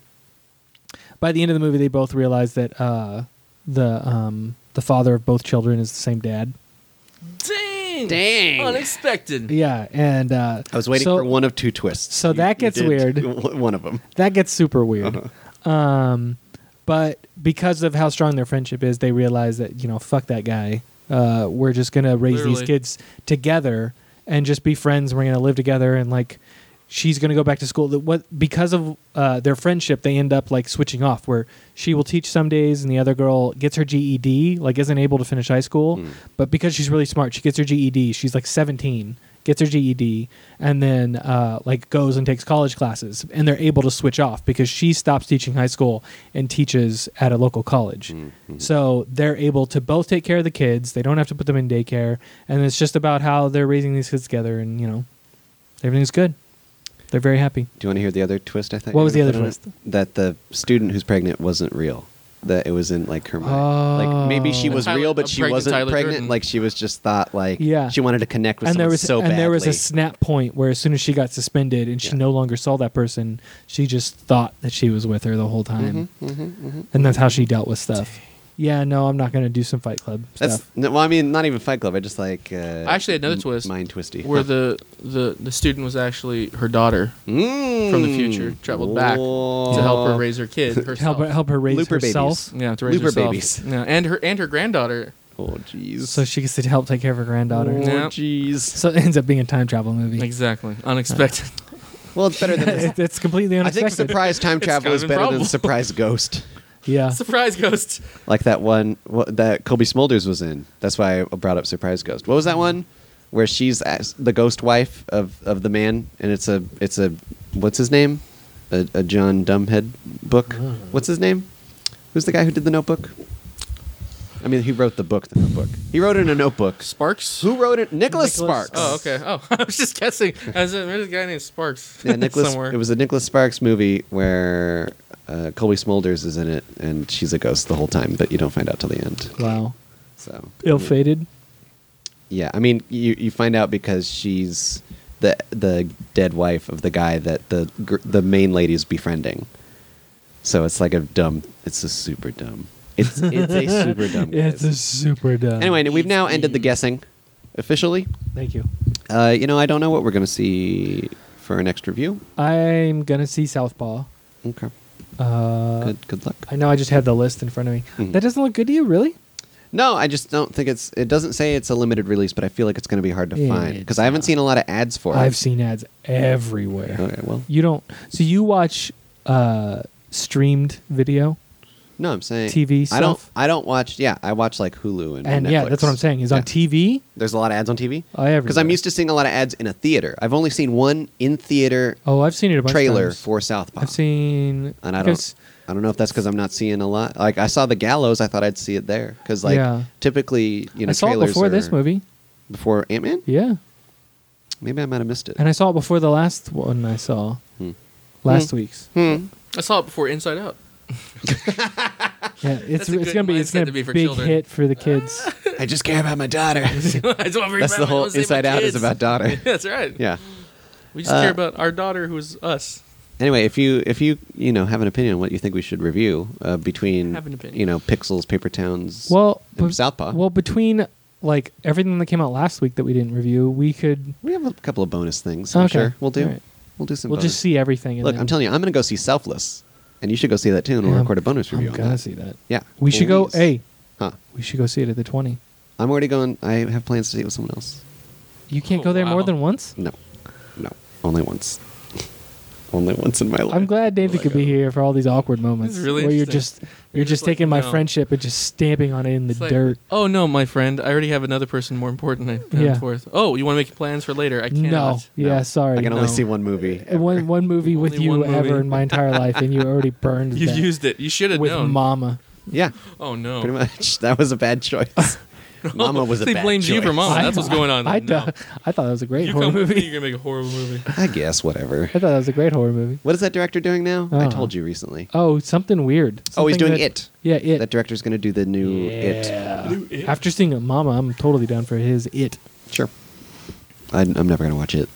Speaker 1: by the end of the movie they both realize that uh the um the father of both children is the same dad
Speaker 2: Dang! Dang! Unexpected.
Speaker 1: yeah and uh
Speaker 3: I was waiting
Speaker 1: so-
Speaker 3: for one of two twists.
Speaker 1: so that gets
Speaker 3: did
Speaker 1: weird.
Speaker 3: One of them.
Speaker 1: that gets super weird
Speaker 3: Uh-huh.
Speaker 1: um but because of how strong their friendship is they realize that you know fuck that guy uh we're just gonna raise
Speaker 2: Literally.
Speaker 1: these kids together and just be friends we're gonna live together and like she's gonna go back to school That what because of uh, their friendship they end up like switching off where she will teach some days and the other girl gets her ged like isn't able to finish high school
Speaker 3: Hmm.
Speaker 1: but because she's really smart she gets her ged she's like 17 gets her ged and then uh, like goes and takes college classes and they're able to switch off because she stops teaching high school and teaches at a local college so they're able to both take care of the kids they don't have to put them in daycare and it's just about how they're raising these kids together and you know everything's good they're very happy.
Speaker 3: Do you want to hear the other twist? I think.
Speaker 1: What was the other
Speaker 3: That the student who's pregnant wasn't real. That it was in like her mind. Like maybe she
Speaker 1: Oh.
Speaker 3: was
Speaker 2: Tyler-
Speaker 3: real,
Speaker 2: a
Speaker 3: but she
Speaker 2: pregnant
Speaker 3: wasn't
Speaker 2: Tyler
Speaker 3: pregnant.
Speaker 2: Durden.
Speaker 3: Like she was just thought like
Speaker 1: Yeah.
Speaker 3: she wanted to connect with
Speaker 1: And there
Speaker 3: someone
Speaker 1: was
Speaker 3: so badly.
Speaker 1: and there was a snap point where as soon as she got suspended and she
Speaker 3: Yeah.
Speaker 1: no longer saw that person, she just thought that she was with her the whole time,
Speaker 3: Mm-hmm,
Speaker 1: and that's how she dealt with stuff. Yeah, no, I'm not gonna do some Fight Club
Speaker 3: That's
Speaker 1: stuff.
Speaker 3: no, well, I mean, not even Fight Club. I just like uh,
Speaker 2: actually had another
Speaker 3: m-
Speaker 2: twist
Speaker 3: mind twisty.
Speaker 2: Where the, the the student was actually her daughter
Speaker 3: Mm.
Speaker 2: from the future traveled back to help her raise her kid herself.
Speaker 1: Help her, help her raise
Speaker 3: Looper
Speaker 1: herself,
Speaker 2: Yeah, to raise
Speaker 3: Looper
Speaker 2: herself.
Speaker 3: babies.
Speaker 2: Yeah, and her and her granddaughter.
Speaker 3: Oh jeez.
Speaker 1: so she gets to help take care of her granddaughter.
Speaker 3: Oh
Speaker 2: Yeah.
Speaker 3: jeez.
Speaker 1: So it ends up being a time travel movie.
Speaker 2: Exactly, unexpected.
Speaker 3: Well, it's better than.
Speaker 1: It- it's completely
Speaker 3: I think
Speaker 1: unexpected.
Speaker 3: surprise time travel
Speaker 2: kind
Speaker 3: is
Speaker 2: of
Speaker 3: better than
Speaker 2: improbable.
Speaker 3: surprise ghost.
Speaker 1: yeah,
Speaker 2: Surprise ghost.
Speaker 3: like that one wha- that Kobe Smulders was in. That's why I brought up Surprise Ghost. What was that one where she's as- the ghost wife of, of the man, and it's a it's a what's his name, a, a John Dumbhead book. What's his name? Who's the guy who did the Notebook? I mean, he wrote the book, the Notebook. He wrote it in a notebook.
Speaker 2: Sparks.
Speaker 3: Who wrote it? Nicholas,
Speaker 1: Nicholas-
Speaker 3: Sparks.
Speaker 2: Oh, okay. Oh, I was just guessing. I was, there's a guy named Sparks.
Speaker 3: Yeah, Nicholas.
Speaker 2: somewhere.
Speaker 3: It was a Nicholas Sparks movie where uh, Colby Smulders is in it, and she's a ghost the whole time, but you don't find out till the end.
Speaker 1: wow,
Speaker 3: So
Speaker 1: ill fated.
Speaker 3: Yeah, I mean, you you find out because she's the the dead wife of the guy that the gr- the main lady's befriending. So it's like a dumb. It's a super dumb. It's it's a super dumb.
Speaker 1: It's a
Speaker 3: guys.
Speaker 1: super dumb.
Speaker 3: anyway, we've now ended the guessing officially.
Speaker 1: thank you.
Speaker 3: Uh, you know, I don't know what we're gonna see for our next review.
Speaker 1: I'm gonna see Southpaw.
Speaker 3: Okay,
Speaker 1: Uh,
Speaker 3: good good luck.
Speaker 1: I know I just had the list in front of me.
Speaker 3: Mhm.
Speaker 1: That doesn't look good to you, really?
Speaker 3: No, I just don't think it's. It doesn't say it's a limited release, but I feel like it's gonna be hard to
Speaker 1: Yeah,
Speaker 3: find because
Speaker 1: it's
Speaker 3: I haven't seen a lot of ads for it.
Speaker 1: I've seen ads everywhere.
Speaker 3: Okay, well,
Speaker 1: You don't. So you watch uh, streamed video,
Speaker 3: No, I'm saying
Speaker 1: TV
Speaker 3: I don't.
Speaker 1: stuff?
Speaker 3: I don't watch. Yeah, I watch like Hulu and,
Speaker 1: and
Speaker 3: Netflix.
Speaker 1: yeah, that's what I'm saying. Is
Speaker 3: Yeah.
Speaker 1: on TV.
Speaker 3: There's a lot of ads on TV
Speaker 1: Oh, everywhere.
Speaker 3: because I'm used to seeing a lot of ads in a theater. I've only seen one in theater
Speaker 1: Oh, I've seen it a bunch
Speaker 3: trailer
Speaker 1: of times.
Speaker 3: for Southpaw.
Speaker 1: I've seen.
Speaker 3: and I
Speaker 1: think I've s-
Speaker 3: don't. I don't know if that's because I'm not seeing a lot. Like I saw the gallows, I thought I'd see it there because like
Speaker 1: Yeah.
Speaker 3: typically you know
Speaker 1: I saw it
Speaker 3: trailers
Speaker 1: before this
Speaker 3: are-
Speaker 1: movie.
Speaker 3: before Ant Man.
Speaker 1: Yeah,
Speaker 3: Maybe I might have missed it.
Speaker 1: and I saw it before the last one I saw.
Speaker 3: Hmm.
Speaker 1: Last week's.
Speaker 2: I saw it before Inside Out.
Speaker 1: Yeah, it's
Speaker 2: a
Speaker 1: it's
Speaker 2: good
Speaker 1: gonna be it's
Speaker 2: mindset
Speaker 1: gonna
Speaker 2: to be for
Speaker 1: big
Speaker 2: children.
Speaker 1: hit for the kids.
Speaker 3: I just care about my daughter.
Speaker 2: I don't remember
Speaker 3: that's the
Speaker 2: when I
Speaker 3: whole
Speaker 2: was able
Speaker 3: Inside Out is
Speaker 2: kids.
Speaker 3: about daughter.
Speaker 2: That's right.
Speaker 3: yeah. Uh,
Speaker 2: We just care about our daughter, who's us.
Speaker 3: anyway, if you if you you know have an opinion on what you think we should review uh, between
Speaker 2: Have an opinion.
Speaker 3: you know Pixels, Paper Towns,
Speaker 1: well,
Speaker 3: and
Speaker 1: but-
Speaker 3: Southpaw,
Speaker 1: Well, between like everything that came out last week that we didn't review, we could
Speaker 3: we have a couple of bonus things. I'm
Speaker 1: Okay.
Speaker 3: sure we'll do.
Speaker 1: All right.
Speaker 3: We'll do some.
Speaker 1: we'll
Speaker 3: bonus.
Speaker 1: just see everything. And
Speaker 3: Look,
Speaker 1: then,
Speaker 3: I'm telling you, I'm going to go see Selfless, and you should go see that too, and we'll
Speaker 1: Yeah,
Speaker 3: record a bonus
Speaker 1: I'm
Speaker 3: review. on
Speaker 1: gonna
Speaker 3: that.
Speaker 1: see that.
Speaker 3: Yeah,
Speaker 1: We should go.
Speaker 3: please.
Speaker 1: Hey,
Speaker 3: huh?
Speaker 1: we should go see it at the twenty.
Speaker 3: I'm already going. I have plans to see it with someone else.
Speaker 1: You can't
Speaker 2: Oh,
Speaker 1: go there more
Speaker 2: wow.
Speaker 1: than once.
Speaker 3: No, no, only once. only once in my life.
Speaker 1: I'm glad David
Speaker 3: will I
Speaker 1: could
Speaker 3: go.
Speaker 1: be here for all these awkward moments
Speaker 2: uh, This is really
Speaker 1: where you're just
Speaker 2: interesting.
Speaker 1: you're,
Speaker 2: You're
Speaker 1: just,
Speaker 2: just like,
Speaker 1: taking my
Speaker 2: no.
Speaker 1: friendship and just stamping on it in the
Speaker 2: It's like,
Speaker 1: dirt.
Speaker 2: oh no, my friend, I already have another person more important. I
Speaker 1: Yeah.
Speaker 2: yeah. forth. Oh, you want to make plans for later? I cannot.
Speaker 1: No, yeah,
Speaker 3: No.
Speaker 1: sorry.
Speaker 3: I can only
Speaker 1: No.
Speaker 3: see one movie.
Speaker 1: one one movie with
Speaker 2: Only
Speaker 1: you
Speaker 2: one movie.
Speaker 1: ever in my entire life, and you already burned
Speaker 2: You
Speaker 1: that
Speaker 2: used it. You should have
Speaker 1: with
Speaker 2: known.
Speaker 1: Mama.
Speaker 3: Yeah,
Speaker 2: oh no.
Speaker 3: pretty much. That was a bad choice. Mama was a
Speaker 2: They
Speaker 3: bad
Speaker 2: blamed you for
Speaker 3: choice.
Speaker 2: Mama. Oh, that's what's going on.
Speaker 1: I,
Speaker 2: No.
Speaker 1: thought- I thought that was a great
Speaker 2: You
Speaker 1: horror
Speaker 2: come with me,
Speaker 1: movie.
Speaker 2: you're gonna make a horrible movie.
Speaker 3: I guess whatever.
Speaker 1: I thought that was a great horror movie.
Speaker 3: What is that director doing now? I
Speaker 1: Uh-huh.
Speaker 3: told you recently.
Speaker 1: Oh, something weird.
Speaker 3: oh, he's
Speaker 1: Something
Speaker 3: doing
Speaker 1: that-
Speaker 3: it.
Speaker 1: Yeah, it.
Speaker 3: That director's going to do the new it.
Speaker 1: After seeing Mama, I'm totally down for his It.
Speaker 3: Sure. I, I'm never gonna watch it.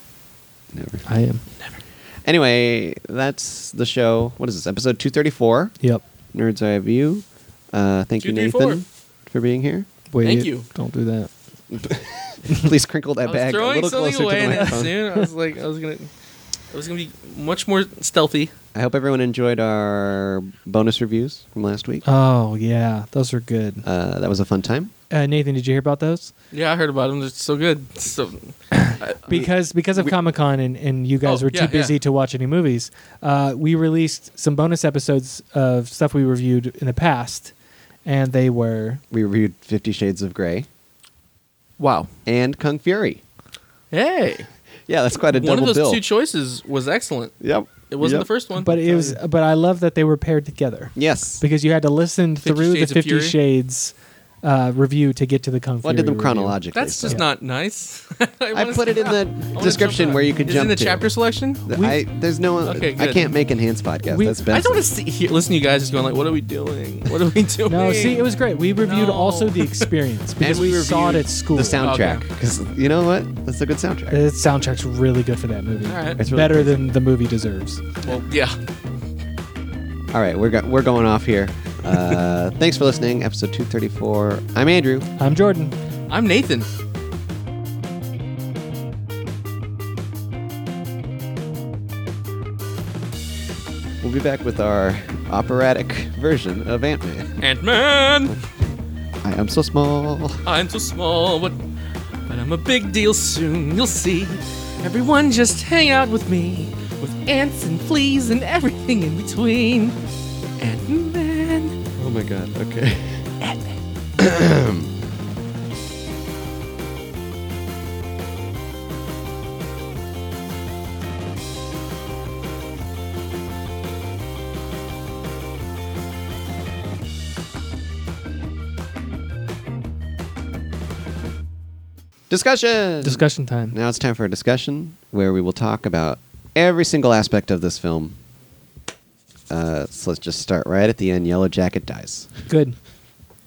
Speaker 3: Never.
Speaker 1: I am.
Speaker 3: Anyway, that's the show. What is this episode two thirty four?
Speaker 1: Yep.
Speaker 3: Nerds Eye View. Uh, thank you,
Speaker 2: 234.
Speaker 3: Nathan, for being here.
Speaker 1: Wait.
Speaker 2: Thank you.
Speaker 1: Don't do that.
Speaker 3: Please crinkle
Speaker 2: I
Speaker 3: that
Speaker 2: was
Speaker 3: bag a
Speaker 2: throwing
Speaker 3: little
Speaker 2: something
Speaker 3: closer to
Speaker 2: away
Speaker 3: the
Speaker 2: and it
Speaker 3: microphone.
Speaker 2: soon. I was like, I was gonna, I was gonna be much more stealthy.
Speaker 3: I hope everyone enjoyed our bonus reviews from last week.
Speaker 1: Oh yeah, those are good.
Speaker 3: Uh, that was a fun time.
Speaker 1: Uh, Nathan, did you hear about those?
Speaker 2: Yeah, I heard about them. They're so good. So
Speaker 3: uh,
Speaker 1: Because because of Comic Con and, and you guys
Speaker 2: Oh,
Speaker 1: were too
Speaker 2: yeah,
Speaker 1: busy
Speaker 2: yeah.
Speaker 1: to watch any movies, uh, we released some bonus episodes of stuff we reviewed in the past, and they were
Speaker 3: We reviewed Fifty Shades of Grey
Speaker 2: wow.
Speaker 3: and Kung Fury.
Speaker 2: Hey,
Speaker 3: Yeah, that's quite a
Speaker 2: one
Speaker 3: double
Speaker 2: of those
Speaker 3: bill.
Speaker 2: two choices was excellent.
Speaker 3: yep.
Speaker 2: It wasn't
Speaker 3: Yep.
Speaker 2: the first one,
Speaker 1: But it was. But I love that they were paired together
Speaker 3: Yes.
Speaker 1: because you had to listen
Speaker 2: Fifty
Speaker 1: through
Speaker 2: Shades
Speaker 1: the
Speaker 2: of
Speaker 1: Fifty
Speaker 2: Fury.
Speaker 1: Shades uh, review to get to the Kung
Speaker 3: Well, I
Speaker 1: Fury
Speaker 3: did them
Speaker 1: review.
Speaker 3: chronologically.
Speaker 2: That's just
Speaker 3: so-
Speaker 2: not nice.
Speaker 3: I
Speaker 2: wanna
Speaker 3: put it in
Speaker 2: stop.
Speaker 3: the
Speaker 2: I wanna
Speaker 3: description
Speaker 2: jump
Speaker 3: where
Speaker 2: out.
Speaker 3: you could
Speaker 2: Is it
Speaker 3: jump
Speaker 2: in the
Speaker 3: to.
Speaker 2: chapter selection.
Speaker 3: Th- I, there's no.
Speaker 2: Okay,
Speaker 3: I
Speaker 2: good.
Speaker 3: can't make enhanced podcast.
Speaker 1: We-
Speaker 3: That's
Speaker 2: I
Speaker 3: best.
Speaker 2: don't want to see, hear, listen to you guys just going like, what are we doing? What are we doing?
Speaker 1: No, see, it was great. We reviewed
Speaker 2: No.
Speaker 1: also the experience because we,
Speaker 3: we
Speaker 1: saw it
Speaker 3: reviewed
Speaker 1: at school.
Speaker 3: the soundtrack
Speaker 2: Okay.
Speaker 3: because you know what? That's a good
Speaker 1: The
Speaker 3: soundtrack.
Speaker 1: soundtrack's really good for that movie.
Speaker 2: All right.
Speaker 3: It's really
Speaker 1: Better
Speaker 3: good.
Speaker 1: than the movie deserves.
Speaker 2: Well, yeah.
Speaker 3: All right, we're go- we're going off here. Uh, thanks for listening, episode 234. I'm Andrew.
Speaker 1: I'm Jordan.
Speaker 2: I'm Nathan.
Speaker 3: We'll be back with our operatic version of Ant Man.
Speaker 2: Ant Man.
Speaker 3: I am so small.
Speaker 2: I'm so small, but but I'm a big deal soon. You'll see. Everyone, just hang out with me, with ants and fleas and everything in between. Ant Man.
Speaker 3: Oh my god. Okay. Discussion.
Speaker 1: Discussion time.
Speaker 3: Now it's time for a discussion where we will talk about every single aspect of this film. Uh, so let's just start right at the end. Yellow Jacket dies.
Speaker 1: Good.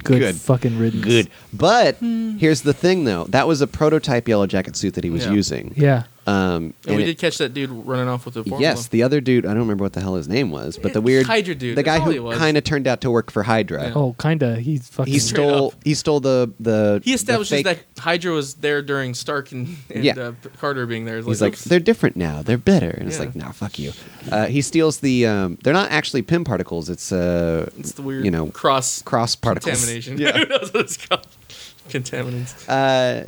Speaker 1: Good,
Speaker 3: Good.
Speaker 1: fucking riddance.
Speaker 3: But
Speaker 2: Hmm.
Speaker 3: here's the thing, though. That was a prototype Yellow Jacket suit that he was
Speaker 2: Yeah.
Speaker 3: using.
Speaker 1: Yeah.
Speaker 3: Um,
Speaker 2: And we
Speaker 3: it-
Speaker 2: did catch that dude running off with the formula.
Speaker 3: Yes, the other dude. I don't remember what the hell his name was, but the
Speaker 2: It's
Speaker 3: weird
Speaker 2: Hydra dude,
Speaker 3: the guy
Speaker 2: that's all he
Speaker 3: who
Speaker 2: was.
Speaker 3: kind of turned out to work for Hydra.
Speaker 2: Yeah.
Speaker 1: Oh, kinda. He's fucking.
Speaker 3: He stole.
Speaker 2: up.
Speaker 3: He stole the the.
Speaker 2: he
Speaker 3: the
Speaker 2: establishes
Speaker 3: fake-
Speaker 2: that Hydra was there during Stark and, and
Speaker 3: Yeah.
Speaker 2: uh, Carter being there. It's
Speaker 3: He's like,
Speaker 2: oops.
Speaker 3: they're different now. They're better, and it's
Speaker 2: Yeah.
Speaker 3: like, nah, fuck you. Uh, he steals the. Um, they're not actually pin particles. It's uh,
Speaker 2: it's the weird
Speaker 3: you know,
Speaker 2: cross
Speaker 3: cross particles.
Speaker 2: contamination. Who
Speaker 3: Yeah.
Speaker 2: knows what it's called? Contaminants.
Speaker 3: uh,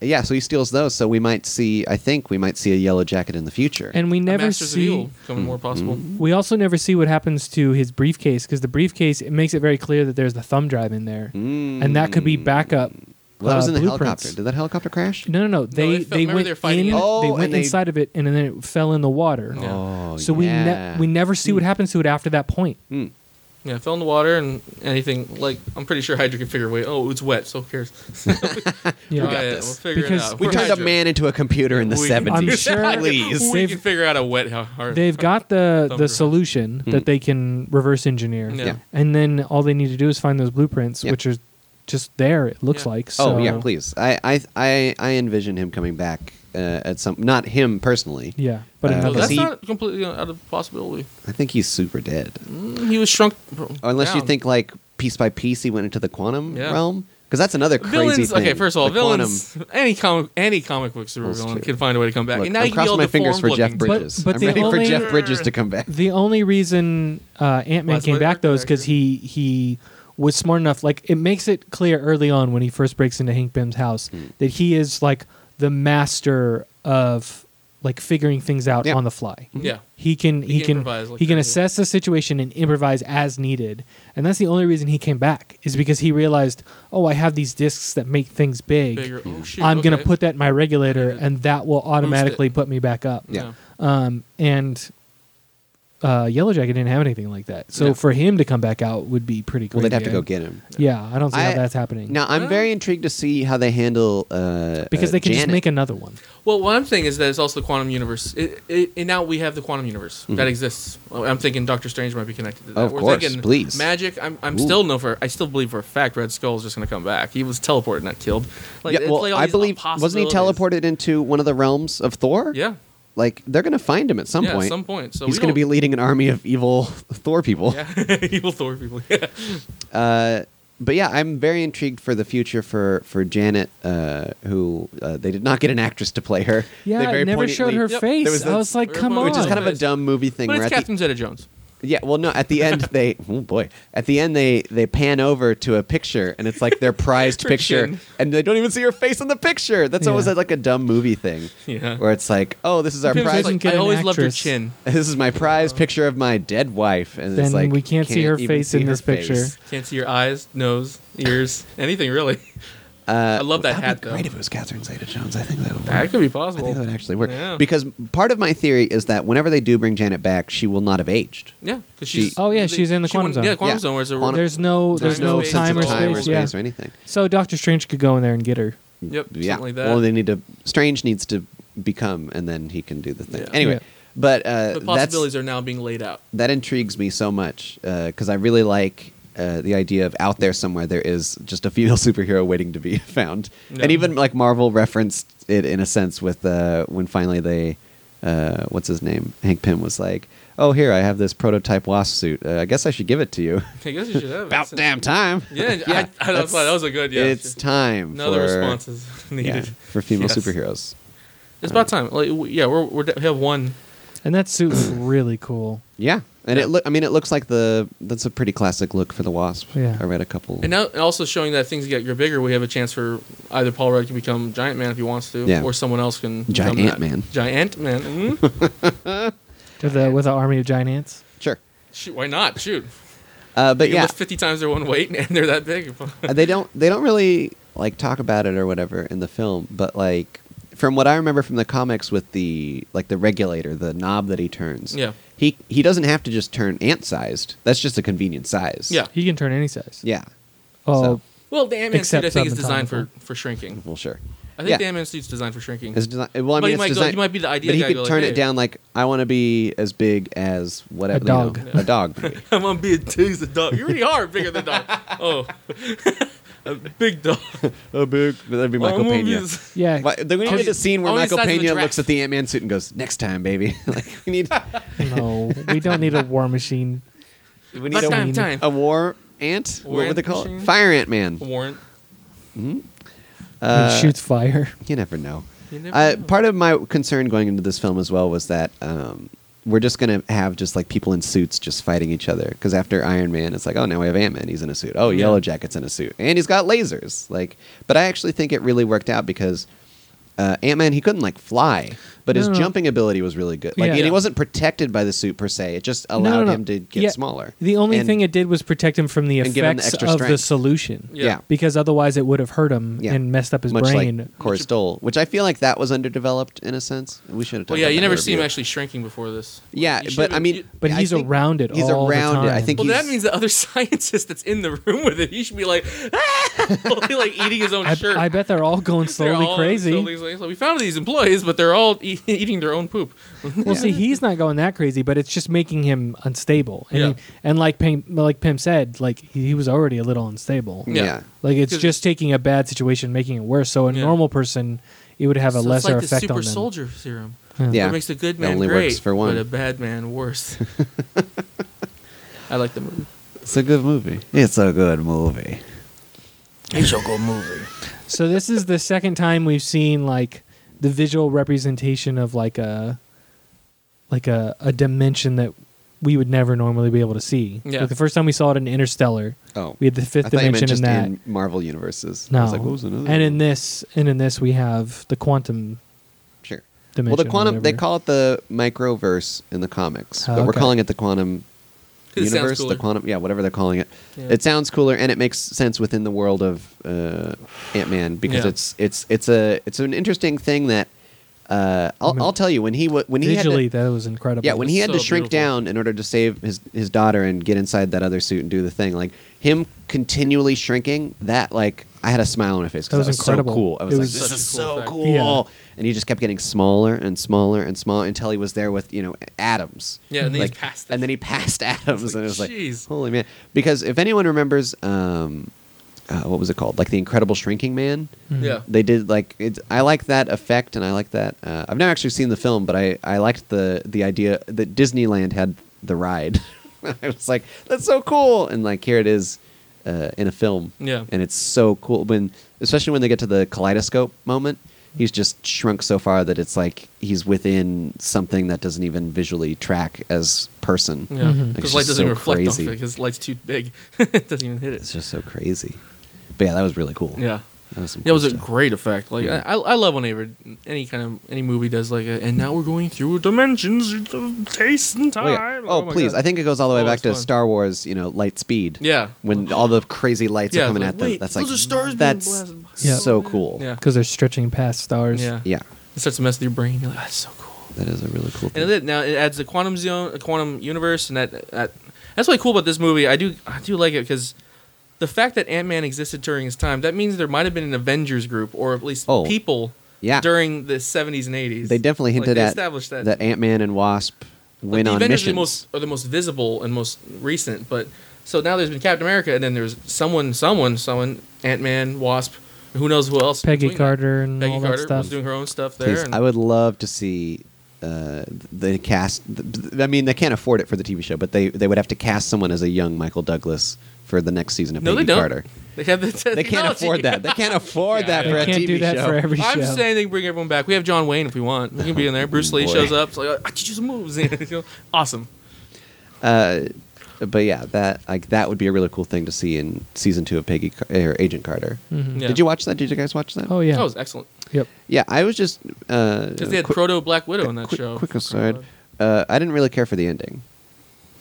Speaker 3: yeah. So he steals those. So we might see. I think we might see a yellow jacket in the future.
Speaker 1: and we
Speaker 2: A
Speaker 1: never
Speaker 2: Masters of
Speaker 1: see.
Speaker 2: Evil becoming more possible.
Speaker 3: Mm-hmm.
Speaker 1: We also never see what happens to his briefcase because the briefcase it makes it very clear that there's the thumb drive in there, and that could be backup.
Speaker 3: Mm. well, that was
Speaker 1: uh,
Speaker 3: in the
Speaker 1: blueprints.
Speaker 3: helicopter. Did that helicopter crash?
Speaker 1: No, no, no. They
Speaker 2: they fe-
Speaker 1: they,
Speaker 2: remember
Speaker 1: went
Speaker 2: they were fighting
Speaker 1: in.
Speaker 2: it?
Speaker 3: Oh,
Speaker 1: they went
Speaker 3: and they-
Speaker 1: inside of it, and then it fell in the water.
Speaker 2: Yeah.
Speaker 3: Oh,
Speaker 1: so we
Speaker 3: yeah.
Speaker 1: ne- we never see what happens to it after that point.
Speaker 2: Yeah, it fell in the water and anything like I'm pretty sure Hydra can figure a way. Oh, it's wet, so who cares?
Speaker 1: You know?
Speaker 2: Try it,
Speaker 3: this.
Speaker 2: We'll figure
Speaker 1: Because-
Speaker 2: it out.
Speaker 3: We
Speaker 2: We're
Speaker 3: turned a
Speaker 2: Hydra.
Speaker 3: man into a computer in the
Speaker 2: We-
Speaker 1: I'm
Speaker 3: 70s.
Speaker 1: sure
Speaker 3: Please.
Speaker 2: We
Speaker 1: They've-
Speaker 2: can figure out a wet how hard.
Speaker 1: They've got the
Speaker 2: Thumb
Speaker 1: the
Speaker 2: drive.
Speaker 1: solution that they can reverse engineer,
Speaker 2: Yeah.
Speaker 3: Hmm. Yeah.
Speaker 1: and then all they need to do is find those blueprints,
Speaker 3: Yeah.
Speaker 1: which are just there. It looks
Speaker 2: Yeah.
Speaker 1: like. So,
Speaker 3: Oh yeah, please. I I I, I envision him coming back uh, at some. Not him personally.
Speaker 1: Yeah, but
Speaker 3: Uh,
Speaker 2: No,
Speaker 1: another.
Speaker 2: that's
Speaker 3: he-
Speaker 2: not completely out of possibility.
Speaker 3: I think he's super dead.
Speaker 2: He was shrunk.
Speaker 3: Or unless you
Speaker 2: down.
Speaker 3: think like piece by piece he went into the quantum
Speaker 2: Yeah.
Speaker 3: realm, because that's another crazy
Speaker 2: villains.
Speaker 3: thing.
Speaker 2: Okay, first of all,
Speaker 3: The
Speaker 2: villains. Any comic, any comic book
Speaker 3: That's
Speaker 2: supervillain
Speaker 3: true.
Speaker 2: can find a way to come back.
Speaker 3: Look,
Speaker 2: and now
Speaker 3: I'm
Speaker 2: you can be all
Speaker 3: crossing my fingers
Speaker 2: deformed
Speaker 3: for Jeff
Speaker 2: looking.
Speaker 3: Bridges.
Speaker 1: But- but
Speaker 3: I'm
Speaker 1: the
Speaker 3: ready
Speaker 1: only-
Speaker 3: for Jeff Bridges to come back.
Speaker 1: The only reason uh, Ant Man
Speaker 2: That's
Speaker 1: came
Speaker 2: what
Speaker 1: back though is
Speaker 2: they're-
Speaker 1: because he he was smart enough. Like it makes it clear early on when he first breaks into Hank Pym's house that he is like the master of like figuring things out
Speaker 3: Yeah.
Speaker 1: on the fly.
Speaker 2: Yeah.
Speaker 1: He can he, can,
Speaker 2: can Mm-hmm. improvise like
Speaker 1: he can
Speaker 2: crazy.
Speaker 1: assess the situation and improvise as needed. And that's the only reason he came back is because he realized, "Oh, I have these discs that make things big.
Speaker 2: Bigger. Oh, shoot,
Speaker 1: I'm going to
Speaker 2: okay.
Speaker 1: put that in my regulator
Speaker 2: Yeah.
Speaker 1: and that will automatically put me back up."
Speaker 3: Yeah.
Speaker 1: Um and uh, Yellow Jacket didn't have anything like that. So
Speaker 3: No.
Speaker 1: for him to come back out would be pretty cool.
Speaker 3: Well, they'd have to go get him.
Speaker 1: Yeah, I don't see
Speaker 3: I-
Speaker 1: how that's happening.
Speaker 3: Now I'm
Speaker 2: Well-
Speaker 3: very intrigued to see how they handle uh,
Speaker 1: because they
Speaker 3: uh,
Speaker 1: can just
Speaker 3: Janet.
Speaker 1: make another one.
Speaker 2: Well, what I'm saying is that it's also the quantum universe. It, it, and now we have the quantum universe that exists. Well, I'm thinking Doctor Strange might be connected to that.
Speaker 3: Hmm. Of course, please.
Speaker 2: Magic. I'm, I'm
Speaker 3: Ooh.
Speaker 2: still no for. I still believe for a fact Red Skull is just going to come back. He was teleported, not killed. Like,
Speaker 3: yeah,
Speaker 2: it's
Speaker 3: well,
Speaker 2: like all
Speaker 3: I
Speaker 2: these
Speaker 3: believe wasn't he
Speaker 2: possibilities.
Speaker 3: teleported into one of the realms of Thor?
Speaker 2: Yeah.
Speaker 3: like they're gonna find him at some
Speaker 2: yeah.
Speaker 3: point.
Speaker 2: At some point. So
Speaker 3: He's
Speaker 2: going to
Speaker 3: be leading an army of evil Thor people.
Speaker 2: Yeah. Evil Thor people. Yeah.
Speaker 3: Uh, but yeah, I'm very intrigued for the future for for Janet, uh, who uh, they did not get an actress to play her.
Speaker 1: Yeah,
Speaker 3: they very
Speaker 1: it never showed her
Speaker 3: poignantly-
Speaker 2: Yep.
Speaker 1: face.
Speaker 3: There was
Speaker 1: I
Speaker 3: that-
Speaker 1: was like,
Speaker 2: Very
Speaker 1: come on.
Speaker 2: poignant.
Speaker 3: Which is kind of a dumb movie thing.
Speaker 2: But
Speaker 3: where
Speaker 2: it's
Speaker 3: at the-
Speaker 2: Captain Zeta Jones.
Speaker 3: yeah, well, no, at the end they, oh boy, at the end they they pan over to a picture and it's like their prized
Speaker 2: Her
Speaker 3: picture,
Speaker 2: chin.
Speaker 3: and they don't even see her face in the picture. That's always
Speaker 1: Yeah.
Speaker 3: like a dumb movie thing.
Speaker 2: Yeah.
Speaker 3: where it's like, oh, this is our
Speaker 2: Pim's
Speaker 3: prize.
Speaker 1: Doesn't
Speaker 2: like,
Speaker 1: get
Speaker 2: I
Speaker 1: an
Speaker 2: always loved her
Speaker 1: actress.
Speaker 2: chin.
Speaker 3: this is my prize picture of my dead wife, and
Speaker 1: Then
Speaker 3: it's like
Speaker 1: we can't see her
Speaker 3: even
Speaker 1: face
Speaker 3: see
Speaker 1: in
Speaker 3: her
Speaker 1: this picture.
Speaker 3: face.
Speaker 2: Can't see your eyes, nose, ears, anything really.
Speaker 3: Uh,
Speaker 2: I love that
Speaker 3: that'd
Speaker 2: hat,
Speaker 3: Be
Speaker 2: though.
Speaker 3: great if it was Catherine Zeta-Jones. I think that would work.
Speaker 2: That could be
Speaker 3: I
Speaker 2: possible.
Speaker 3: think that would actually work
Speaker 2: Yeah.
Speaker 3: because part of my theory is that whenever they do bring Janet back, she will not have aged.
Speaker 2: yeah, because
Speaker 3: She-
Speaker 2: she's.
Speaker 1: Oh, yeah,
Speaker 2: they-
Speaker 1: she's in the
Speaker 2: she
Speaker 1: quantum
Speaker 2: wouldn't-
Speaker 1: zone.
Speaker 2: Yeah, quantum
Speaker 3: Yeah.
Speaker 2: zone. Where's a
Speaker 3: Quantum-
Speaker 1: There's no, Oh, there's
Speaker 2: There's
Speaker 1: no,
Speaker 2: no
Speaker 3: sense
Speaker 1: time,
Speaker 3: of
Speaker 1: or,
Speaker 3: time
Speaker 1: space,
Speaker 3: or
Speaker 1: yeah.
Speaker 3: space or anything.
Speaker 1: So Doctor Strange could go in there and get her.
Speaker 2: Yep.
Speaker 3: yeah.
Speaker 2: Something like that.
Speaker 3: Well, they need to. Strange needs to become, and then he can do the thing.
Speaker 2: Yeah.
Speaker 3: Anyway,
Speaker 1: Yeah.
Speaker 3: but uh,
Speaker 2: the
Speaker 3: that's
Speaker 2: possibilities are now being laid out.
Speaker 3: that intrigues me so much because I really like uh, the idea of out there somewhere there is just a female superhero waiting to be found,
Speaker 2: Yeah.
Speaker 3: and even like Marvel referenced it in a sense with uh, when finally they, uh, what's his name, Hank Pym was like, "Oh, here I have this prototype wasp suit. Uh, I guess I should give it to you."
Speaker 2: I guess you should have
Speaker 3: About
Speaker 2: it.
Speaker 3: damn time.
Speaker 2: Yeah, I, I thought
Speaker 3: that's-
Speaker 2: that was a good. Yeah,
Speaker 3: it's time.
Speaker 2: Another
Speaker 3: for,
Speaker 2: responses needed.
Speaker 3: yeah, for female
Speaker 2: Yes.
Speaker 3: superheroes.
Speaker 2: It's about time. Like, we- yeah, we're, we're we have one.
Speaker 1: And that suit was really cool.
Speaker 3: Yeah, and
Speaker 2: Yeah.
Speaker 3: it look. I mean, it looks like the that's a pretty classic look for the wasp.
Speaker 1: Yeah.
Speaker 3: I read a couple.
Speaker 2: And now, and also showing that things get you're bigger, we have a chance for either Paul Rudd can become Giant Man if he wants to,
Speaker 3: Yeah.
Speaker 2: or someone else can
Speaker 3: Giant
Speaker 2: become that.
Speaker 3: Ant-Man.
Speaker 2: Giant Man. Mhm.
Speaker 1: With a, with an army of giant ants.
Speaker 3: sure.
Speaker 2: Shoot, why not? Shoot.
Speaker 3: Uh, but
Speaker 2: They
Speaker 3: yeah,
Speaker 2: lift fifty times their one weight, and they're that big.
Speaker 3: Uh, they don't they don't really like talk about it or whatever in the film but like from what i remember from the comics with the like the regulator the knob that he turns
Speaker 2: Yeah.
Speaker 3: he he doesn't have to just turn ant sized that's just a convenient size
Speaker 2: Yeah.
Speaker 1: He can turn any size.
Speaker 3: yeah
Speaker 1: Oh,
Speaker 3: So-
Speaker 2: well, the Ant Man suit
Speaker 1: Except
Speaker 2: I think is
Speaker 1: subatomical.
Speaker 2: designed for, for shrinking.
Speaker 3: well sure
Speaker 2: I think
Speaker 3: yeah.
Speaker 2: the Ant Man suit's designed for shrinking.
Speaker 3: it's desi- well, I
Speaker 2: But
Speaker 3: mean,
Speaker 2: he
Speaker 3: it's
Speaker 2: might go-
Speaker 3: designed-
Speaker 2: he might be the idea
Speaker 3: But he
Speaker 2: guy,
Speaker 3: could
Speaker 2: go like,
Speaker 3: turn
Speaker 2: "Hey."
Speaker 3: it down like I want to be as big as whatever you know,
Speaker 1: dog.
Speaker 3: a dog. maybe.
Speaker 2: I'm gonna be a two's a dog. You already are bigger than dog. Oh, a big dog.
Speaker 3: a big. That'd be Michael
Speaker 2: I'm gonna be
Speaker 3: Pena.
Speaker 2: this-
Speaker 1: yeah.
Speaker 3: Why- then we need
Speaker 2: Only-
Speaker 3: a scene where
Speaker 2: only
Speaker 3: Michael
Speaker 2: size of a
Speaker 3: Pena
Speaker 2: giraffe.
Speaker 3: looks at the Ant Man suit and goes, "Next time, baby." like we need,
Speaker 1: No, we don't need a war machine.
Speaker 3: we need
Speaker 2: But
Speaker 3: a-
Speaker 2: time,
Speaker 1: need-
Speaker 2: time.
Speaker 3: a war ant.
Speaker 2: War
Speaker 3: what would
Speaker 2: ant
Speaker 3: they call it?
Speaker 2: machine?
Speaker 3: Fire Ant Man.
Speaker 2: warrant.
Speaker 3: Uh,
Speaker 1: that shoots fire.
Speaker 3: You never know.
Speaker 2: You never
Speaker 3: Uh,
Speaker 2: know.
Speaker 3: part of my concern going into this film as well was that um, we're just gonna have just like people in suits just fighting each other. Because after Iron Man, it's like, oh, now we have Ant Man. He's in a suit. Oh,
Speaker 2: Yeah.
Speaker 3: Yellow Jacket's in a suit, and he's got lasers. Like, but I actually think it really worked out because. Uh, Ant Man, he couldn't like fly, but his
Speaker 1: No, no.
Speaker 3: jumping ability was really good. Like,
Speaker 1: Yeah.
Speaker 3: and he
Speaker 1: Yeah.
Speaker 3: wasn't protected by the suit per se. It just
Speaker 1: No,
Speaker 3: allowed
Speaker 1: no, no.
Speaker 3: him to get
Speaker 1: Yeah,
Speaker 3: smaller.
Speaker 1: The only
Speaker 3: And-
Speaker 1: thing it did was protect him from the
Speaker 3: and give him the
Speaker 1: effects
Speaker 3: extra
Speaker 1: of the
Speaker 3: strength.
Speaker 1: solution.
Speaker 2: Yeah.
Speaker 3: yeah,
Speaker 1: Because otherwise, it would have hurt him
Speaker 3: Yeah.
Speaker 1: and messed up his
Speaker 3: much
Speaker 1: brain.
Speaker 3: like Corey Stoll, which I feel like that was underdeveloped in a sense. We should have. talked
Speaker 2: Well, yeah,
Speaker 3: about
Speaker 2: you
Speaker 3: that in
Speaker 2: never
Speaker 3: the
Speaker 2: see him
Speaker 3: review.
Speaker 2: actually shrinking before this.
Speaker 3: Yeah,
Speaker 2: You should've-
Speaker 3: but I mean,
Speaker 2: you-
Speaker 1: But
Speaker 3: I
Speaker 1: he's
Speaker 3: think
Speaker 1: around it
Speaker 3: He's
Speaker 1: all the
Speaker 3: around it. I
Speaker 1: time.
Speaker 3: think.
Speaker 2: well,
Speaker 3: he's,
Speaker 2: that means the other scientist that's in the room with it, he should be like, ah! like eating his own
Speaker 1: I,
Speaker 2: shirt.
Speaker 1: I bet they're all going
Speaker 2: They're
Speaker 1: slowly
Speaker 2: all
Speaker 1: crazy.
Speaker 2: slowly- slowly- slowly. we found these employees, but they're all e- eating their own poop.
Speaker 1: Well, see, he's not going that crazy, but it's just making him unstable. And,
Speaker 2: Yeah.
Speaker 1: and like Pim, like Pim said, like he, he was already a little unstable.
Speaker 2: Yeah.
Speaker 3: Yeah.
Speaker 1: Like it's
Speaker 2: 'Cause-
Speaker 1: just taking a bad situation, making it worse. So a
Speaker 2: Yeah.
Speaker 1: normal person, it would have a
Speaker 2: So
Speaker 1: lesser
Speaker 2: it's like
Speaker 1: effect
Speaker 2: the super
Speaker 1: on them.
Speaker 2: soldier serum.
Speaker 3: Yeah.
Speaker 2: It makes a good
Speaker 3: It
Speaker 2: man
Speaker 3: only works
Speaker 2: great,
Speaker 3: for one.
Speaker 2: but a bad man worse. I like the movie.
Speaker 3: It's a good movie. It's a good movie.
Speaker 1: So this is the second time we've seen like the visual representation of like a like a, a dimension that we would never normally be able to see.
Speaker 2: Yeah.
Speaker 1: Like the first time we saw it in Interstellar,
Speaker 3: Oh,
Speaker 1: we had the fifth
Speaker 3: I thought you meant
Speaker 1: dimension in
Speaker 3: just
Speaker 1: that.
Speaker 3: in Marvel universes.
Speaker 1: no.
Speaker 3: I was like, what was another?
Speaker 1: and in
Speaker 3: one?
Speaker 1: this and in this we have the quantum
Speaker 3: sure.
Speaker 1: dimension.
Speaker 3: Well, the
Speaker 1: or
Speaker 3: quantum. They
Speaker 1: whatever.
Speaker 3: call it the microverse in the comics,
Speaker 1: Oh,
Speaker 3: but we're
Speaker 1: okay.
Speaker 3: calling it the quantum
Speaker 2: It sounds
Speaker 3: universe. The
Speaker 2: cooler.
Speaker 3: quantum. Yeah, whatever they're calling it.
Speaker 2: Yeah.
Speaker 3: It sounds cooler, and it makes sense within the world of uh, Ant Man because
Speaker 2: Yeah.
Speaker 3: it's it's it's a it's an interesting thing that Uh, I'll, I'll tell you when he wa- when he had to-
Speaker 1: Visually, that was incredible.
Speaker 3: yeah, when he had
Speaker 2: So
Speaker 3: to shrink
Speaker 2: beautiful.
Speaker 3: down in order to save his, his daughter and get inside that other suit and do the thing, like him continually shrinking, that like I had a smile on my face
Speaker 1: That
Speaker 3: because
Speaker 1: was
Speaker 3: that, was
Speaker 1: incredible.
Speaker 3: so cool. I was,
Speaker 1: It
Speaker 3: like,
Speaker 1: was
Speaker 3: this
Speaker 2: such
Speaker 3: is
Speaker 2: a cool
Speaker 3: so
Speaker 2: effect.
Speaker 3: cool.
Speaker 1: Yeah.
Speaker 3: And he just kept getting smaller and smaller and smaller until he was there with you know Adams.
Speaker 2: Yeah, and then he's
Speaker 3: Like,
Speaker 2: passed
Speaker 3: And then he passed Adams,
Speaker 2: like,
Speaker 3: and it was like,
Speaker 2: "Jeez."
Speaker 3: holy man! Because if anyone remembers, um, uh, what was it called? Like the Incredible Shrinking Man
Speaker 2: Yeah.
Speaker 3: they did like it's i like that effect and i like that uh, i've never actually seen the film but i i liked the the idea that disneyland had the ride i was like that's so cool and like here it is uh, in a film
Speaker 2: Yeah.
Speaker 3: and it's so cool when especially when they get to the kaleidoscope moment he's just shrunk so far that it's like he's within something that doesn't even visually track as person
Speaker 2: Yeah,
Speaker 1: Mhm.
Speaker 2: because
Speaker 3: It's
Speaker 2: light
Speaker 3: just
Speaker 2: doesn't
Speaker 3: so
Speaker 2: reflect off
Speaker 3: crazy.
Speaker 2: it because light's too big. it doesn't even hit
Speaker 3: it's
Speaker 2: it.
Speaker 3: just so crazy but yeah that was really cool
Speaker 2: Yeah,
Speaker 3: that was, some
Speaker 2: yeah, it was
Speaker 3: cool
Speaker 2: a
Speaker 3: stuff.
Speaker 2: great effect. Like
Speaker 3: Yeah.
Speaker 2: I, I love when ever any kind of any movie does like a, and now we're going through dimensions of taste and time.
Speaker 3: Oh, yeah. Oh,
Speaker 2: my
Speaker 3: please!
Speaker 2: God.
Speaker 3: I think it goes all the way
Speaker 2: Oh,
Speaker 3: back
Speaker 2: it's
Speaker 3: to
Speaker 2: fun.
Speaker 3: Star Wars. You know, light speed.
Speaker 2: Yeah.
Speaker 3: When all the crazy lights
Speaker 2: Yeah,
Speaker 3: are coming
Speaker 2: like,
Speaker 3: at them,
Speaker 2: wait,
Speaker 3: that's
Speaker 2: those
Speaker 3: like
Speaker 2: are stars being
Speaker 3: that's
Speaker 2: blasted by-
Speaker 1: Yeah.
Speaker 3: so cool.
Speaker 2: Yeah.
Speaker 1: because they're stretching past stars.
Speaker 2: Yeah.
Speaker 3: Yeah.
Speaker 2: It starts to mess with your brain. You're like, that's so cool.
Speaker 3: That is a really cool
Speaker 2: And
Speaker 3: thing.
Speaker 2: then now it adds a quantum zone, a quantum universe, and that, that that's really cool about this movie. I do I do like it because the fact that Ant Man existed during his time that means there might have been an Avengers group or at least
Speaker 3: Oh.
Speaker 2: people
Speaker 3: Yeah.
Speaker 2: during the seventies and eighties.
Speaker 3: They definitely hinted
Speaker 2: they
Speaker 3: at
Speaker 2: established that.
Speaker 3: that, Ant Man and Wasp
Speaker 2: Like,
Speaker 3: went
Speaker 2: the
Speaker 3: on
Speaker 2: Avengers Are
Speaker 3: missions.
Speaker 2: the most are the most visible and most recent, but so now there's been Captain America, and then there's someone, someone, someone, Ant Man, Wasp, who knows who else?
Speaker 1: Peggy
Speaker 2: between that.
Speaker 1: Carter and
Speaker 2: Peggy
Speaker 1: all
Speaker 2: Carter
Speaker 1: that stuff.
Speaker 2: was doing her own stuff there.
Speaker 3: Please,
Speaker 2: and-
Speaker 3: I would love to see uh, the cast. I mean, they can't afford it for the TV show, but they they would have to cast someone as a young Michael Douglas for the next season of
Speaker 2: no,
Speaker 3: Peggy
Speaker 2: they don't.
Speaker 3: Carter.
Speaker 2: They have the
Speaker 3: They can't
Speaker 2: technology.
Speaker 3: afford that. They can't afford that
Speaker 1: They
Speaker 3: for a
Speaker 1: can't
Speaker 3: TV
Speaker 1: do that
Speaker 3: show.
Speaker 1: for every
Speaker 2: I'm
Speaker 1: show.
Speaker 2: saying they bring everyone back. We have John Wayne if we want. We can be in there. Bruce Lee
Speaker 3: Boy.
Speaker 2: shows up. It's like, I teach you some moves. You know? awesome.
Speaker 3: but yeah, that like that would be a really cool thing to see in season two of Peggy Car- or Agent Carter.
Speaker 1: Mhm.
Speaker 2: Mm-hmm. Yeah.
Speaker 3: Did you watch that? Did you guys watch that?
Speaker 1: Oh yeah.
Speaker 2: That was excellent.
Speaker 1: Yep.
Speaker 3: yeah. I was just because
Speaker 2: Because they had Proto Black Widow in that
Speaker 3: quick,
Speaker 2: show.
Speaker 3: Quick aside, uh, I didn't really care for the ending.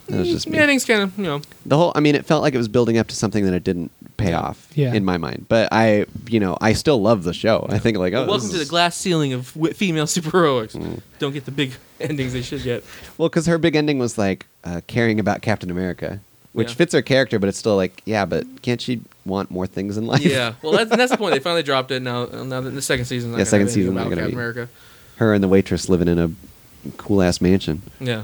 Speaker 3: That was just me.
Speaker 2: Yeah, I think it's kind of, mm, you know,
Speaker 3: The whole, I mean, it felt like it was building up to something that it didn't pay off
Speaker 1: Yeah.
Speaker 3: in my mind. But I, you know, I still love the show. I think like, oh, this
Speaker 2: welcome to the
Speaker 3: is-
Speaker 2: glass ceiling of wi- female superheroics.
Speaker 3: Mm.
Speaker 2: Don't get the big endings they should get.
Speaker 3: Well, because her big ending was like uh, caring about Captain America, which
Speaker 2: Yeah.
Speaker 3: fits her character, but it's still like, yeah, but can't she want more things in life?
Speaker 2: Yeah. Well, that's, that's the point. They finally dropped it. Now, uh, now that the second season.
Speaker 3: Yeah, second season's not
Speaker 2: About
Speaker 3: gonna
Speaker 2: Captain
Speaker 3: be-
Speaker 2: America.
Speaker 3: her and the waitress living in a cool ass mansion.
Speaker 2: Yeah.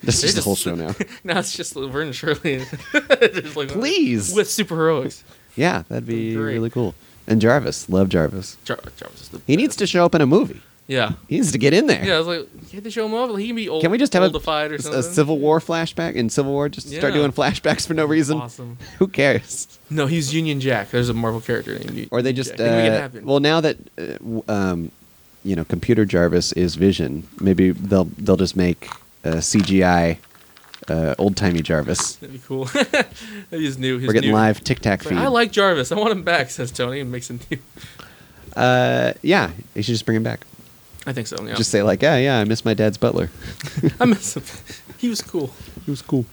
Speaker 3: That's
Speaker 2: They
Speaker 3: just the whole show now.
Speaker 2: Now it's just Laverne and Shirley. Just like,
Speaker 3: Please.
Speaker 2: With superheroics.
Speaker 3: Yeah, that'd be
Speaker 2: Great.
Speaker 3: really cool. And Jarvis, love Jarvis.
Speaker 2: Jar- Jarvis is the
Speaker 3: He needs
Speaker 2: best.
Speaker 3: to show up in a movie.
Speaker 2: Yeah.
Speaker 3: He needs to get in there.
Speaker 2: Yeah, I was like, get the show him off. He can be old.
Speaker 3: Can we just have a,
Speaker 2: oldified or
Speaker 3: a
Speaker 2: something?
Speaker 3: Civil War flashback in Civil War? Just start
Speaker 2: Yeah.
Speaker 3: doing flashbacks for no reason.
Speaker 2: Awesome.
Speaker 3: Who cares?
Speaker 2: No, he's Union Jack. There's a Marvel character named Union.
Speaker 3: Or they just
Speaker 2: Jack. I think we can
Speaker 3: uh,
Speaker 2: have it.
Speaker 3: well now that uh, w- um, you know computer Jarvis is Vision, maybe they'll they'll just make uh, CGI uh, old timey Jarvis.
Speaker 2: that'd be cool. That'd be his new. His
Speaker 3: We're getting
Speaker 2: new-
Speaker 3: live Tic Tac
Speaker 2: It's like,
Speaker 3: feed.
Speaker 2: I like Jarvis. I want him back. Says Tony and makes a new.
Speaker 3: uh, yeah, they should just bring him back.
Speaker 2: I think so. Yeah.
Speaker 3: Just say like, yeah, yeah, I miss my dad's butler.
Speaker 2: I miss him. He was cool.
Speaker 3: He was cool.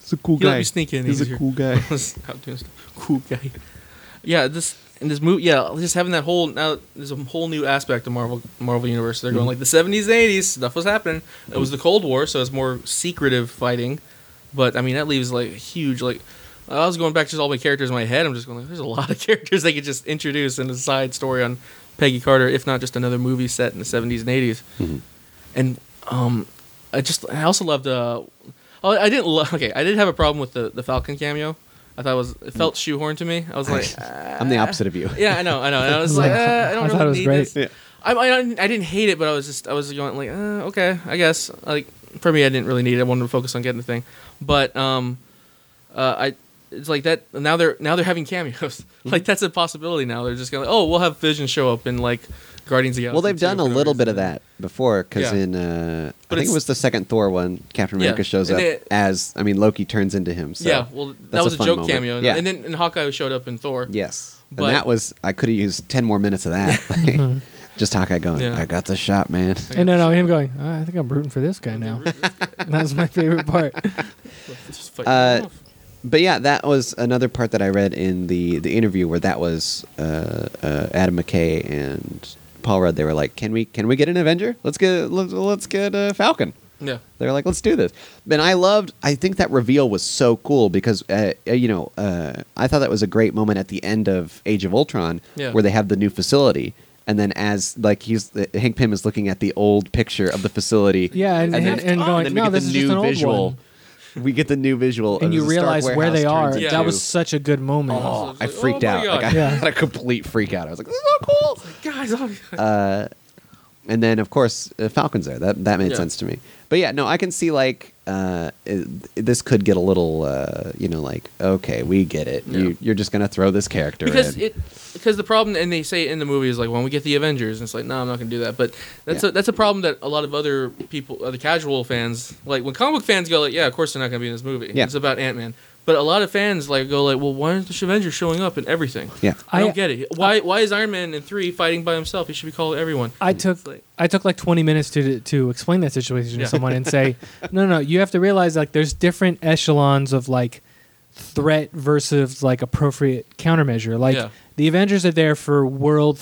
Speaker 3: He's a cool
Speaker 2: He let me sneak in.
Speaker 3: He's a
Speaker 2: easier.
Speaker 3: cool guy.
Speaker 2: was out doing stuff. Cool guy. Yeah, this in this movie. Yeah, just having that whole now. There's a whole new aspect of Marvel Marvel universe. They're
Speaker 3: Mm-hmm.
Speaker 2: going like the 70s, and 80s stuff was happening. It was the Cold War, so it's more secretive fighting. But I mean, that leaves like a huge like. I was going back to just all my characters in my head. I'm just going like, there's a lot of characters they could just introduce in a side story on Peggy Carter, if not just another movie set in the 70s and 80s.
Speaker 3: Mm-hmm.
Speaker 2: And um, I just I also loved uh, oh, I didn't love okay I did have a problem with the the Falcon cameo. I thought it was it felt shoehorned to me. I was like,
Speaker 3: I'm the opposite of you.
Speaker 2: yeah, I know, I know. And I was like, uh, I don't
Speaker 1: I
Speaker 2: really
Speaker 1: thought it was
Speaker 2: need
Speaker 1: great.
Speaker 2: this. I, I, didn't- I didn't hate it, but I was just I was going like, uh, okay, I guess. Like for me, I didn't really need it. I wanted to focus on getting the thing. But um, uh, I it's like that now they're now they're having cameos.
Speaker 1: Hmm.
Speaker 2: like that's a possibility now. They're just going like, oh, we'll have Vision show up in like Guardians of the Galaxy.
Speaker 3: Well, they've
Speaker 2: 2
Speaker 3: done
Speaker 2: for
Speaker 3: a
Speaker 2: no
Speaker 3: little bit
Speaker 2: reason.
Speaker 3: of that before because
Speaker 2: Yeah.
Speaker 3: in uh,
Speaker 2: But
Speaker 3: I think
Speaker 2: it's-
Speaker 3: it was the second Thor one, Captain
Speaker 2: Yeah,
Speaker 3: America shows
Speaker 2: and
Speaker 3: up
Speaker 2: it-
Speaker 3: as I mean Loki turns into him. So
Speaker 2: yeah, well, that
Speaker 3: that's
Speaker 2: was a,
Speaker 3: fun
Speaker 2: joke
Speaker 3: moment.
Speaker 2: cameo,
Speaker 3: Yeah.
Speaker 2: and then and Hawkeye showed up in Thor.
Speaker 3: yes,
Speaker 2: but-
Speaker 3: and that was I could have used ten more minutes of that. Just Hawkeye going,
Speaker 2: Yeah.
Speaker 3: I got the shot, man.
Speaker 1: And no, no, him going. "Ah, I think I'm rooting for this guy now. that was my favorite part.
Speaker 2: Just fight
Speaker 3: Uh,
Speaker 2: him off.
Speaker 3: But yeah, that was another part that I read in the the interview where that was uh, uh, Adam McKay and Paul Rudd, they were like, "Can we can we get an Avenger? Let's get let's, let's get a Falcon."
Speaker 2: Yeah.
Speaker 3: They were like, "Let's do this." And I loved. I think that reveal was so cool because uh, uh, you know uh, I thought that was a great moment at the end of Age of Ultron
Speaker 2: Yeah.
Speaker 3: where they have the new facility. And then, as like he's uh, Hank Pym is looking at the old picture of the facility,
Speaker 1: Yeah, and,
Speaker 3: and
Speaker 1: and,
Speaker 3: then-
Speaker 1: and going,
Speaker 3: then we
Speaker 1: no,
Speaker 3: get
Speaker 1: this
Speaker 3: the
Speaker 1: is
Speaker 3: new
Speaker 1: just an old
Speaker 3: visual.
Speaker 1: one.
Speaker 3: We get the new visual,
Speaker 1: And
Speaker 3: of
Speaker 1: you
Speaker 3: the Stark
Speaker 1: realize where they
Speaker 3: warehouse
Speaker 1: are.
Speaker 3: turns
Speaker 2: Yeah.
Speaker 1: That
Speaker 3: into-
Speaker 1: was such a good moment.
Speaker 3: Oh, I
Speaker 2: Like, oh
Speaker 3: freaked
Speaker 2: my
Speaker 3: out.
Speaker 2: God.
Speaker 3: Like I
Speaker 1: Yeah.
Speaker 3: had a complete freak out. I was like, "This is so cool!"
Speaker 2: Guys, oh,
Speaker 3: Uh, and then of course uh, Falcon's there. That that made
Speaker 2: Yeah.
Speaker 3: sense to me. But yeah, no, I can see like uh, i- this could get a little, uh, you know, like okay, we get it.
Speaker 2: Yeah.
Speaker 3: You, you're just gonna throw this character
Speaker 2: because
Speaker 3: in.
Speaker 2: it because the problem and they say it in the movie is like when we get the Avengers and it's like no I'm not gonna do that but that's
Speaker 3: Yeah.
Speaker 2: a that's a problem that a lot of other people other casual fans like when comic book fans go like yeah of course they're not gonna be in this movie
Speaker 3: Yeah.
Speaker 2: it's about Ant Man but a lot of fans like go like well why aren't the Avengers showing up in everything
Speaker 3: yeah,
Speaker 2: I
Speaker 1: I-
Speaker 2: don't get it why why is Iron Man in three fighting by himself he should be called everyone
Speaker 1: I took
Speaker 2: like-
Speaker 1: I took like 20 minutes to to explain that situation
Speaker 2: Yeah.
Speaker 1: to someone and say, no, no, no, you have to realize like there's different echelons of like threat versus like appropriate countermeasure. Like
Speaker 2: Yeah.
Speaker 1: the Avengers are there for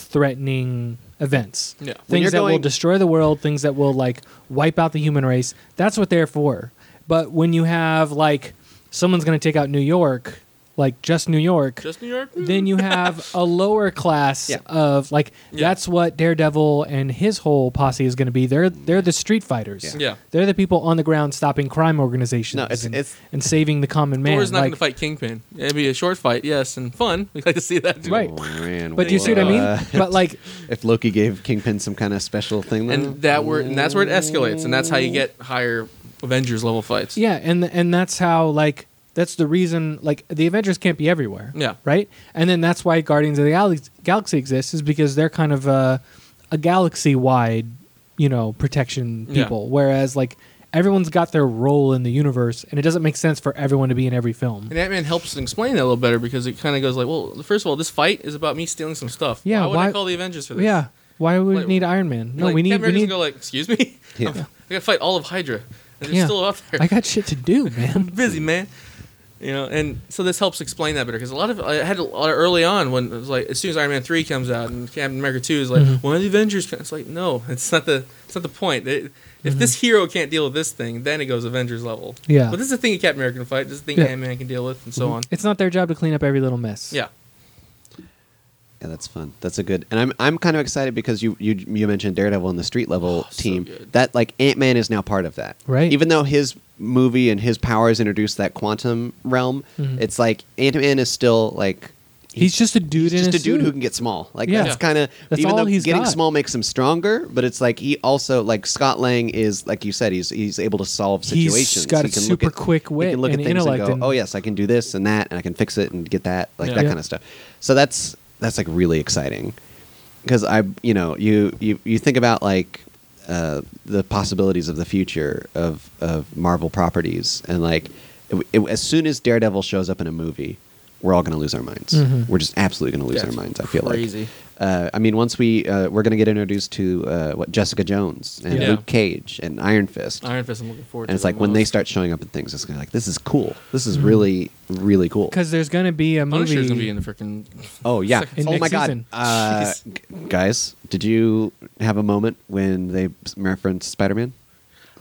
Speaker 1: world-threatening events.
Speaker 2: Yeah.
Speaker 3: When you're
Speaker 1: Things that will
Speaker 3: going-
Speaker 1: destroy the world, things that will like wipe out the human race. That's what they're for. But when you have like someone's going to take out New York, like just New York,
Speaker 2: just New York
Speaker 1: then you have a lower class
Speaker 3: Yeah.
Speaker 1: of like
Speaker 2: Yeah.
Speaker 1: that's what Daredevil and his whole posse is going to be. They're they're the street fighters.
Speaker 3: Yeah.
Speaker 2: Yeah.
Speaker 1: They're the people on the ground stopping crime organizations
Speaker 3: No, it's-
Speaker 1: and,
Speaker 3: it's-
Speaker 1: and saving the common man.
Speaker 2: Thor's not gonna
Speaker 1: like-
Speaker 2: fight Kingpin it'd be a short fight yes and fun we like to see that too.
Speaker 1: Right.
Speaker 3: Oh, man,
Speaker 1: But do you see what I
Speaker 2: uh,
Speaker 3: uh,
Speaker 1: mean? But like
Speaker 3: If Loki gave Kingpin some kind of special thing, though,
Speaker 2: and that where and that's where it escalates and that's how you get higher Avengers level fights
Speaker 1: yeah, and and that's how like that's the reason like the Avengers can't be everywhere.
Speaker 2: Yeah.
Speaker 1: Right? And then that's why Guardians of the Gal- Galaxy exists is because they're kind of a, a galaxy-wide, you know, protection
Speaker 2: Yeah.
Speaker 1: people whereas like everyone's got their role in the universe and it doesn't make sense for everyone to be in every film.
Speaker 2: And Ant Man helps explain that a little better because it kind of goes like, well, first of all, this fight is about me stealing some stuff.
Speaker 1: Yeah,
Speaker 2: why would
Speaker 1: why-
Speaker 2: I call the Avengers for this?
Speaker 1: Yeah. Why would we
Speaker 2: Like-
Speaker 1: need Iron Man? No,
Speaker 2: like,
Speaker 1: we need
Speaker 2: Captain
Speaker 1: we need
Speaker 2: America doesn't go like, excuse me,
Speaker 3: Yeah.
Speaker 2: I'm- I gotta fight all of Hydra, and they're
Speaker 1: Yeah.
Speaker 2: still out there.
Speaker 1: I got shit to do, man.
Speaker 2: busy man. You know, and so this helps explain that better because a lot of I had a lot of early on when it was like as soon as Iron Man three comes out and Captain America two is like
Speaker 1: Mm-hmm.
Speaker 2: one of the Avengers. co-" It's like no, it's not the it's not the point. It, if this hero can't deal with this thing, then it goes Avengers level.
Speaker 1: Mm-hmm. Yeah.
Speaker 2: but this is a thing Captain America can fight. This is a thing
Speaker 1: Yeah. Mm-hmm.
Speaker 2: Ant Man can deal with, and so on.
Speaker 1: It's not their job to clean up every little mess.
Speaker 2: Yeah,
Speaker 3: yeah, that's fun. That's a good, and I'm I'm kind of excited because you you you mentioned Daredevil and the street level
Speaker 2: Oh, so
Speaker 3: team.
Speaker 2: good.
Speaker 3: that like Ant Man is now part of that,
Speaker 1: Right.
Speaker 3: Even though his movie and his powers introduced that quantum realm,
Speaker 1: Mhm.
Speaker 3: it's like Ant Man is still like
Speaker 1: He's just a dude
Speaker 3: he's
Speaker 1: in
Speaker 3: just a,
Speaker 1: a
Speaker 3: dude
Speaker 1: suit.
Speaker 3: who can get small. Like
Speaker 1: Yeah.
Speaker 3: that's kind of
Speaker 1: That's
Speaker 3: even
Speaker 1: all
Speaker 3: though
Speaker 1: he's
Speaker 3: getting
Speaker 1: got.
Speaker 3: small makes him stronger, but it's like he also like Scott Lang is like you said he's he's able to solve
Speaker 1: He's
Speaker 3: situations.
Speaker 1: got a
Speaker 3: he can
Speaker 1: super
Speaker 3: look at,
Speaker 1: quick
Speaker 3: He
Speaker 1: wit
Speaker 3: can look
Speaker 1: and
Speaker 3: at things
Speaker 1: intellect
Speaker 3: and go,
Speaker 1: and-
Speaker 3: oh yes, I can do this and that, and I can fix it and get that, like
Speaker 2: Yeah.
Speaker 3: that
Speaker 1: Yeah.
Speaker 3: kind of stuff. So that's that's like really exciting because I you know you you you think about like. Uh, the possibilities of the future of, of Marvel properties and like it, it- as soon as Daredevil shows up in a movie, we're all going to lose our minds.
Speaker 1: Mhm.
Speaker 3: We're just absolutely going to lose
Speaker 2: Yeah,
Speaker 3: our
Speaker 2: it's
Speaker 3: minds. I feel
Speaker 2: Mm-hmm. crazy.
Speaker 3: like. Uh, I mean, once we uh, we're going to get introduced to uh, what Jessica Jones and
Speaker 2: Yeah.
Speaker 3: Luke Cage and Iron Fist,
Speaker 2: Iron Fist. I'm looking forward. to
Speaker 3: and it's
Speaker 2: the
Speaker 3: like when they
Speaker 2: most. Mm-hmm.
Speaker 3: start showing up in things, it's going to be like this is cool. This is really really cool.
Speaker 1: Because there's gonna be a movie.
Speaker 2: Punisher's gonna be in the freaking.
Speaker 3: Oh yeah!
Speaker 1: In
Speaker 3: oh
Speaker 1: next
Speaker 3: my god,
Speaker 1: season.
Speaker 3: uh, g- guys, did you have a moment when they s- referenced Spider Man?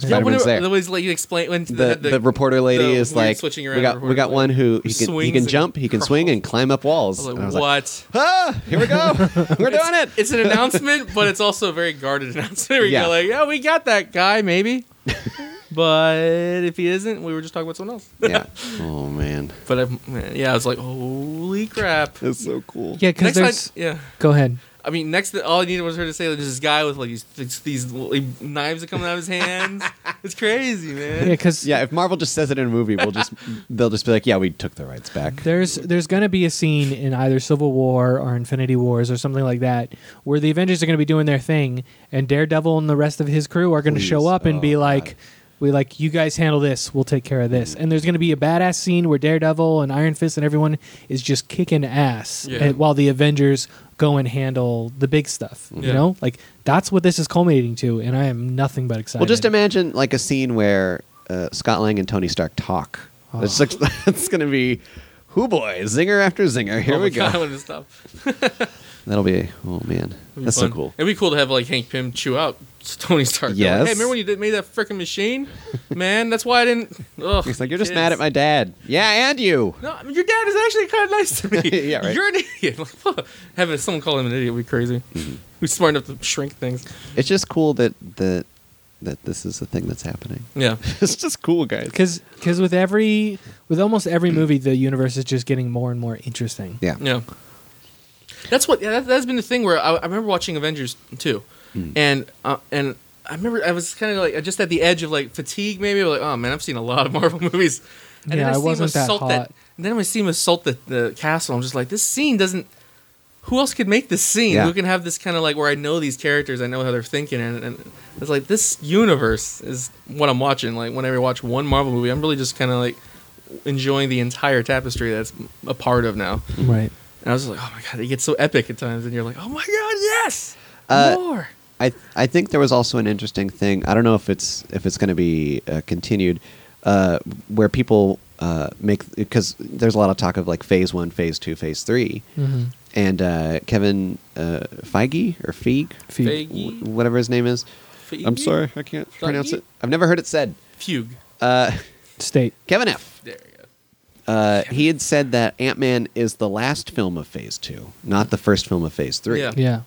Speaker 2: Yeah,
Speaker 3: Spider-Man's there.
Speaker 2: the ways like you explain when
Speaker 3: the, the, reporter lady
Speaker 2: the
Speaker 3: is
Speaker 2: weird
Speaker 3: like,
Speaker 2: switching
Speaker 3: we
Speaker 2: around
Speaker 3: got we
Speaker 2: reporter
Speaker 3: got
Speaker 2: lady.
Speaker 3: one who he can, he
Speaker 2: Swings
Speaker 3: can
Speaker 2: and
Speaker 3: jump, he can swing and climb up walls.
Speaker 2: I was
Speaker 3: And I
Speaker 2: like,
Speaker 3: was
Speaker 2: what?
Speaker 3: like, ah, here we go, we're doing it.
Speaker 2: it's an announcement, but it's also a very guarded announcement. Where you
Speaker 3: Yeah.
Speaker 2: go like, yeah, we got that guy, maybe. but if he isn't, we were just talking about someone else.
Speaker 3: yeah. Oh man,
Speaker 2: But I, man, yeah, I was like, holy crap.
Speaker 3: that's so cool.
Speaker 1: yeah, because
Speaker 2: Next
Speaker 1: there's.
Speaker 2: time, yeah.
Speaker 1: Go ahead.
Speaker 2: I mean, next, all I needed was her to say, like, there's this guy with like these, these, these like, knives that come out of his hands. it's crazy,
Speaker 1: Yeah,
Speaker 2: man.
Speaker 1: because
Speaker 3: Yeah, if Marvel just says it in a movie, we'll just they'll just be like, yeah, we took the rights back.
Speaker 1: there's there's gonna be a scene in either Civil War or Infinity Wars or something like that where the Avengers are gonna be doing their thing and Daredevil and the rest of his crew are gonna
Speaker 3: Please.
Speaker 1: show up and
Speaker 3: Oh,
Speaker 1: be
Speaker 3: God. Mm.
Speaker 1: like, we like you guys handle this, we'll take care of this. And there's gonna be a badass scene where Daredevil and Iron Fist and everyone is just kicking ass
Speaker 2: Yeah.
Speaker 1: and- while the Avengers go and handle the big stuff. You
Speaker 2: Yeah.
Speaker 1: know, like that's what this is culminating to, and I am nothing but excited.
Speaker 3: Well, just imagine like
Speaker 2: Oh.
Speaker 3: a scene where uh, Scott Lang and Tony Stark talk. It's like that's gonna be. Hoo boy, zinger after zinger. Here
Speaker 2: oh my
Speaker 3: we go.
Speaker 2: God, when it stopped.
Speaker 3: That'll be oh man,
Speaker 2: It'd be
Speaker 3: that's
Speaker 2: fun.
Speaker 3: so cool.
Speaker 2: It'd be cool to have like Hank Pym chew out Tony Stark. They're Like,
Speaker 3: Yes.
Speaker 2: hey, remember when you did, made that freaking machine? Man, that's why I didn't. Ugh,
Speaker 3: He's like, you're just
Speaker 2: kids.
Speaker 3: mad at my dad. Yeah, and you.
Speaker 2: No, I mean, your dad is actually kind of nice to me.
Speaker 3: Yeah, right.
Speaker 2: You're an idiot. Like, having someone call him an idiot would be crazy.
Speaker 3: Mm-hmm.
Speaker 2: Who's smart enough to shrink things?
Speaker 3: It's just cool that that that this is the thing that's happening.
Speaker 2: Yeah.
Speaker 3: it's just cool, guys.
Speaker 1: Because because with every with almost every movie, the universe is just getting more and more interesting.
Speaker 3: Yeah.
Speaker 2: Yeah. That's what yeah, that, that's been the thing where I, I remember watching Avengers two,
Speaker 3: Hmm.
Speaker 2: and uh, and I remember I was kind of like just at the edge of like fatigue maybe like oh man I've seen a lot of Marvel movies, and
Speaker 1: Yeah,
Speaker 2: then I,
Speaker 1: it
Speaker 2: see him
Speaker 1: wasn't that
Speaker 2: assault that,
Speaker 1: hot.
Speaker 2: and then I see him assault the, the castle. I'm just like this scene doesn't. Who else could make this scene?
Speaker 3: Yeah.
Speaker 2: Who can have this kind of like where I know these characters, I know how they're thinking, and, and it's like this universe is what I'm watching. Like whenever I watch one Marvel movie, I'm really just kind of like enjoying the entire tapestry that's a part of now.
Speaker 1: Right.
Speaker 2: And I was just like, oh my god, it gets so epic at times, and you're like, oh my god, yes,
Speaker 3: Uh,
Speaker 2: more.
Speaker 3: I I think there was also an interesting thing. I don't know if it's if it's going to be uh, continued, uh, where people uh, make because there's a lot of talk of like phase one, phase two, phase 3 and uh, Kevin uh, Feige or Feig,
Speaker 1: Feig.
Speaker 2: Feige?
Speaker 3: wh- whatever his name is. I'm
Speaker 2: Feige?
Speaker 3: sorry, I can't pronounce
Speaker 2: Feige?
Speaker 3: it. I've never heard it said.
Speaker 2: Fugue.
Speaker 1: State.
Speaker 3: Kevin F.
Speaker 2: There you go.
Speaker 3: Uh, he had said that Ant Man is the last film of Phase Two, not the first film of Phase Three.
Speaker 2: Yeah.
Speaker 1: Yeah.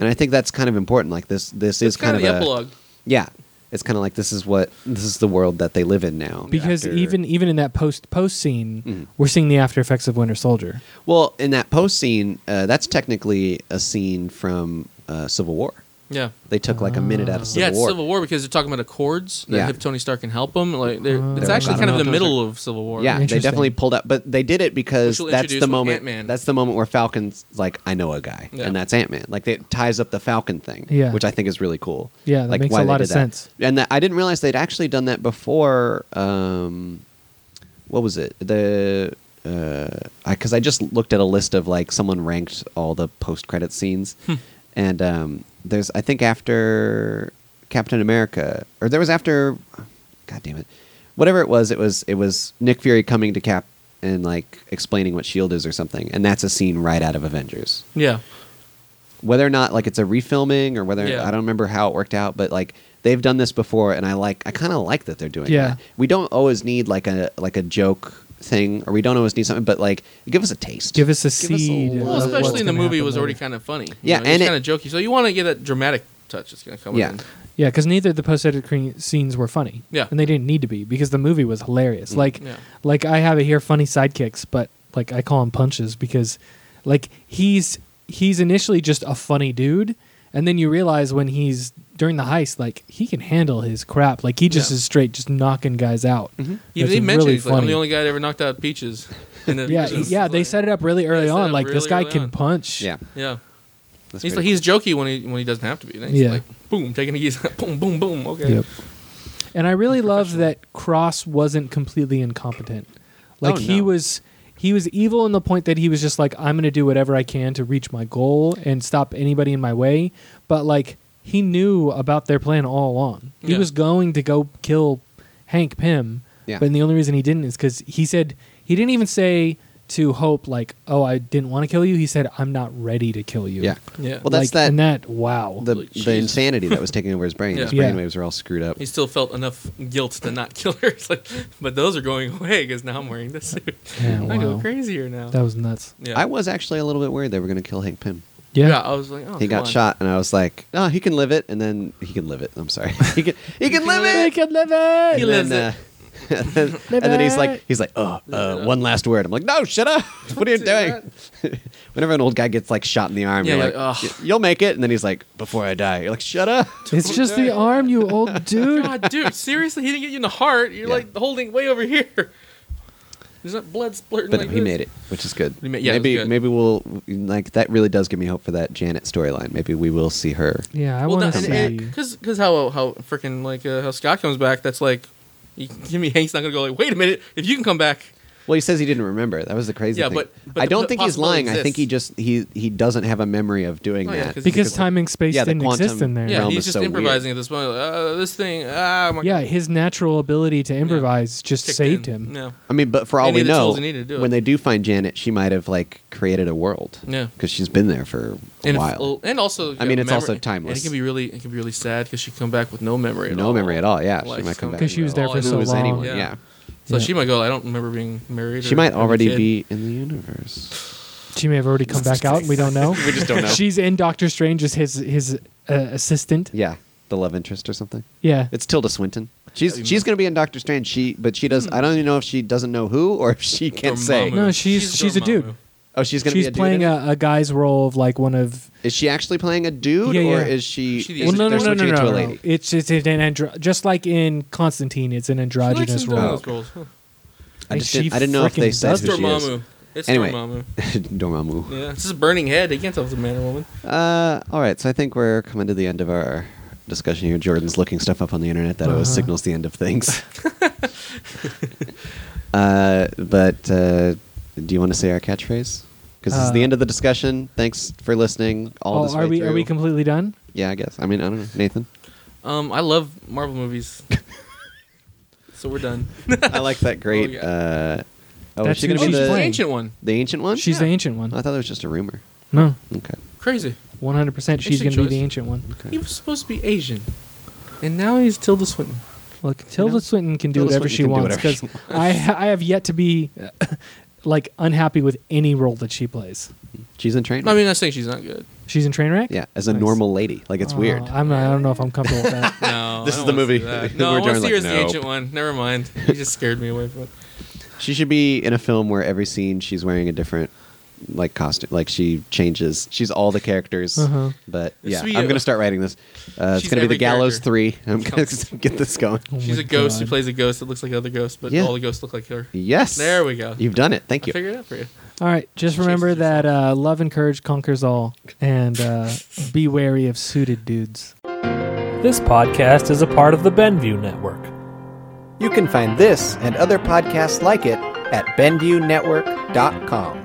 Speaker 3: and I think that's kind of important. Like this, this
Speaker 2: It's
Speaker 3: is
Speaker 2: kind of the
Speaker 3: a-
Speaker 2: epilogue.
Speaker 3: Yeah, it's kind of like this is what this is the world that they live in now.
Speaker 1: Because
Speaker 3: after-
Speaker 1: even even in that post post scene, we're seeing the after effects of Winter Soldier.
Speaker 3: well, in that post scene, uh, that's technically a scene from uh, Civil War.
Speaker 2: Yeah.
Speaker 3: They took like a minute out of Civil
Speaker 2: yeah, it's
Speaker 3: War.
Speaker 2: Civil War because they're talking about accords that
Speaker 3: Yeah.
Speaker 2: if Tony Stark can help them. Like, they're,
Speaker 1: Uh,
Speaker 2: it's
Speaker 3: They're
Speaker 2: actually
Speaker 3: about
Speaker 2: kind of
Speaker 3: to
Speaker 2: the
Speaker 3: know.
Speaker 2: middle of Civil War.
Speaker 3: Yeah, they
Speaker 1: Interesting.
Speaker 3: definitely pulled out, but they did it because
Speaker 2: Which will
Speaker 3: that's
Speaker 2: introduce
Speaker 3: the
Speaker 2: with
Speaker 3: moment.
Speaker 2: Ant-Man.
Speaker 3: That's the moment where Falcon's like, "I know a guy,"
Speaker 2: Yeah.
Speaker 3: and that's Ant Man. Like it ties up the Falcon thing,
Speaker 1: Yeah.
Speaker 3: which I think is really cool.
Speaker 1: Yeah, that
Speaker 3: like,
Speaker 1: makes
Speaker 3: why
Speaker 1: a
Speaker 3: they
Speaker 1: lot of
Speaker 3: did that.
Speaker 1: sense.
Speaker 3: And that, I didn't realize they'd actually done that before. Um, what was it? The because I, just looked at a list of like someone ranked all the post credit scenes, and um, there's I think after Captain America or there was after, God damn it, whatever it was, it was it was Nick Fury coming to Cap and like explaining what Shield E is or something, and that's a scene right out of Avengers.
Speaker 2: Yeah.
Speaker 3: Whether or not like it's a refilming or whether
Speaker 2: Yeah.
Speaker 3: I don't remember how it worked out, but like they've done this before, and I like I kind of like that they're doing.
Speaker 1: Yeah.
Speaker 3: that. we don't always need like a like a joke thing, or we don't always need something, but like give us a taste.
Speaker 1: Give us a seed.
Speaker 3: little-
Speaker 1: of
Speaker 2: Well,
Speaker 3: Well,
Speaker 1: what's
Speaker 2: especially in the
Speaker 1: gonna
Speaker 2: movie it
Speaker 1: happen
Speaker 2: was already
Speaker 1: later.
Speaker 2: kind of funny. You
Speaker 3: Yeah,
Speaker 2: know,
Speaker 3: and
Speaker 2: it's
Speaker 3: it-
Speaker 2: kind of jokey. So you want to get that dramatic touch that's going to come
Speaker 3: Yeah.
Speaker 2: in.
Speaker 1: Yeah, because neither of the post-edit cre- scenes were funny.
Speaker 2: Yeah. Mm,
Speaker 1: and they didn't need to be because the movie was hilarious. Like,
Speaker 2: Yeah.
Speaker 1: like I have it here, funny sidekicks, but like I call him punches because, like he's he's initially just a funny dude, and then you realize when he's during the heist, like he can handle his crap. Like he just
Speaker 2: Yeah. Mm-hmm.
Speaker 1: is straight, just knocking guys out.
Speaker 2: Yeah,
Speaker 1: That's
Speaker 2: they mentioned
Speaker 1: really
Speaker 2: he's like, I'm
Speaker 1: funny.
Speaker 2: the only guy that ever knocked out peaches. in the
Speaker 1: Yeah,
Speaker 2: Avengers."
Speaker 1: yeah, they
Speaker 2: Like,
Speaker 1: set it up really early
Speaker 2: set
Speaker 1: on.
Speaker 2: up
Speaker 1: Like this
Speaker 2: really
Speaker 1: guy
Speaker 2: early
Speaker 1: can
Speaker 2: on.
Speaker 1: punch.
Speaker 3: Yeah,
Speaker 2: Yeah.
Speaker 3: that's
Speaker 2: He's,
Speaker 3: pretty
Speaker 2: like, he's jokey when he when he doesn't have to be. And he's
Speaker 1: Yeah.
Speaker 2: like, boom, taking a easy, boom, boom, boom. Okay.
Speaker 1: Yep. And I really love that Cross wasn't completely incompetent. Like
Speaker 3: Oh,
Speaker 1: he
Speaker 3: no.
Speaker 1: was he was evil in the point that he was just like I'm going to do whatever I can to reach my goal and stop anybody in my way, but like he knew about their plan all along. He
Speaker 2: Yeah.
Speaker 1: was going to go kill Hank Pym,
Speaker 3: Yeah.
Speaker 1: but the only reason he didn't is cuz he said he didn't even say to Hope like, "Oh, I didn't want to kill you." He said, "I'm not ready to kill you."
Speaker 3: Yeah.
Speaker 2: Yeah.
Speaker 3: Well, that's
Speaker 1: Like, and
Speaker 3: that.
Speaker 1: that wow.
Speaker 3: The,
Speaker 2: Holy
Speaker 3: the
Speaker 2: Jesus.
Speaker 3: insanity that was taking over his brain.
Speaker 2: Yeah.
Speaker 3: His
Speaker 1: Yeah.
Speaker 3: brain waves are all screwed up.
Speaker 2: he still felt enough guilt to not kill her. It's like, but those are going away because now I'm wearing this suit.
Speaker 1: Yeah,
Speaker 2: I go
Speaker 1: wow.
Speaker 2: crazier now.
Speaker 1: That was nuts.
Speaker 2: yeah.
Speaker 3: I was actually a little bit worried they were going to kill Hank Pym.
Speaker 2: Yeah.
Speaker 1: Yeah.
Speaker 2: I was like, oh, come
Speaker 3: he got
Speaker 2: on.
Speaker 3: shot, and I was like, "No, he can live it." And then he can live it. I'm sorry, he can he can live it.
Speaker 1: They could live it.
Speaker 2: He
Speaker 3: And
Speaker 2: lives
Speaker 3: then,
Speaker 2: it.
Speaker 3: uh, and then,
Speaker 1: Live
Speaker 3: and then he's like,
Speaker 1: it.
Speaker 3: he's like, oh, uh, one last word. I'm like, no, shut up. What are you
Speaker 2: do
Speaker 3: doing? Whenever an old guy gets like shot in the arm,
Speaker 2: Yeah,
Speaker 3: you're
Speaker 2: you're
Speaker 3: like,
Speaker 2: like, "Ugh."
Speaker 3: you'll make it. And then he's like, before I die, you're like, shut up.
Speaker 1: It's just the arm, you old dude.
Speaker 2: God, dude, seriously, he didn't get you in the heart. You're
Speaker 3: Yeah.
Speaker 2: like holding way over here. There's not blood splurting.
Speaker 3: But
Speaker 2: like
Speaker 3: no, he
Speaker 2: this.
Speaker 3: made it, which is good.
Speaker 2: He ma- yeah, it was
Speaker 3: maybe
Speaker 2: good.
Speaker 3: maybe we'll like that. Really does give me hope for that Janet storyline. Maybe we will see her.
Speaker 1: Yeah, I
Speaker 2: well,
Speaker 1: want to
Speaker 2: because
Speaker 1: see.
Speaker 2: because how how freaking like uh, how Scott comes back. That's like, you, Jimmy Hank's not gonna go like, wait a minute, if you can come back,
Speaker 3: Well, he says he didn't remember. That was the crazy
Speaker 2: Yeah,
Speaker 3: thing.
Speaker 2: but- but
Speaker 3: I
Speaker 2: the
Speaker 3: don't
Speaker 2: p-
Speaker 3: think he's
Speaker 2: possibility
Speaker 3: lying. I think he just he he doesn't have a memory of doing
Speaker 2: Oh, yeah,
Speaker 3: that.
Speaker 2: 'cause he's
Speaker 1: because time and space
Speaker 3: Yeah, the
Speaker 1: didn't exist
Speaker 3: quantum
Speaker 1: in there.
Speaker 2: Yeah,
Speaker 3: realm
Speaker 2: he's
Speaker 3: is
Speaker 2: just
Speaker 3: so weird.
Speaker 2: improvising at this point. Uh, this thing. Ah, my
Speaker 1: Yeah, his natural ability to improvise just
Speaker 2: kicked
Speaker 1: saved
Speaker 2: in.
Speaker 1: him.
Speaker 2: Yeah.
Speaker 3: I mean, but for all
Speaker 2: Any
Speaker 3: we
Speaker 2: of the
Speaker 3: know,
Speaker 2: tools he needed to do
Speaker 3: when
Speaker 2: it.
Speaker 3: they do find Janet, she might have like created a world.
Speaker 2: Yeah.
Speaker 3: because she's been there for a
Speaker 2: And, if-
Speaker 3: while.
Speaker 2: and also,
Speaker 3: I mean, it's
Speaker 2: memory-
Speaker 3: also
Speaker 2: and
Speaker 3: timeless.
Speaker 2: it can be really, it can be really sad because she come back with no memory at
Speaker 3: no
Speaker 2: all.
Speaker 3: memory at all. Yeah,
Speaker 2: Like,
Speaker 3: she might come
Speaker 2: some-
Speaker 3: back.
Speaker 1: 'Cause she
Speaker 3: and
Speaker 1: was
Speaker 3: go,
Speaker 1: there
Speaker 3: "Oh,
Speaker 1: for
Speaker 3: who
Speaker 1: so
Speaker 3: was
Speaker 1: long."
Speaker 3: Anyone.
Speaker 2: Yeah.
Speaker 3: Yeah.
Speaker 2: So
Speaker 1: Yeah.
Speaker 2: she might go. I don't remember being married.
Speaker 3: she
Speaker 2: or
Speaker 3: might
Speaker 2: having a
Speaker 3: already
Speaker 2: kid."
Speaker 3: be in the universe.
Speaker 1: She may have already come back out. and We don't know.
Speaker 3: We just don't know.
Speaker 1: She's in Doctor Strange as his his uh, assistant.
Speaker 3: yeah, the love interest or something.
Speaker 1: Yeah,
Speaker 3: It's Tilda Swinton. She's
Speaker 2: That'd be
Speaker 3: she's gonna be in Doctor Strange. She but she does. I don't even know if she doesn't know who or if she can't say.
Speaker 2: Dormammu.
Speaker 1: No, she's- she's a dude.
Speaker 2: Dormammu.
Speaker 3: Oh, she's gonna
Speaker 1: she's
Speaker 3: be a dude
Speaker 1: playing
Speaker 3: in it?
Speaker 1: a, a guy's role of like one of.
Speaker 3: Is she actually playing a dude
Speaker 1: Yeah,
Speaker 3: or
Speaker 1: yeah.
Speaker 3: is she?
Speaker 2: She the
Speaker 3: is
Speaker 2: Well, no,
Speaker 3: they're
Speaker 2: no,
Speaker 3: switching it to a lady.
Speaker 1: It's it's an andro- just like in Constantine. It's an
Speaker 2: She likes
Speaker 1: androgynous
Speaker 2: those
Speaker 1: role.
Speaker 2: Dormammu roles. Huh.
Speaker 3: I
Speaker 1: And
Speaker 3: just didn't,
Speaker 1: she
Speaker 3: I didn't know if they
Speaker 1: frickin'
Speaker 3: said
Speaker 1: does
Speaker 2: It's
Speaker 3: who she is.
Speaker 2: Dormammu. It's
Speaker 3: Anyway.
Speaker 2: Dormammu.
Speaker 3: Dormammu.
Speaker 2: Yeah, it's just a burning head. They can't tell if it's a man or woman.
Speaker 3: Uh, all right, so I think we're coming to the end of our discussion here. Jordan's looking stuff up on the internet that always
Speaker 1: Uh-huh.
Speaker 3: signals the end of things. uh, but uh, do you want to say our catchphrase? Because this is the
Speaker 1: Uh,
Speaker 3: end of the discussion. Thanks for listening. All
Speaker 1: Oh,
Speaker 3: this
Speaker 1: are
Speaker 3: way
Speaker 1: we
Speaker 3: through.
Speaker 1: are we completely done?
Speaker 3: yeah, I guess. I mean, I don't know, Nathan.
Speaker 2: Um, I love Marvel movies. so we're done.
Speaker 3: I like that great.
Speaker 2: yeah.
Speaker 3: uh, oh,
Speaker 1: That's
Speaker 3: is she going
Speaker 1: who
Speaker 3: to be
Speaker 1: she's
Speaker 2: the
Speaker 3: the
Speaker 1: playing.
Speaker 2: ancient one.
Speaker 3: the ancient one? Oh,
Speaker 1: She's the ancient
Speaker 3: I
Speaker 1: one.
Speaker 3: thought that was just a rumor.
Speaker 1: No,
Speaker 3: Okay.
Speaker 2: Crazy.
Speaker 1: one hundred percent. She's
Speaker 2: Interesting
Speaker 1: going to be the
Speaker 2: choice.
Speaker 1: ancient one.
Speaker 2: He was supposed to be Asian, and now he's Tilda Swinton.
Speaker 1: Look, Tilda
Speaker 3: know,
Speaker 1: Swinton can do
Speaker 3: Tilda
Speaker 1: whatever
Speaker 3: Swinton
Speaker 1: she
Speaker 3: can do
Speaker 1: wants
Speaker 3: whatever
Speaker 1: because
Speaker 3: she
Speaker 1: I ha- I have yet to be like unhappy with any role that she plays.
Speaker 3: She's in train.
Speaker 2: I mean, I'm not saying she's not good.
Speaker 1: She's in Trainwreck.
Speaker 3: yeah, as a
Speaker 1: Nice.
Speaker 3: normal lady. Like it's
Speaker 1: Oh,
Speaker 3: weird.
Speaker 1: I'm not, I don't know if I'm comfortable with that.
Speaker 2: No,
Speaker 3: This
Speaker 2: I
Speaker 3: is
Speaker 2: don't wanna
Speaker 3: the
Speaker 2: see
Speaker 3: movie.
Speaker 2: that.
Speaker 3: We're
Speaker 2: No, I want
Speaker 3: done
Speaker 2: to see
Speaker 3: like,
Speaker 2: her as the
Speaker 3: nope.
Speaker 2: ancient one. Never mind. You just scared me away from it.
Speaker 3: She should be in a film where every scene she's wearing a different like costume. Like she changes. She's all the characters.
Speaker 1: Uh-huh.
Speaker 3: But
Speaker 2: This
Speaker 3: yeah,
Speaker 2: would be
Speaker 3: I'm
Speaker 2: a-
Speaker 3: gonna start writing this. Uh, it's
Speaker 2: She's
Speaker 3: gonna be the
Speaker 2: every
Speaker 3: Gallows
Speaker 2: character.
Speaker 3: Three. I'm gonna get this going.
Speaker 1: Oh
Speaker 2: She's
Speaker 1: my
Speaker 2: a ghost
Speaker 1: God.
Speaker 2: who plays a ghost that looks like other ghosts, but
Speaker 3: Yeah.
Speaker 2: all the ghosts look like her.
Speaker 3: Yes.
Speaker 2: There we go.
Speaker 3: You've done it. Thank
Speaker 2: I
Speaker 3: you.
Speaker 2: figured it out for you.
Speaker 1: All right, just remember
Speaker 2: Jesus.
Speaker 1: that uh, love and courage conquers all, and uh, be wary of suited dudes.
Speaker 7: This podcast is a part of the Benview Network.
Speaker 8: You can find this and other podcasts like it at BenviewNetwork.com.